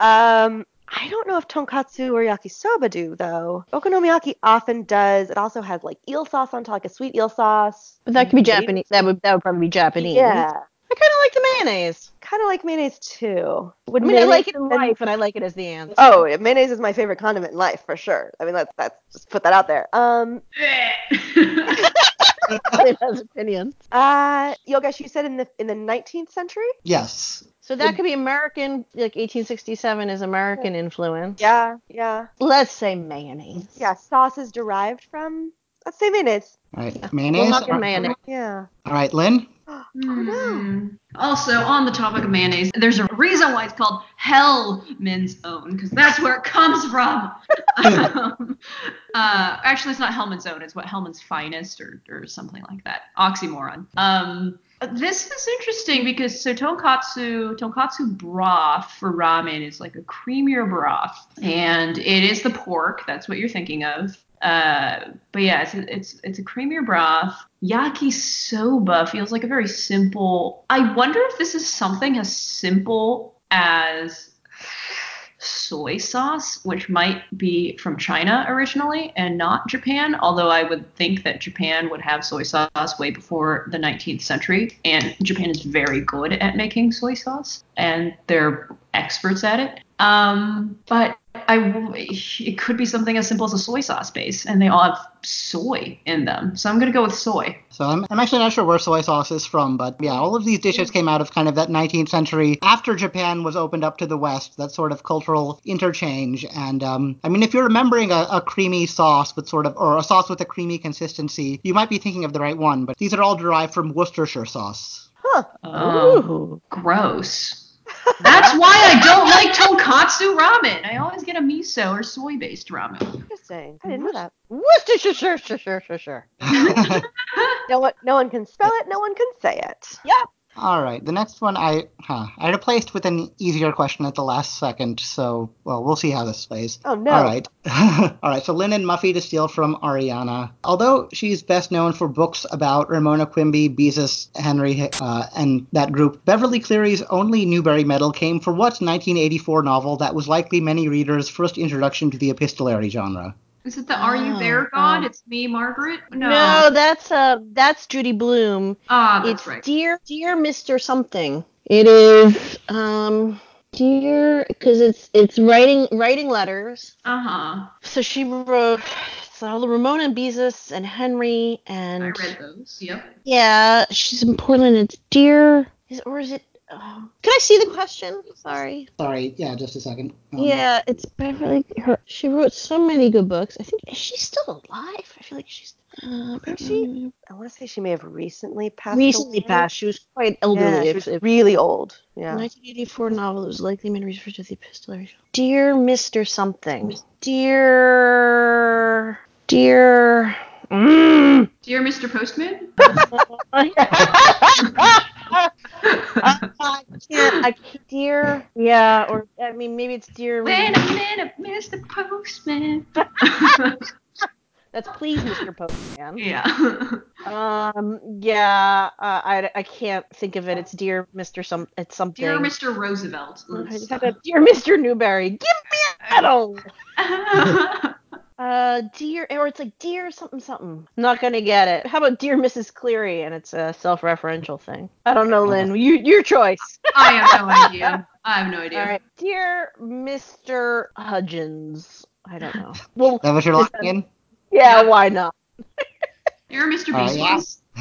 Speaker 4: um, I don't know if tonkatsu or yakisoba do though. Okonomiyaki often does. It also has like eel sauce on top, like a sweet eel sauce.
Speaker 2: But that could be
Speaker 4: Mayonnaise.
Speaker 2: Japanese. That would that would probably be Japanese.
Speaker 4: Yeah,
Speaker 2: I kind of like the mayonnaise.
Speaker 4: kind of like mayonnaise too. Would
Speaker 2: I mean, I
Speaker 4: mayonnaise
Speaker 2: like it in
Speaker 4: and-
Speaker 2: life, and I like it as the answer.
Speaker 4: Oh, yeah, mayonnaise is my favorite condiment in life for sure. I mean, let's that's just put that out there. Um,
Speaker 2: That's opinion.
Speaker 4: uh, Yogesh, you said in the in the 19th century.
Speaker 1: Yes.
Speaker 2: So that could be American, like 1867 is American influence.
Speaker 4: Yeah, yeah,
Speaker 2: Let's say mayonnaise.
Speaker 4: yeah. Sauce is derived from. Let's say mayonnaise.
Speaker 1: All right.
Speaker 2: We'll
Speaker 1: Mayonnaise.
Speaker 2: knock in
Speaker 1: All
Speaker 2: mayonnaise.
Speaker 4: Yeah.
Speaker 1: right, Lynn.
Speaker 4: no.
Speaker 3: Hmm. Also, on the topic of mayonnaise, there's a reason why it's called Hellman's Own, because that's where it comes from. um, uh, actually, it's not Hellman's Own, it's what Hellman's Finest or, or something like that. Oxymoron. Um, this is interesting because so tonkatsu, tonkatsu broth for ramen is like a creamier broth, and it is the pork. That's what you're thinking of. Uh, but yeah, it's a, it's it's a creamier broth. Yakisoba feels like a very simple. I wonder if this is something as simple as soy sauce, which might be from China originally and not Japan. Although I would think that Japan would have soy sauce way before the 19th century, and Japan is very good at making soy sauce, and they're experts at it. Um, but I w- it could be something as simple as a soy sauce base, and they all have soy in them. So I'm gonna go with soy.
Speaker 1: So I'm, I'm actually not sure where soy sauce is from, but yeah, all of these dishes came out of kind of that 19th century after Japan was opened up to the West, that sort of cultural interchange. And um, I mean, if you're remembering a, a creamy sauce with sort of, or a sauce with a creamy consistency, you might be thinking of the right one, but these are all derived from Worcestershire sauce.
Speaker 3: Um, gross. That's why I don't like tonkatsu ramen. I always get a miso or soy based ramen.
Speaker 4: Interesting. I didn't know that.
Speaker 2: Worcestershire, sure, sure, sure, sure, sure.
Speaker 4: No one, no one can spell it. No one can say it.
Speaker 1: all right, the next one I huh, I replaced with an easier question at the last second, so well, we'll see how this plays.
Speaker 4: Oh no.
Speaker 1: All right. All right. So Lynn and Muffy to steal from Ariana. Although she's best known for books about Ramona Quimby, Beezus, Henry, uh, and that group, Beverly Cleary's only Newbery Medal came for what 1984 novel that was likely many readers' first introduction to the epistolary genre?
Speaker 3: Is it the Are You
Speaker 2: Oh,
Speaker 3: There God?
Speaker 2: um,
Speaker 3: It's me, Margaret.
Speaker 2: No,
Speaker 3: No.
Speaker 2: that's uh, that's Judy Bloom.
Speaker 3: Ah, that's
Speaker 2: it's
Speaker 3: right.
Speaker 2: dear, dear Mister Something. It is um, dear, because it's it's writing writing letters.
Speaker 3: Uh huh.
Speaker 2: So she wrote so Ramona and Beezus and Henry
Speaker 3: I
Speaker 2: and
Speaker 3: read those. Yep.
Speaker 2: yeah, she's in Portland. It's dear, is, or is it? um,
Speaker 7: Oh,
Speaker 2: Can I see the question? Sorry.
Speaker 1: Sorry, yeah, just a second.
Speaker 3: Oh,
Speaker 1: Um,
Speaker 2: Yeah, it's Beverly. Her she wrote so many good books. I think is she still alive? I feel like she's. Uh,
Speaker 4: she- I want to say she may have recently passed.
Speaker 2: Recently
Speaker 4: away.
Speaker 2: passed. She was quite
Speaker 4: Yeah,
Speaker 2: elderly.
Speaker 4: she
Speaker 2: if-
Speaker 4: was
Speaker 2: if-
Speaker 4: really old. Yeah.
Speaker 2: 1984 novel that was likely meant to refer to the epistolary. Dear Mr. Something. Dear. Dear. Mm.
Speaker 3: Dear Mr. Postman?
Speaker 2: I can't. I can't. Dear. Yeah, or I mean, maybe it's dear.
Speaker 3: Wait a minute, Mr. Postman.
Speaker 2: That's please, Mr. Postman.
Speaker 3: yeah.
Speaker 2: Um. Yeah. Uh, I, I can't think of it. It's dear Mr. Some. It's something.
Speaker 3: Dear Mr. Roosevelt.
Speaker 2: Oh, I just had a, dear Mr. Newberry. Give me a medal. Uh, dear, or it's like dear something something. Not gonna get it. How about dear Mrs. Cleary? And it's a self-referential thing. I don't know, Lynn. You, your choice.
Speaker 3: I have no idea. I have no idea.
Speaker 2: All right, dear Mr. Hudgens. I don't know. Well,
Speaker 1: that was your lock in?
Speaker 2: yeah, why not?
Speaker 3: Dear Mr.
Speaker 1: All right,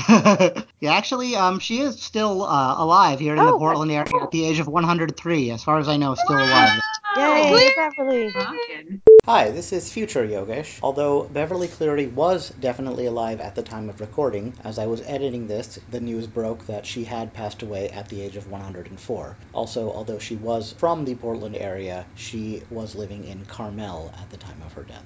Speaker 3: Beastles.
Speaker 1: yeah, actually, um, she is still uh, alive here in
Speaker 2: Oh,
Speaker 1: the Portland area at the age of 103, as far as I know, still alive.
Speaker 2: Oh,
Speaker 4: Yay, Beverly.
Speaker 3: Oh, Rockin'.
Speaker 8: Hi, this is future Yogesh. Although Beverly Cleary was definitely alive at the time of recording, as I was editing this, the news broke that she had passed away at the age of 104. Also, although she was from the Portland area, she was living in Carmel at the time of her death.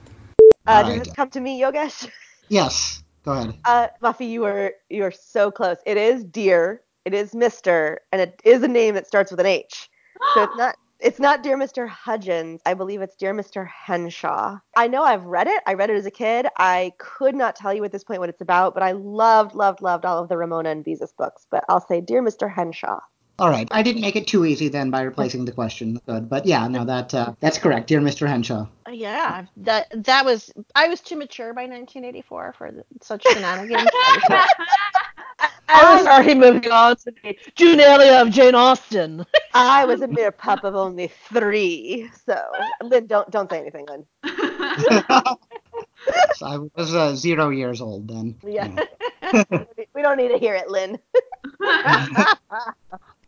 Speaker 4: Uh,
Speaker 1: Alright.
Speaker 4: does this come to me, Yogesh?
Speaker 1: Yes, go ahead.
Speaker 4: Uh, Muffy, you are you are so close. It is dear. It is Mister, and it is a name that starts with an H. So it's not it's not dear Mr. Hudgens. I believe it's dear Mr. Henshaw. I know I've read it. I read it as a kid. I could not tell you at this point what it's about, but I loved, loved, loved all of the Ramona and Beezus books. But I'll say dear Mr. Henshaw.
Speaker 1: All right, I didn't make it too easy then by replacing the question, but, but yeah, no, that uh, that's correct, dear Mr. Henshaw.
Speaker 2: Uh, Yeah, that that was. I was too mature by 1984 for th- such shenanigans. I was already moving on to the Junalia of Jane Austen.
Speaker 4: I was a mere pup of only three. So Lynn, don't don't say anything, Lynn.
Speaker 1: So I was uh, zero years old then.
Speaker 4: Yeah. we don't need to hear it, Lynn.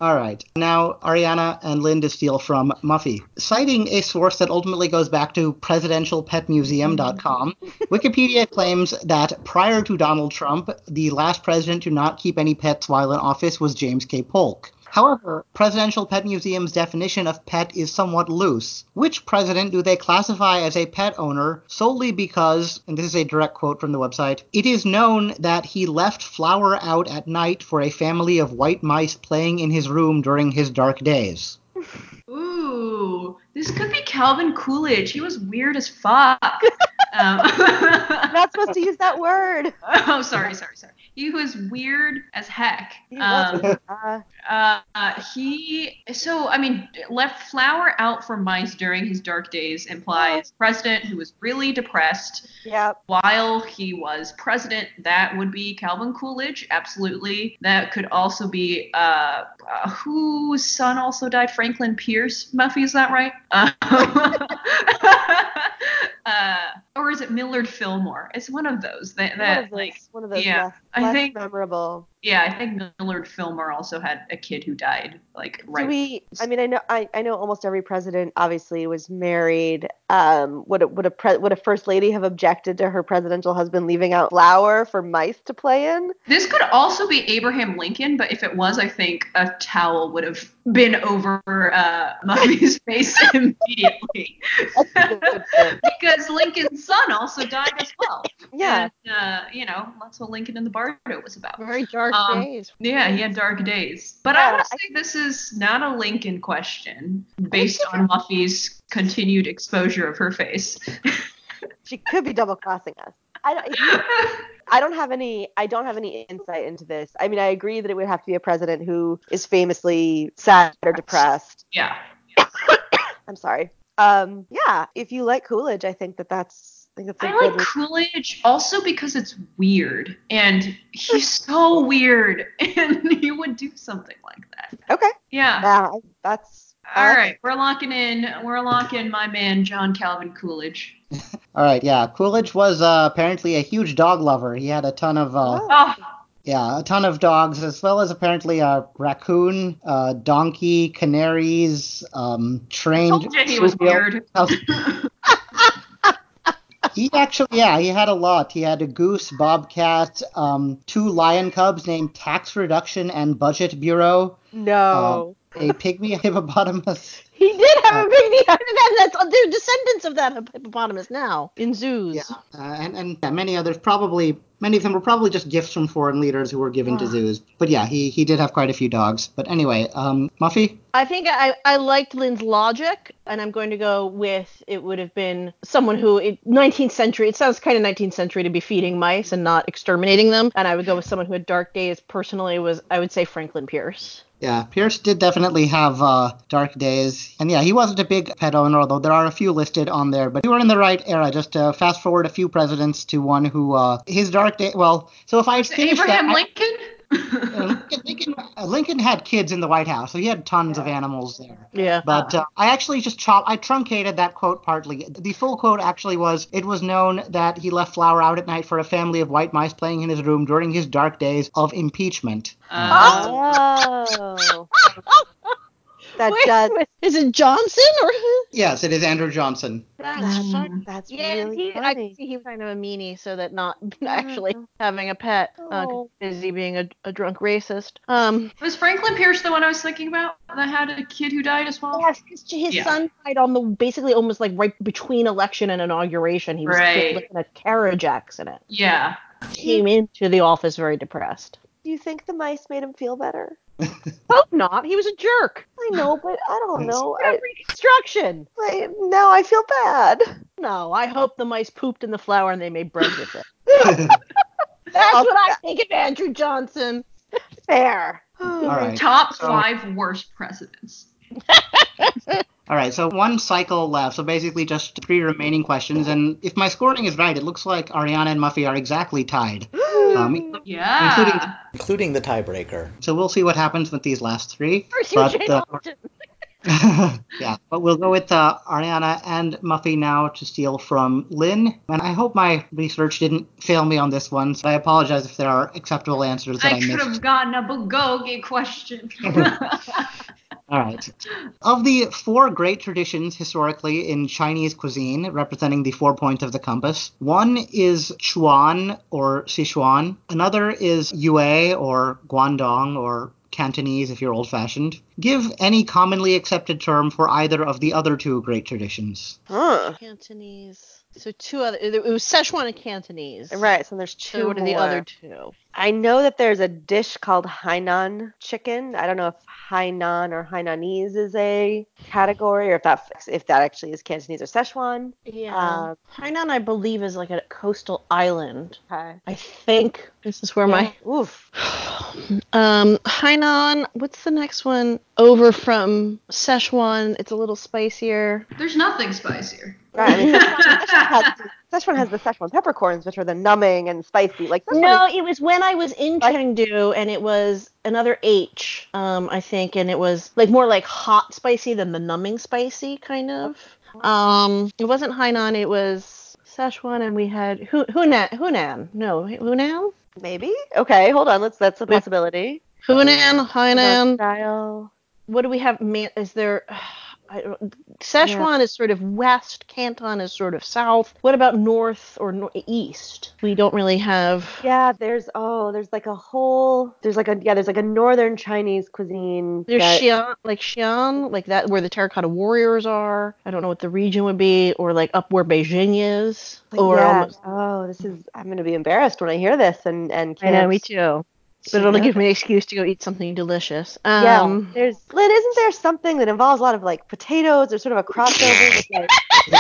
Speaker 1: All right. Now, Ariana and Linda steal from Muffy. Citing a source that ultimately goes back to presidentialpetmuseum.com, Wikipedia claims that prior to Donald Trump, the last president to not keep any pets while in office was James K. Polk. However, Presidential Pet Museum's definition of pet is somewhat loose. Which president do they classify as a pet owner solely because, and this is a direct quote from the website, it is known that he left flour out at night for a family of white mice playing in his room during his dark days?
Speaker 3: Ooh, this could be Calvin Coolidge. He was weird as fuck. um,
Speaker 4: You're not supposed to use that word.
Speaker 3: oh, sorry, sorry, sorry. He was weird as heck.
Speaker 4: He
Speaker 3: Um,
Speaker 4: was, uh,
Speaker 3: uh, he so I mean left flour out for mice during his dark days implies president who was really depressed
Speaker 4: yeah.
Speaker 3: while he was president. That would be Calvin Coolidge, absolutely. That could also be uh, uh whose son also died, Franklin Pierce. Muffy, is that right? Uh, uh, or is it Millard Fillmore? It's one of those. That, that
Speaker 4: one of those,
Speaker 3: like
Speaker 4: one of those
Speaker 3: yeah,
Speaker 4: less,
Speaker 3: I
Speaker 4: less
Speaker 3: think-
Speaker 4: memorable.
Speaker 3: yeah, I think Millard Fillmore also had a kid who died like right.
Speaker 4: Do we? I mean, I know, I, I know, almost every president obviously was married. Um, would a, would a pre, would a first lady have objected to her presidential husband leaving out flour for mice to play in?
Speaker 3: This could also be Abraham Lincoln, but if it was, I think a towel would have been over uh, Muffy's face immediately. because Lincoln's son also died as well.
Speaker 4: Yeah.
Speaker 3: And, uh, you know, that's what Lincoln and the Bardo was about.
Speaker 2: Very dark
Speaker 3: Um,
Speaker 2: days.
Speaker 3: Yeah, he had dark days. But I
Speaker 4: Yeah,
Speaker 3: want to say this is not a Lincoln question based on Muffy's continued exposure of her face.
Speaker 4: She could be double crossing us. I don't. I don't have any I don't have any insight into this. I mean, I agree that it would have to be a president who is famously sad or depressed.
Speaker 3: yeah.
Speaker 4: I'm sorry. Um, yeah, if you like Coolidge, I think that that's I think that's a
Speaker 3: I
Speaker 4: good
Speaker 3: like Coolidge also because it's weird, and he's so weird, and he would do something like that.
Speaker 4: Okay.
Speaker 3: Yeah.
Speaker 4: Yeah, I- that's
Speaker 3: All right, we're locking in. We're locking my man John Calvin Coolidge.
Speaker 1: All right, yeah. Coolidge was uh, apparently a huge dog lover. He had a ton of uh,
Speaker 4: Oh.
Speaker 3: Oh,
Speaker 1: Yeah, a ton of dogs, as well as apparently a raccoon, a donkey, canaries, um, trained.
Speaker 3: Oh, Told you he was weird.
Speaker 1: he actually, yeah, he had a lot. He had a goose, bobcat, um, two lion cubs named Tax Reduction and Budget Bureau,
Speaker 2: No. Uh,
Speaker 1: a pygmy hippopotamus.
Speaker 2: he did have a big that, that's they're descendants of that hippopotamus now in zoos.
Speaker 1: Yeah, uh, and and yeah, many others probably many of them were probably just gifts from foreign leaders who were given to zoos. But yeah, he he did have quite a few dogs. But anyway, um, Muffy.
Speaker 2: I think I, I liked Lynn's logic, and I'm going to go with it would have been someone who, it, 19th century, it sounds kind of 19th century to be feeding mice and not exterminating them. And I would go with someone who had dark days personally, was I would say Franklin Pierce.
Speaker 1: Yeah, Pierce did definitely have uh, dark days, and yeah, he wasn't a big pet owner, although there are a few listed on there. But you were in the right era. Just uh, fast forward a few presidents to one who uh, his dark day. Well, so if I finish
Speaker 3: Abraham
Speaker 1: that, I-
Speaker 3: Lincoln?
Speaker 1: Lincoln, Lincoln, uh, Lincoln had kids in the White House, so he had tons of animals there.
Speaker 2: Yeah.
Speaker 3: Uh-huh.
Speaker 1: But uh, I actually just chop. I truncated that quote partly. The full quote actually was: "It was known that he left flour out at night for a family of white mice playing in his room during his dark days of impeachment."
Speaker 3: Uh,
Speaker 4: Oh. That
Speaker 2: Wait,
Speaker 4: does.
Speaker 2: wait, Is it Johnson or?
Speaker 1: Yes, it is Andrew Johnson.
Speaker 2: That's
Speaker 3: so-
Speaker 4: That's
Speaker 2: yeah,
Speaker 4: Um, really
Speaker 2: he, I
Speaker 4: funny.
Speaker 2: could see he was kind of a meanie, so that not actually having a pet, uh, 'cause
Speaker 4: Oh.
Speaker 2: busy being a, a drunk racist. Um,
Speaker 3: was Franklin Pierce the one I was thinking about that had a kid who died as well?
Speaker 2: Yes, 'cause his
Speaker 3: Yeah.
Speaker 2: son died on the basically almost like right between election and inauguration. He was
Speaker 3: Right.
Speaker 2: killed in a carriage accident.
Speaker 3: Yeah.
Speaker 2: Came into the office very depressed.
Speaker 4: Do you think the mice made him feel better?
Speaker 2: Hope not. He was a jerk.
Speaker 4: I know, but I don't
Speaker 1: Yes.
Speaker 4: know.
Speaker 2: Yeah,
Speaker 4: I,
Speaker 2: Reconstruction.
Speaker 4: I, now I feel bad.
Speaker 2: No, I hope the mice pooped in the flour and they made bread with it. That's what I think of Andrew Johnson.
Speaker 4: Fair.
Speaker 1: All right.
Speaker 3: Top
Speaker 1: So-
Speaker 3: five worst presidents.
Speaker 1: All right, so one cycle left. So basically, just three remaining questions. And if my scoring is right, it looks like Ariana and Muffy are exactly tied. Um,
Speaker 3: Yeah.
Speaker 1: Including-
Speaker 6: including the tiebreaker.
Speaker 1: so we'll see what happens with these last three.
Speaker 2: First you,
Speaker 1: But,
Speaker 2: Jane
Speaker 1: uh,
Speaker 2: Austen.
Speaker 1: yeah, but we'll go with uh, Ariana and Muffy now to steal from Lynn. And I hope my research didn't fail me on this one, so I apologize if there are acceptable answers that I,
Speaker 3: I could
Speaker 1: missed.
Speaker 3: have gotten a Bulgogi question.
Speaker 1: All right. Of the four great traditions historically in Chinese cuisine, representing the four points of the compass, one is Chuan or Sichuan, another is Yue or Guangdong or Cantonese if you're old fashioned. Give any commonly accepted term for either of the other two great traditions.
Speaker 4: Huh.
Speaker 2: Cantonese. So two other. It was Szechuan and Cantonese.
Speaker 4: Right, so there's two
Speaker 2: So what are the
Speaker 4: more.
Speaker 2: other two?
Speaker 4: I know that there's a dish called Hainan chicken. I don't know if Hainan or Hainanese is a category, or if that if that actually is Cantonese or Szechuan.
Speaker 2: Yeah.
Speaker 4: Um,
Speaker 2: Hainan, I believe, is like a coastal island.
Speaker 4: Okay.
Speaker 2: I think this is where my
Speaker 4: Oof.
Speaker 2: um Hainan. What's the next one over from Szechuan? It's a little spicier.
Speaker 3: There's nothing spicier.
Speaker 4: Right. I mean, Szechuan, Szechuan has, Szechuan has the Szechuan peppercorns, which are the numbing and spicy. Like Szechuan
Speaker 2: No,
Speaker 4: is-
Speaker 2: it was when I was in
Speaker 4: Like-
Speaker 2: Chengdu, and it was another H, um, I think, and it was like more like hot spicy than the numbing spicy kind of. Um, it wasn't Hainan. It was Szechuan, and we had Hu- Hunan. Hunan. No, Hunan.
Speaker 4: maybe. Okay, hold on. Let's that's a possibility.
Speaker 2: Hunan. Hainan.
Speaker 4: Style.
Speaker 2: what do we have? Man, is there? I don't, Sichuan is sort of west. Canton is sort of south. What about north or nor- east? We don't really have.
Speaker 4: Yeah, there's oh, there's like a whole there's like a yeah, there's like a northern Chinese cuisine.
Speaker 2: There's
Speaker 4: that-
Speaker 2: Xi'an, like Xi'an, like that where the terracotta warriors are. I don't know what the region would be, or like up where Beijing is, or
Speaker 4: yeah.
Speaker 2: almost.
Speaker 4: oh, this is I'm gonna be embarrassed when I hear this and and
Speaker 2: I
Speaker 4: can't.
Speaker 2: know, me too. But it'll
Speaker 4: Yeah.
Speaker 2: give me an excuse to go eat something delicious.
Speaker 4: Yeah,
Speaker 2: Um,
Speaker 4: there's Lynn. Isn't there something that involves a lot of like potatoes? There's sort of a crossover with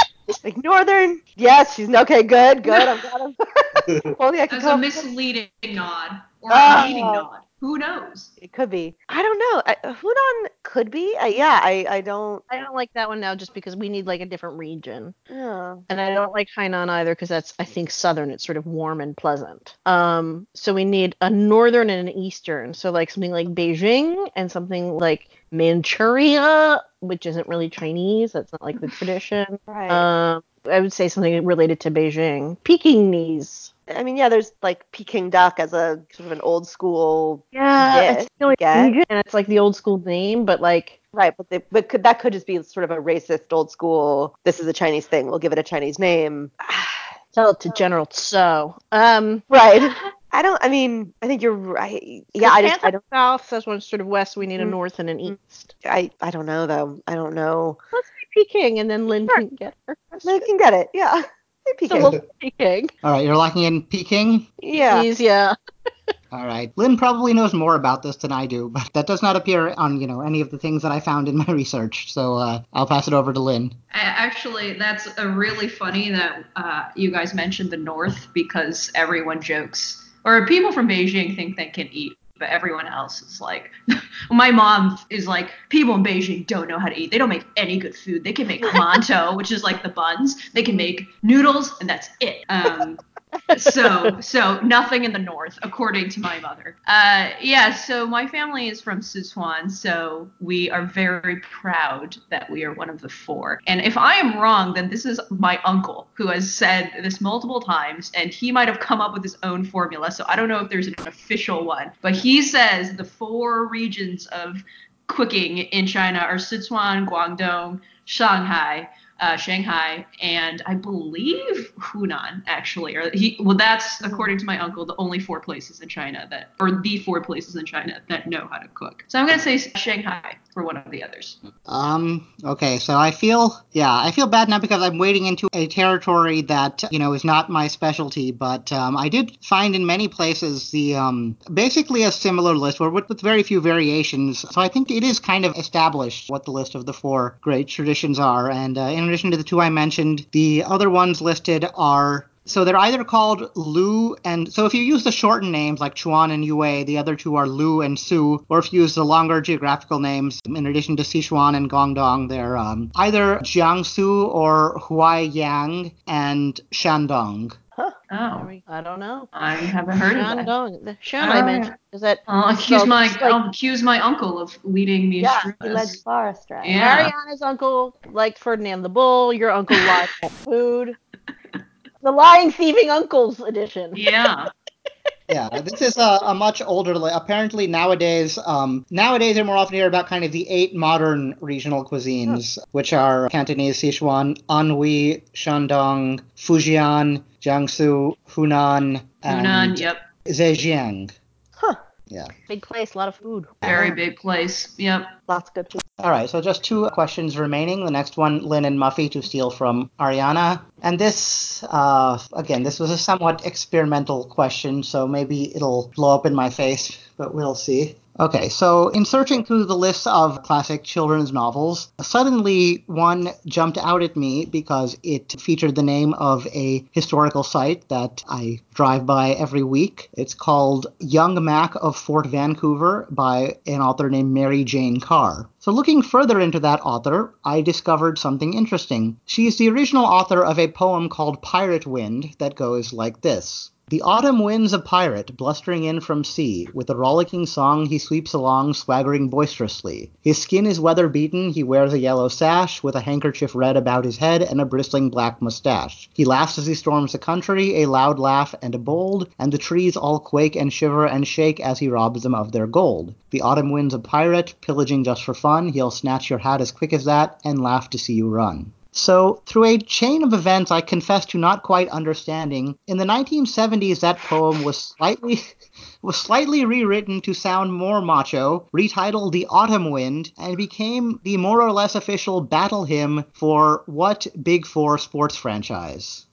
Speaker 4: like like northern. Yes, she's okay. Good, good. I'm glad. I'm if only I could
Speaker 3: As
Speaker 4: come
Speaker 3: a
Speaker 4: up with something.
Speaker 3: misleading nod or
Speaker 4: Oh.
Speaker 3: a leading nod. Who knows?
Speaker 4: It could be. I don't know. I, Hunan could be. I, yeah, I I don't.
Speaker 2: I don't like that one now just because we need like a different region.
Speaker 4: Yeah.
Speaker 2: and I don't like Hainan either because that's I think southern. It's sort of warm and pleasant. Um, so we need a northern and an eastern. So like something like Beijing and something like Manchuria, which isn't really Chinese. That's not like the tradition.
Speaker 4: Right.
Speaker 2: Um, I would say something related to Beijing. Pekingese.
Speaker 4: I mean, yeah, there's like Peking duck as a sort of an old school.
Speaker 2: Yeah, it's
Speaker 4: Yes,
Speaker 2: still
Speaker 4: get.
Speaker 2: Asian, and it's like the old school name, but like
Speaker 4: Right, but, they, but could, that could just be sort of a racist old school. This is a Chinese thing. We'll give it a Chinese name.
Speaker 2: tell it to General So. Um,
Speaker 4: Right. I don't. I mean, I think you're right. Yeah, I just. I don't.
Speaker 2: south. That's one sort of west. We need a
Speaker 4: Mm.
Speaker 2: north and an east.
Speaker 4: I. I don't know though. I don't know.
Speaker 2: Peking, and then Lin can get her.
Speaker 4: They can get it. Yeah. They peek
Speaker 2: So
Speaker 4: it.
Speaker 2: we'll Peking.
Speaker 1: All right, you're locking in Peking.
Speaker 4: yeah.
Speaker 2: Please, yeah.
Speaker 1: All right. Lynn probably knows more about this than I do, but that does not appear on, you know, any of the things that I found in my research. So uh, I'll pass it over to Lynn.
Speaker 3: A- Actually, that's a really funny that uh, you guys mentioned the North because everyone jokes, or people from Beijing think they can eat, but everyone else is like, my mom is like, people in Beijing don't know how to eat. They don't make any good food. They can make manto, which is like the buns. They can make noodles, and that's it. Um, so so nothing in the north according to my mother uh yeah so my family is from sichuan so we are very proud that we are one of the four and if i am wrong then this is my uncle who has said this multiple times and he might have come up with his own formula so i don't know if there's an official one but he says the four regions of cooking in china are sichuan guangdong shanghai uh, Shanghai, and I believe Hunan actually. Or he well, that's according to my uncle the only four places in China that, or the four places in China that know how to cook. So I'm gonna say Shanghai for one of the others.
Speaker 1: Um, okay, so I feel, yeah, I feel bad now because I'm wading into a territory that, you know, is not my specialty, but um, I did find in many places the, um, basically a similar list, or with, with very few variations. So I think it is kind of established what the list of the four great traditions are. And uh, in addition to the two I mentioned, the other ones listed are so they're either called Lu and so if you use the shortened names like Chuan and Yue, the other two are Lu and Su, or if you use the longer geographical names, in addition to Sichuan and Guangdong, they're um, either Jiangsu or Huaiyang and Shandong.
Speaker 3: Oh,
Speaker 2: I don't know.
Speaker 3: I haven't heard of that.
Speaker 2: Shandong. The Shan I mentioned is that
Speaker 3: I'll accuse
Speaker 2: So,
Speaker 3: my
Speaker 2: like-
Speaker 3: I'll accuse my uncle of leading me
Speaker 4: Yeah.
Speaker 3: astray.
Speaker 4: He led far astray.
Speaker 3: Yeah.
Speaker 2: Ariana's uncle liked Ferdinand the Bull. Your uncle lied about food. The lying thieving uncles edition.
Speaker 3: yeah.
Speaker 1: yeah, this is a, a much older. li- Apparently nowadays, um, nowadays I more often hear about kind of the eight modern regional cuisines, which are Cantonese, Sichuan, Anhui, Shandong, Fujian, Jiangsu, Hunan, and
Speaker 3: Hunan, yep.
Speaker 1: Zhejiang.
Speaker 2: Big place, a lot of food.
Speaker 3: Very big place. Yep.
Speaker 4: Lots of good people.
Speaker 1: All right, so just two questions remaining. The next one, Lynn and Muffy to steal from Ariana. And this, uh, again, this was a somewhat experimental question, so maybe it'll blow up in my face, but we'll see. Okay, so in searching through the list of classic children's novels, suddenly one jumped out at me because it featured the name of a historical site that I drive by every week. It's called Young Mac of Fort Vancouver by an author named Mary Jane Carr. So, looking further into that author, I discovered something interesting. She is the original author of a poem called Pirate Wind that goes like this. The autumn winds a pirate, blustering in from sea. With a rollicking song he sweeps along, swaggering boisterously. His skin is weather beaten, he wears a yellow sash, with a handkerchief red about his head and a bristling black mustache. He laughs as he storms the country, a loud laugh and a bold, and the trees all quake and shiver and shake as he robs them of their gold. The autumn winds a pirate, pillaging just for fun, he'll snatch your hat as quick as that, and laugh to see you run. So, through a chain of events I confess to not quite understanding, in the 1970s that poem was slightly was slightly rewritten to sound more macho, retitled The Autumn Wind, and became the more or less official battle hymn for what Big 4 sports franchise?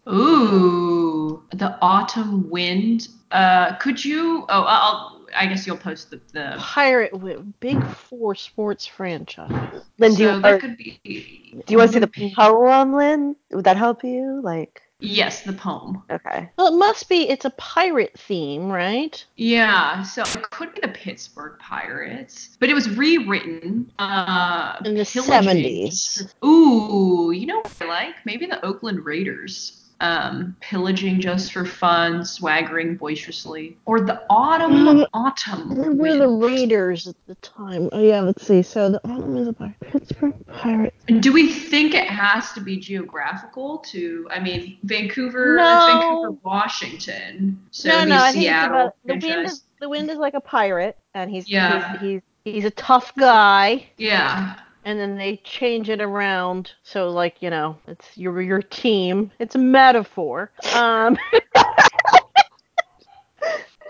Speaker 3: Ooh, the autumn wind. Uh, could you? Oh, I'll. I guess you'll post the the
Speaker 2: Pirate with big four sports franchise.
Speaker 4: Lynn, do
Speaker 3: so
Speaker 4: you, or,
Speaker 3: that could be.
Speaker 4: do you want to see the poem, Lynn? Would that help you? Like,
Speaker 3: Yes, the poem.
Speaker 4: okay.
Speaker 2: Well, it must be. It's a pirate theme, right?
Speaker 3: Yeah, so it could be the Pittsburgh Pirates, but it was rewritten uh,
Speaker 2: In the
Speaker 3: pillaging.
Speaker 2: 70s.
Speaker 3: Ooh, you know what I like? Maybe the Oakland Raiders. um, pillaging just for fun, swaggering boisterously, or the autumn,
Speaker 5: Where
Speaker 3: autumn.
Speaker 5: were the
Speaker 3: wind.
Speaker 5: Raiders at the time? Oh yeah, let's see. So the Autumn is a pirate. Pittsburgh Pirates.
Speaker 3: Do we think it has to be geographical to? I mean, Vancouver,
Speaker 5: No.
Speaker 3: Vancouver, Washington. So
Speaker 2: no,
Speaker 3: the
Speaker 2: no, I think it's
Speaker 3: Seattle
Speaker 2: about the
Speaker 3: franchise.
Speaker 2: wind. Is, the wind is like a pirate, and he's
Speaker 3: Yeah.
Speaker 2: he's, he's he's a tough guy,
Speaker 3: yeah,
Speaker 2: and then they change it around. So like you know, it's your your team. It's a metaphor. Um,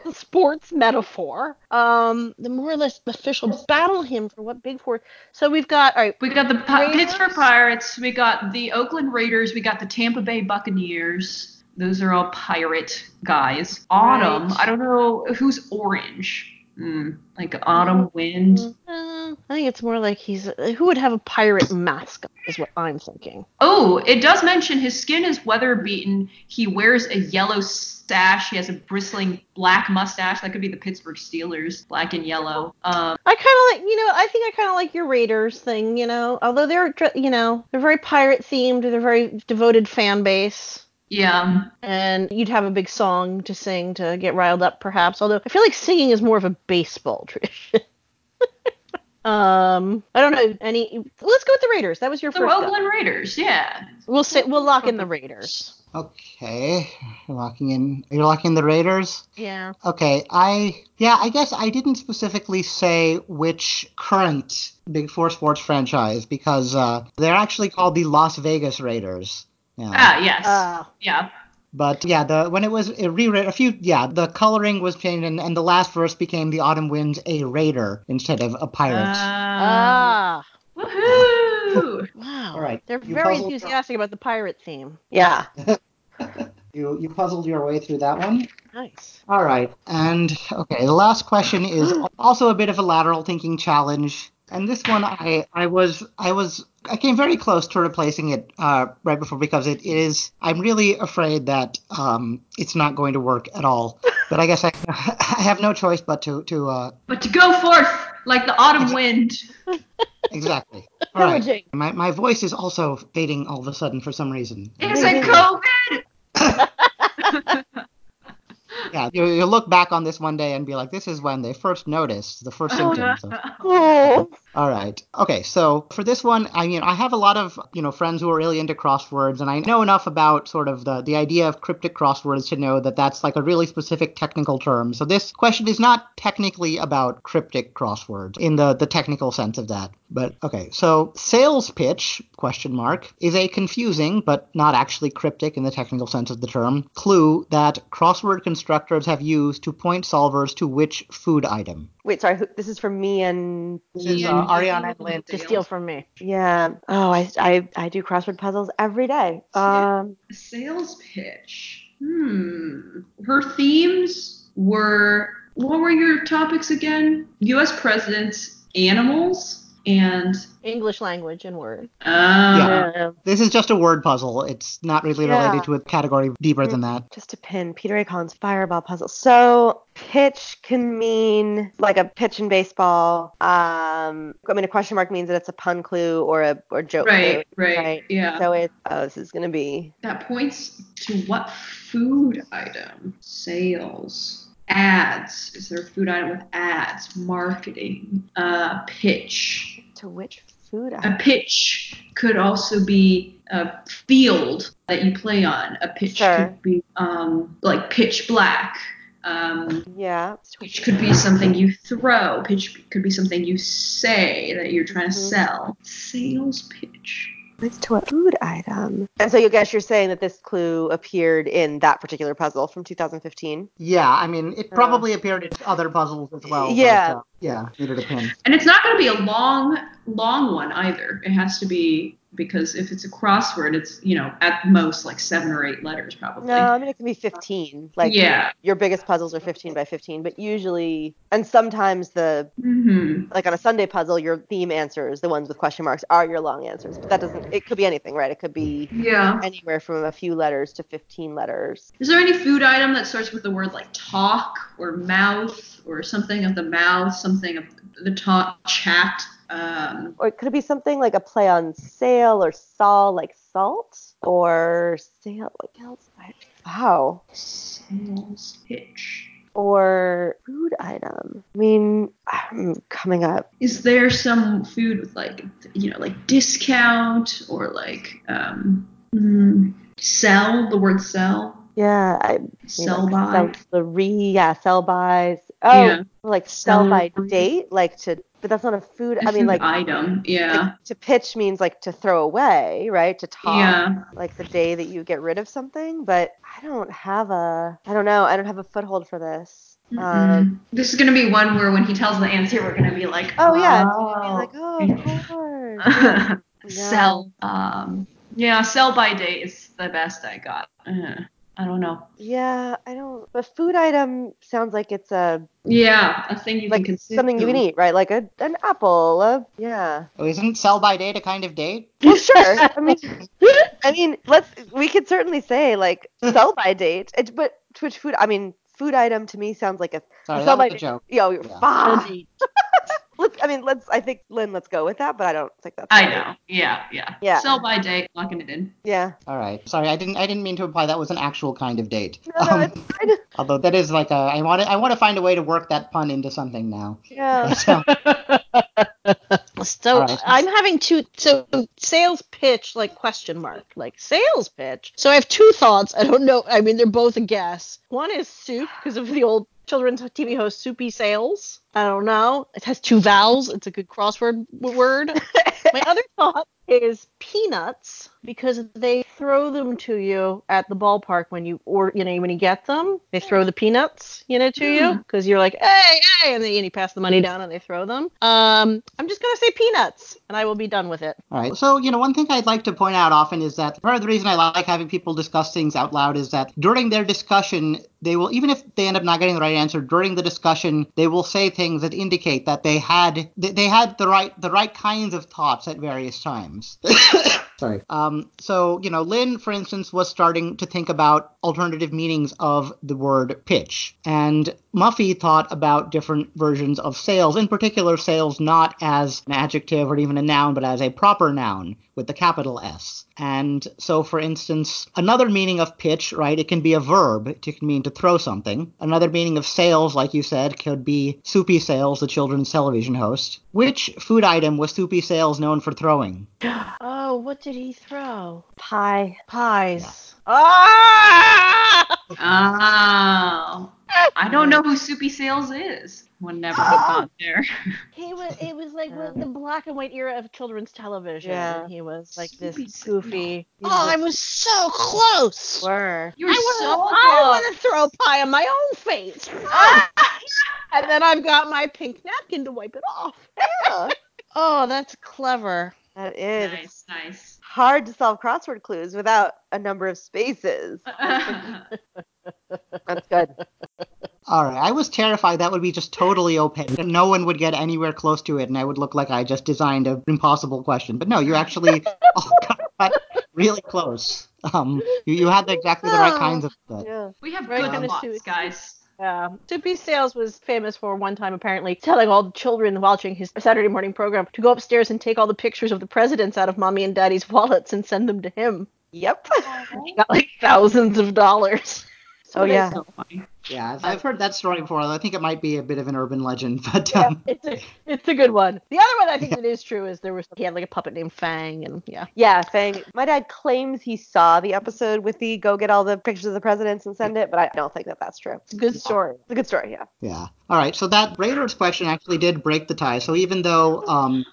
Speaker 2: a sports metaphor. Um,
Speaker 5: The more or less official battle hymn for what Big Four. So we've got all right.
Speaker 3: we got the Pi-
Speaker 5: Raiders?
Speaker 3: Pittsburgh Pirates. We got the Oakland Raiders. We got the Tampa Bay Buccaneers. Those are all pirate guys. Autumn.
Speaker 2: Right.
Speaker 3: I don't know who's orange. Mm, like autumn wind.
Speaker 2: uh, I think it's more like he's who would have a pirate mascot is what I'm thinking.
Speaker 3: Oh, it does mention his skin is weather beaten. He wears a yellow stash. He has a bristling black mustache. That could be the Pittsburgh Steelers, black and yellow. Um,
Speaker 2: I kind of like, you know, I think I kind of like your Raiders thing, you know. Although they're, dr- you know, they're very pirate themed. They're very devoted fan base,
Speaker 3: yeah.
Speaker 2: and you'd have a big song to sing to get riled up, perhaps. Although I feel like singing is more of a baseball tradition. um, I don't know any. Let's go with the Raiders. That was your
Speaker 3: The
Speaker 2: first. go.
Speaker 3: Oakland Raiders, yeah.
Speaker 2: We'll say we'll lock in the Raiders.
Speaker 1: Okay, locking in. You're locking in the Raiders.
Speaker 2: Yeah.
Speaker 1: Okay, I yeah, I guess I didn't specifically say which current Big Four sports franchise because uh, they're actually called the Las Vegas Raiders. Yeah.
Speaker 3: Ah, yes.
Speaker 2: Uh,
Speaker 3: yeah.
Speaker 1: But yeah, the when it was it reread a few yeah, the coloring was changed and, and the last verse became the Autumn Winds a Raider instead of a pirate.
Speaker 3: Uh,
Speaker 2: ah.
Speaker 3: woohoo!
Speaker 2: Wow.
Speaker 1: All right,
Speaker 2: They're
Speaker 1: you
Speaker 2: very
Speaker 1: puzzled- uh,
Speaker 2: enthusiastic about the pirate theme.
Speaker 4: Yeah.
Speaker 1: you you puzzled your way through that one.
Speaker 2: Nice.
Speaker 1: All right. And okay, the last question is also a bit of a lateral thinking challenge. And this one I I was I was I came very close to replacing it uh, right before because it is I'm really afraid that um, it's not going to work at all. But I guess I, I have no choice but to to uh,
Speaker 3: But to go forth like the autumn wind.
Speaker 1: exactly. All right.
Speaker 2: Pillaging.
Speaker 1: My my voice is also fading all of a sudden for some reason.
Speaker 3: Is it COVID?
Speaker 1: Yeah, you, you'll look back on this one day and be like, this is when they first noticed the first symptoms. of-
Speaker 5: Oh,
Speaker 1: All right. Okay. So for this one, I mean, I have a lot of you know friends who are really into crosswords, and I know enough about sort of the the idea of cryptic crosswords to know that that's like a really specific technical term. So this question is not technically about cryptic crosswords in the the technical sense of that. But okay. So sales pitch question mark is a confusing but not actually cryptic in the technical sense of the term clue that crossword constructors have used to point solvers to which food item.
Speaker 4: Wait, sorry. Who, this is from me and
Speaker 1: This is uh, Ariana and
Speaker 2: To steal from me.
Speaker 4: yeah. Oh, I, I I do crossword puzzles every day. Um,
Speaker 3: sales pitch. Hmm. Her themes were what were your topics again? U.S. presidents, animals, and
Speaker 2: English language and words.
Speaker 3: uh,
Speaker 1: Yeah. This is just a word puzzle. It's not really related
Speaker 4: Yeah.
Speaker 1: to a category deeper than that.
Speaker 4: just to pin Peter A. Collins' fireball puzzle. So pitch can mean like a pitch in baseball. Um, I mean a question mark means that it's a pun clue or a or joke
Speaker 3: right,
Speaker 4: clue.
Speaker 3: right,
Speaker 4: right.
Speaker 3: yeah.
Speaker 4: So it's oh, this is gonna be
Speaker 3: that points to what food item? Sales. Ads. Is there a food item with ads? Marketing. Uh, pitch.
Speaker 4: to which food?
Speaker 3: A
Speaker 4: item?
Speaker 3: pitch could also be a field that you play on. A pitch
Speaker 4: Sure.
Speaker 3: could be um, like pitch black. Um,
Speaker 4: Yeah.
Speaker 3: pitch could be something you throw. Pitch could be something you say that you're trying to
Speaker 4: Mhm.
Speaker 3: sell. Sales pitch.
Speaker 4: It's to a food item. And so you guess you're saying that this clue appeared in that particular puzzle from 2015.
Speaker 1: Yeah, I mean, it
Speaker 4: Uh.
Speaker 1: probably appeared in other puzzles as well. but,
Speaker 4: Yeah.
Speaker 1: uh, yeah, needed a pin.
Speaker 3: And it's not going to be a long, long one either. It has to be because if it's a crossword, it's you know at most like seven or eight letters probably.
Speaker 4: No, I mean it can be 15. Like
Speaker 3: yeah.
Speaker 4: your biggest puzzles are 15 by 15, but usually and sometimes the
Speaker 3: hmm
Speaker 4: like on a Sunday puzzle, your theme answers, the ones with question marks, are your long answers. But that doesn't it could be anything, right? It could be
Speaker 3: Yeah.
Speaker 4: anywhere from a few letters to 15 letters.
Speaker 3: Is there any food item that starts with the word like talk or mouth or something of the mouth, something of the talk, chat? Um,
Speaker 4: Or it could be something like a play on sale or Saul, like salt or sale, like else. I- Wow.
Speaker 3: sales pitch.
Speaker 4: Or food item. I mean, I'm coming up.
Speaker 3: Is there some food with like you know like discount or like um, mm, sell? The word sell,
Speaker 4: Yeah, I
Speaker 3: sell
Speaker 4: like
Speaker 3: by.
Speaker 4: Sell the re, yeah, sell bys. Oh,
Speaker 3: Yeah.
Speaker 4: like sell
Speaker 3: Sell
Speaker 4: by
Speaker 3: by.
Speaker 4: date, like to. But that's not a food. I mean,
Speaker 3: Food
Speaker 4: like
Speaker 3: item. Yeah.
Speaker 4: to pitch means like to throw away, right? To toss.
Speaker 3: Yeah.
Speaker 4: Like the day that you get rid of something. But I don't have a. I don't know. I don't have a foothold for this. Um,
Speaker 3: Mm-mm. Mm-hmm. this is gonna be one where when he tells the answer, we're gonna be like,
Speaker 4: oh yeah, it's gonna be
Speaker 3: wow.
Speaker 4: like oh of course. Yeah.
Speaker 3: sell. Um, yeah, sell by date is the best I got. Uh, I don't know.
Speaker 4: Yeah, I don't. But food item sounds like it's a
Speaker 3: Yeah, a thing you
Speaker 4: like
Speaker 3: can consider.
Speaker 4: something you can eat, right? Like a an apple. A, yeah.
Speaker 1: Oh, isn't sell by date a kind of date?
Speaker 4: Well, sure. I mean, I mean, let's. We could certainly say like sell by date, It- but Twitch food. I mean, food item to me sounds like a
Speaker 1: Sorry, that
Speaker 4: sell by
Speaker 1: was a
Speaker 4: date.
Speaker 1: joke.
Speaker 4: Yo, you're
Speaker 1: Yeah.
Speaker 4: fine.
Speaker 2: Indeed.
Speaker 4: Let's. I mean, let's. I think Lynn, let's go with that. But I don't think that's.
Speaker 3: I
Speaker 4: right.
Speaker 3: know. Yeah, yeah.
Speaker 4: Yeah.
Speaker 3: Sell by date, locking it in.
Speaker 4: Yeah.
Speaker 1: All right. Sorry, I didn't I didn't mean to imply that was an actual kind of date.
Speaker 4: No, no, it's fine.
Speaker 1: although that is like a I want to I want to find a way to work that pun into something now.
Speaker 4: Yeah.
Speaker 1: So,
Speaker 2: So
Speaker 1: All right.
Speaker 2: I'm having two. So sales pitch, like question mark, like sales pitch. So I have two thoughts. I don't know. I mean, they're both a guess. One is soup because of the old children's TV host Soupy Sales. I don't know. It has two vowels. It's a good crossword w- word. My other thought is peanuts because they throw them to you at the ballpark when you or you know when you get them. They throw the peanuts you know to you because you're like hey hey and then you pass the money down and they throw them. Um, I'm just gonna say peanuts and I will be done with it.
Speaker 1: all right. So, you know, one thing I'd like to point out often is that part of the reason I like having people discuss things out loud is that during their discussion, they will even if they end up not getting the right answer during the discussion, they will say things that indicate that they had they, they had the right the right kinds of thoughts at various times. Sorry. Um, so, you know, Lynn, for instance, was starting to think about alternative meanings of the word pitch. And Muffy thought about different versions of sales, in particular, sales not as an adjective or even a noun, but as a proper noun with the capital S. And so, for instance, another meaning of pitch, right, it can be a verb, it can mean to throw something. Another meaning of sales, like you said, could be Soupy Sales, the children's television host. Which food item was Soupy Sales known for throwing?
Speaker 2: Oh, what did he throw?
Speaker 4: Pie.
Speaker 2: Pies. Ah!
Speaker 3: Oh. I don't know who Soupy Sales is. Would never have got there.
Speaker 2: He was. It was like
Speaker 4: Yeah.
Speaker 2: the black and white era of children's television.
Speaker 4: Yeah.
Speaker 2: He was like this
Speaker 3: Soupy Sales.
Speaker 2: goofy.
Speaker 4: No.
Speaker 2: Oh, I was so close.
Speaker 4: Were.
Speaker 3: You were
Speaker 2: I
Speaker 3: so
Speaker 2: want,
Speaker 3: close.
Speaker 2: to throw pie on my own face. and then I've got my pink napkin to wipe it off.
Speaker 4: Yeah.
Speaker 2: Oh, that's clever.
Speaker 4: That is
Speaker 3: Nice, nice.
Speaker 4: hard to solve crossword clues without a number of spaces. That's good.
Speaker 1: All right. I was terrified that would be just totally opaque. and No one would get anywhere close to it, and I would look like I just designed an impossible question. But no, you actually all got really close. Um, you, you had exactly the right kinds of.
Speaker 4: Yeah.
Speaker 3: we have
Speaker 2: Right,
Speaker 3: good
Speaker 1: kinda
Speaker 3: thoughts,
Speaker 2: Soupy-
Speaker 3: guys.
Speaker 2: Yeah. Soupy Sales was famous for one time apparently telling all the children watching his Saturday morning program to go upstairs and take all the pictures of the presidents out of mommy and daddy's wallets and send them to him.
Speaker 4: Yep.
Speaker 2: He got like thousands of dollars.
Speaker 4: Oh yeah.
Speaker 3: So funny.
Speaker 1: Yeah, I've heard that story before. I think it might be a bit of an urban legend, but um,
Speaker 2: It's a, it's a good one. The other one I think that is true is there was he had like a puppet named Fang and yeah.
Speaker 4: Yeah, Fang. My dad claims he saw the episode with the go get all the pictures of the presidents and send it, but I don't think that that's true.
Speaker 2: It's a good story.
Speaker 4: It's a good story, yeah.
Speaker 1: yeah. All right. So that Raiders question actually did break the tie. So even though. Um,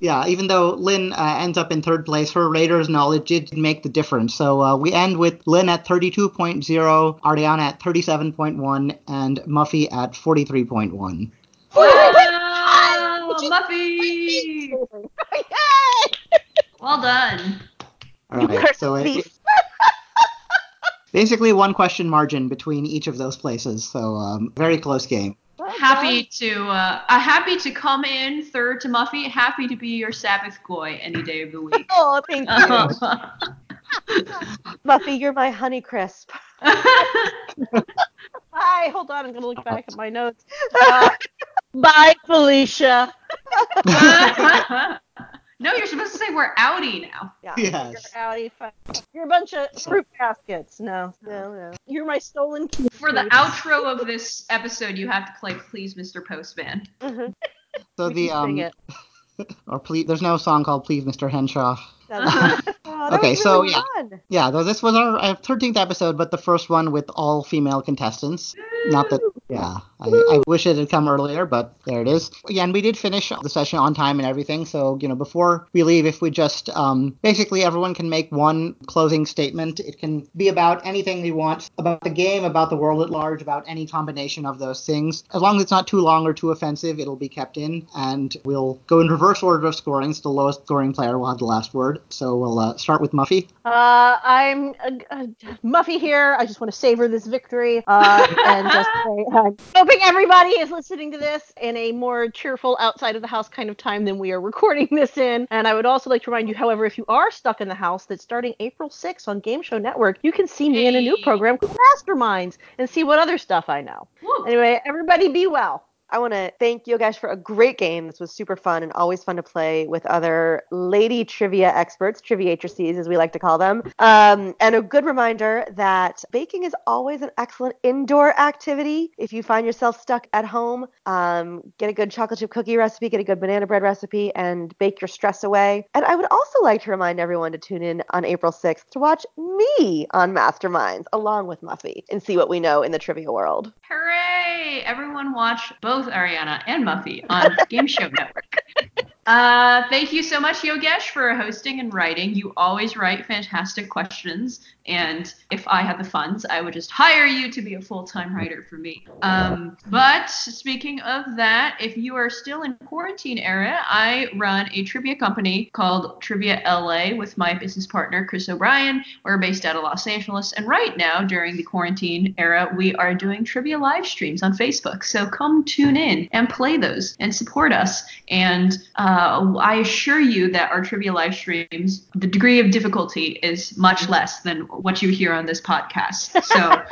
Speaker 1: yeah, even though Lynn uh, ends up in third place, her Raiders knowledge did make the difference. So uh, we end with Lynn at 32.0, Ariana at 37.1, and Muffy at 43.1.
Speaker 3: Wow, Muffy! Well done.
Speaker 1: All right, so it-
Speaker 4: thief.
Speaker 1: basically one question margin between each of those places. So um, very close game.
Speaker 3: Happy to uh, uh, happy to come in third to Muffy. Happy to be your Sabbath goy any day of the week.
Speaker 4: Oh, thank
Speaker 3: Uh-huh.
Speaker 4: you. Muffy, you're my honey crisp.
Speaker 2: Hi, hold on. I'm gonna look back at my notes. Uh, bye, Felicia.
Speaker 3: no, you're supposed to say we're outie now.
Speaker 4: Yeah.
Speaker 5: Uh,
Speaker 1: Yes.
Speaker 5: You're outie. fuck. You're a bunch of fruit baskets. No.
Speaker 4: No, no.
Speaker 5: You're my stolen key.
Speaker 3: For the outro of this episode, you have to play "Please, Mr. Postman."
Speaker 4: Mhm.
Speaker 1: So
Speaker 5: We
Speaker 1: the
Speaker 5: can sing
Speaker 1: um
Speaker 5: it.
Speaker 1: or please there's no song called Please Mr. Henshaw.
Speaker 4: That was, oh, that
Speaker 1: Okay,
Speaker 4: was
Speaker 1: so,
Speaker 4: really
Speaker 1: yeah.
Speaker 4: fun.
Speaker 1: Yeah, though this was our uh, 13th episode, but the first one with all female contestants. Not that, yeah, I, I wish it had come earlier, but there it is. Yeah, and we did finish the session on time and everything. So, you know, before we leave, if we just um, basically everyone can make one closing statement, it can be about anything they want about the game, about the world at large, about any combination of those things. As long as it's not too long or too offensive, it'll be kept in. And we'll go in reverse order of scoring. So the lowest scoring player will have the last word. So we'll uh, start with Muffy.
Speaker 5: Uh, I'm uh, uh, Muffy here. I just want to savor this victory uh, and just say I'm hoping everybody is listening to this in a more cheerful, outside of the house kind of time than we are recording this in. And I would also like to remind you, however, if you are stuck in the house, that starting April 6th on Game Show Network, you can see me in a new
Speaker 3: Hey.
Speaker 5: program called Masterminds and see what other stuff I know.
Speaker 3: Woo.
Speaker 5: Anyway, everybody be well.
Speaker 4: I want to thank you guys for a great game. This was super fun and always fun to play with other lady trivia experts, triviatrices as we like to call them. Um, and a good reminder that baking is always an excellent indoor activity. If you find yourself stuck at home, um, get a good chocolate chip cookie recipe, get a good banana bread recipe, and bake your stress away. And I would also like to remind everyone to tune in on April 6th to watch me on Masterminds along with Muffy and see what we know in the trivia world.
Speaker 3: Hooray! Everyone watch both Ariana and Muffy on Game Show Network. Uh, thank you so much, Yogesh, for hosting and writing. You always write fantastic questions, and if I had the funds, I would just hire you to be a full-time writer for me. Um, but speaking of that, if you are still in quarantine era, I run a trivia company called Trivia LA with my business partner Chris O'Brien. We're based out of Los Angeles, and right now during the quarantine era, we are doing trivia live streams on Facebook. So come tune in and play those and support us. And uh, I assure you that our trivia live streams, the degree of difficulty is much less than what you hear on this podcast. So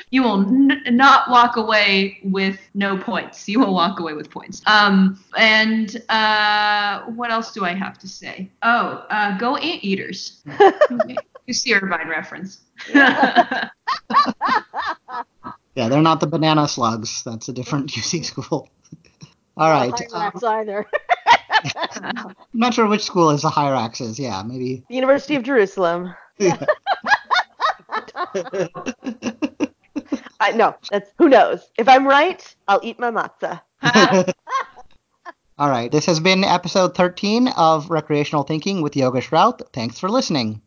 Speaker 3: you will n- not walk away with no points. You will walk away with points. Um, and uh, what else do I have to say? Oh, uh, go ant eaters. You see Irvine reference.
Speaker 1: Yeah, they're not the banana slugs. That's a different UC school. All right. um,
Speaker 5: Hyrax either.
Speaker 1: I'm not sure which school is the Hyraxes. Yeah, maybe.
Speaker 4: The University of Jerusalem. I, no, that's who knows. If I'm right, I'll eat my matzah.
Speaker 1: All right. This has been episode 13 of Recreational Thinking with Yoga Shrout. Thanks for listening.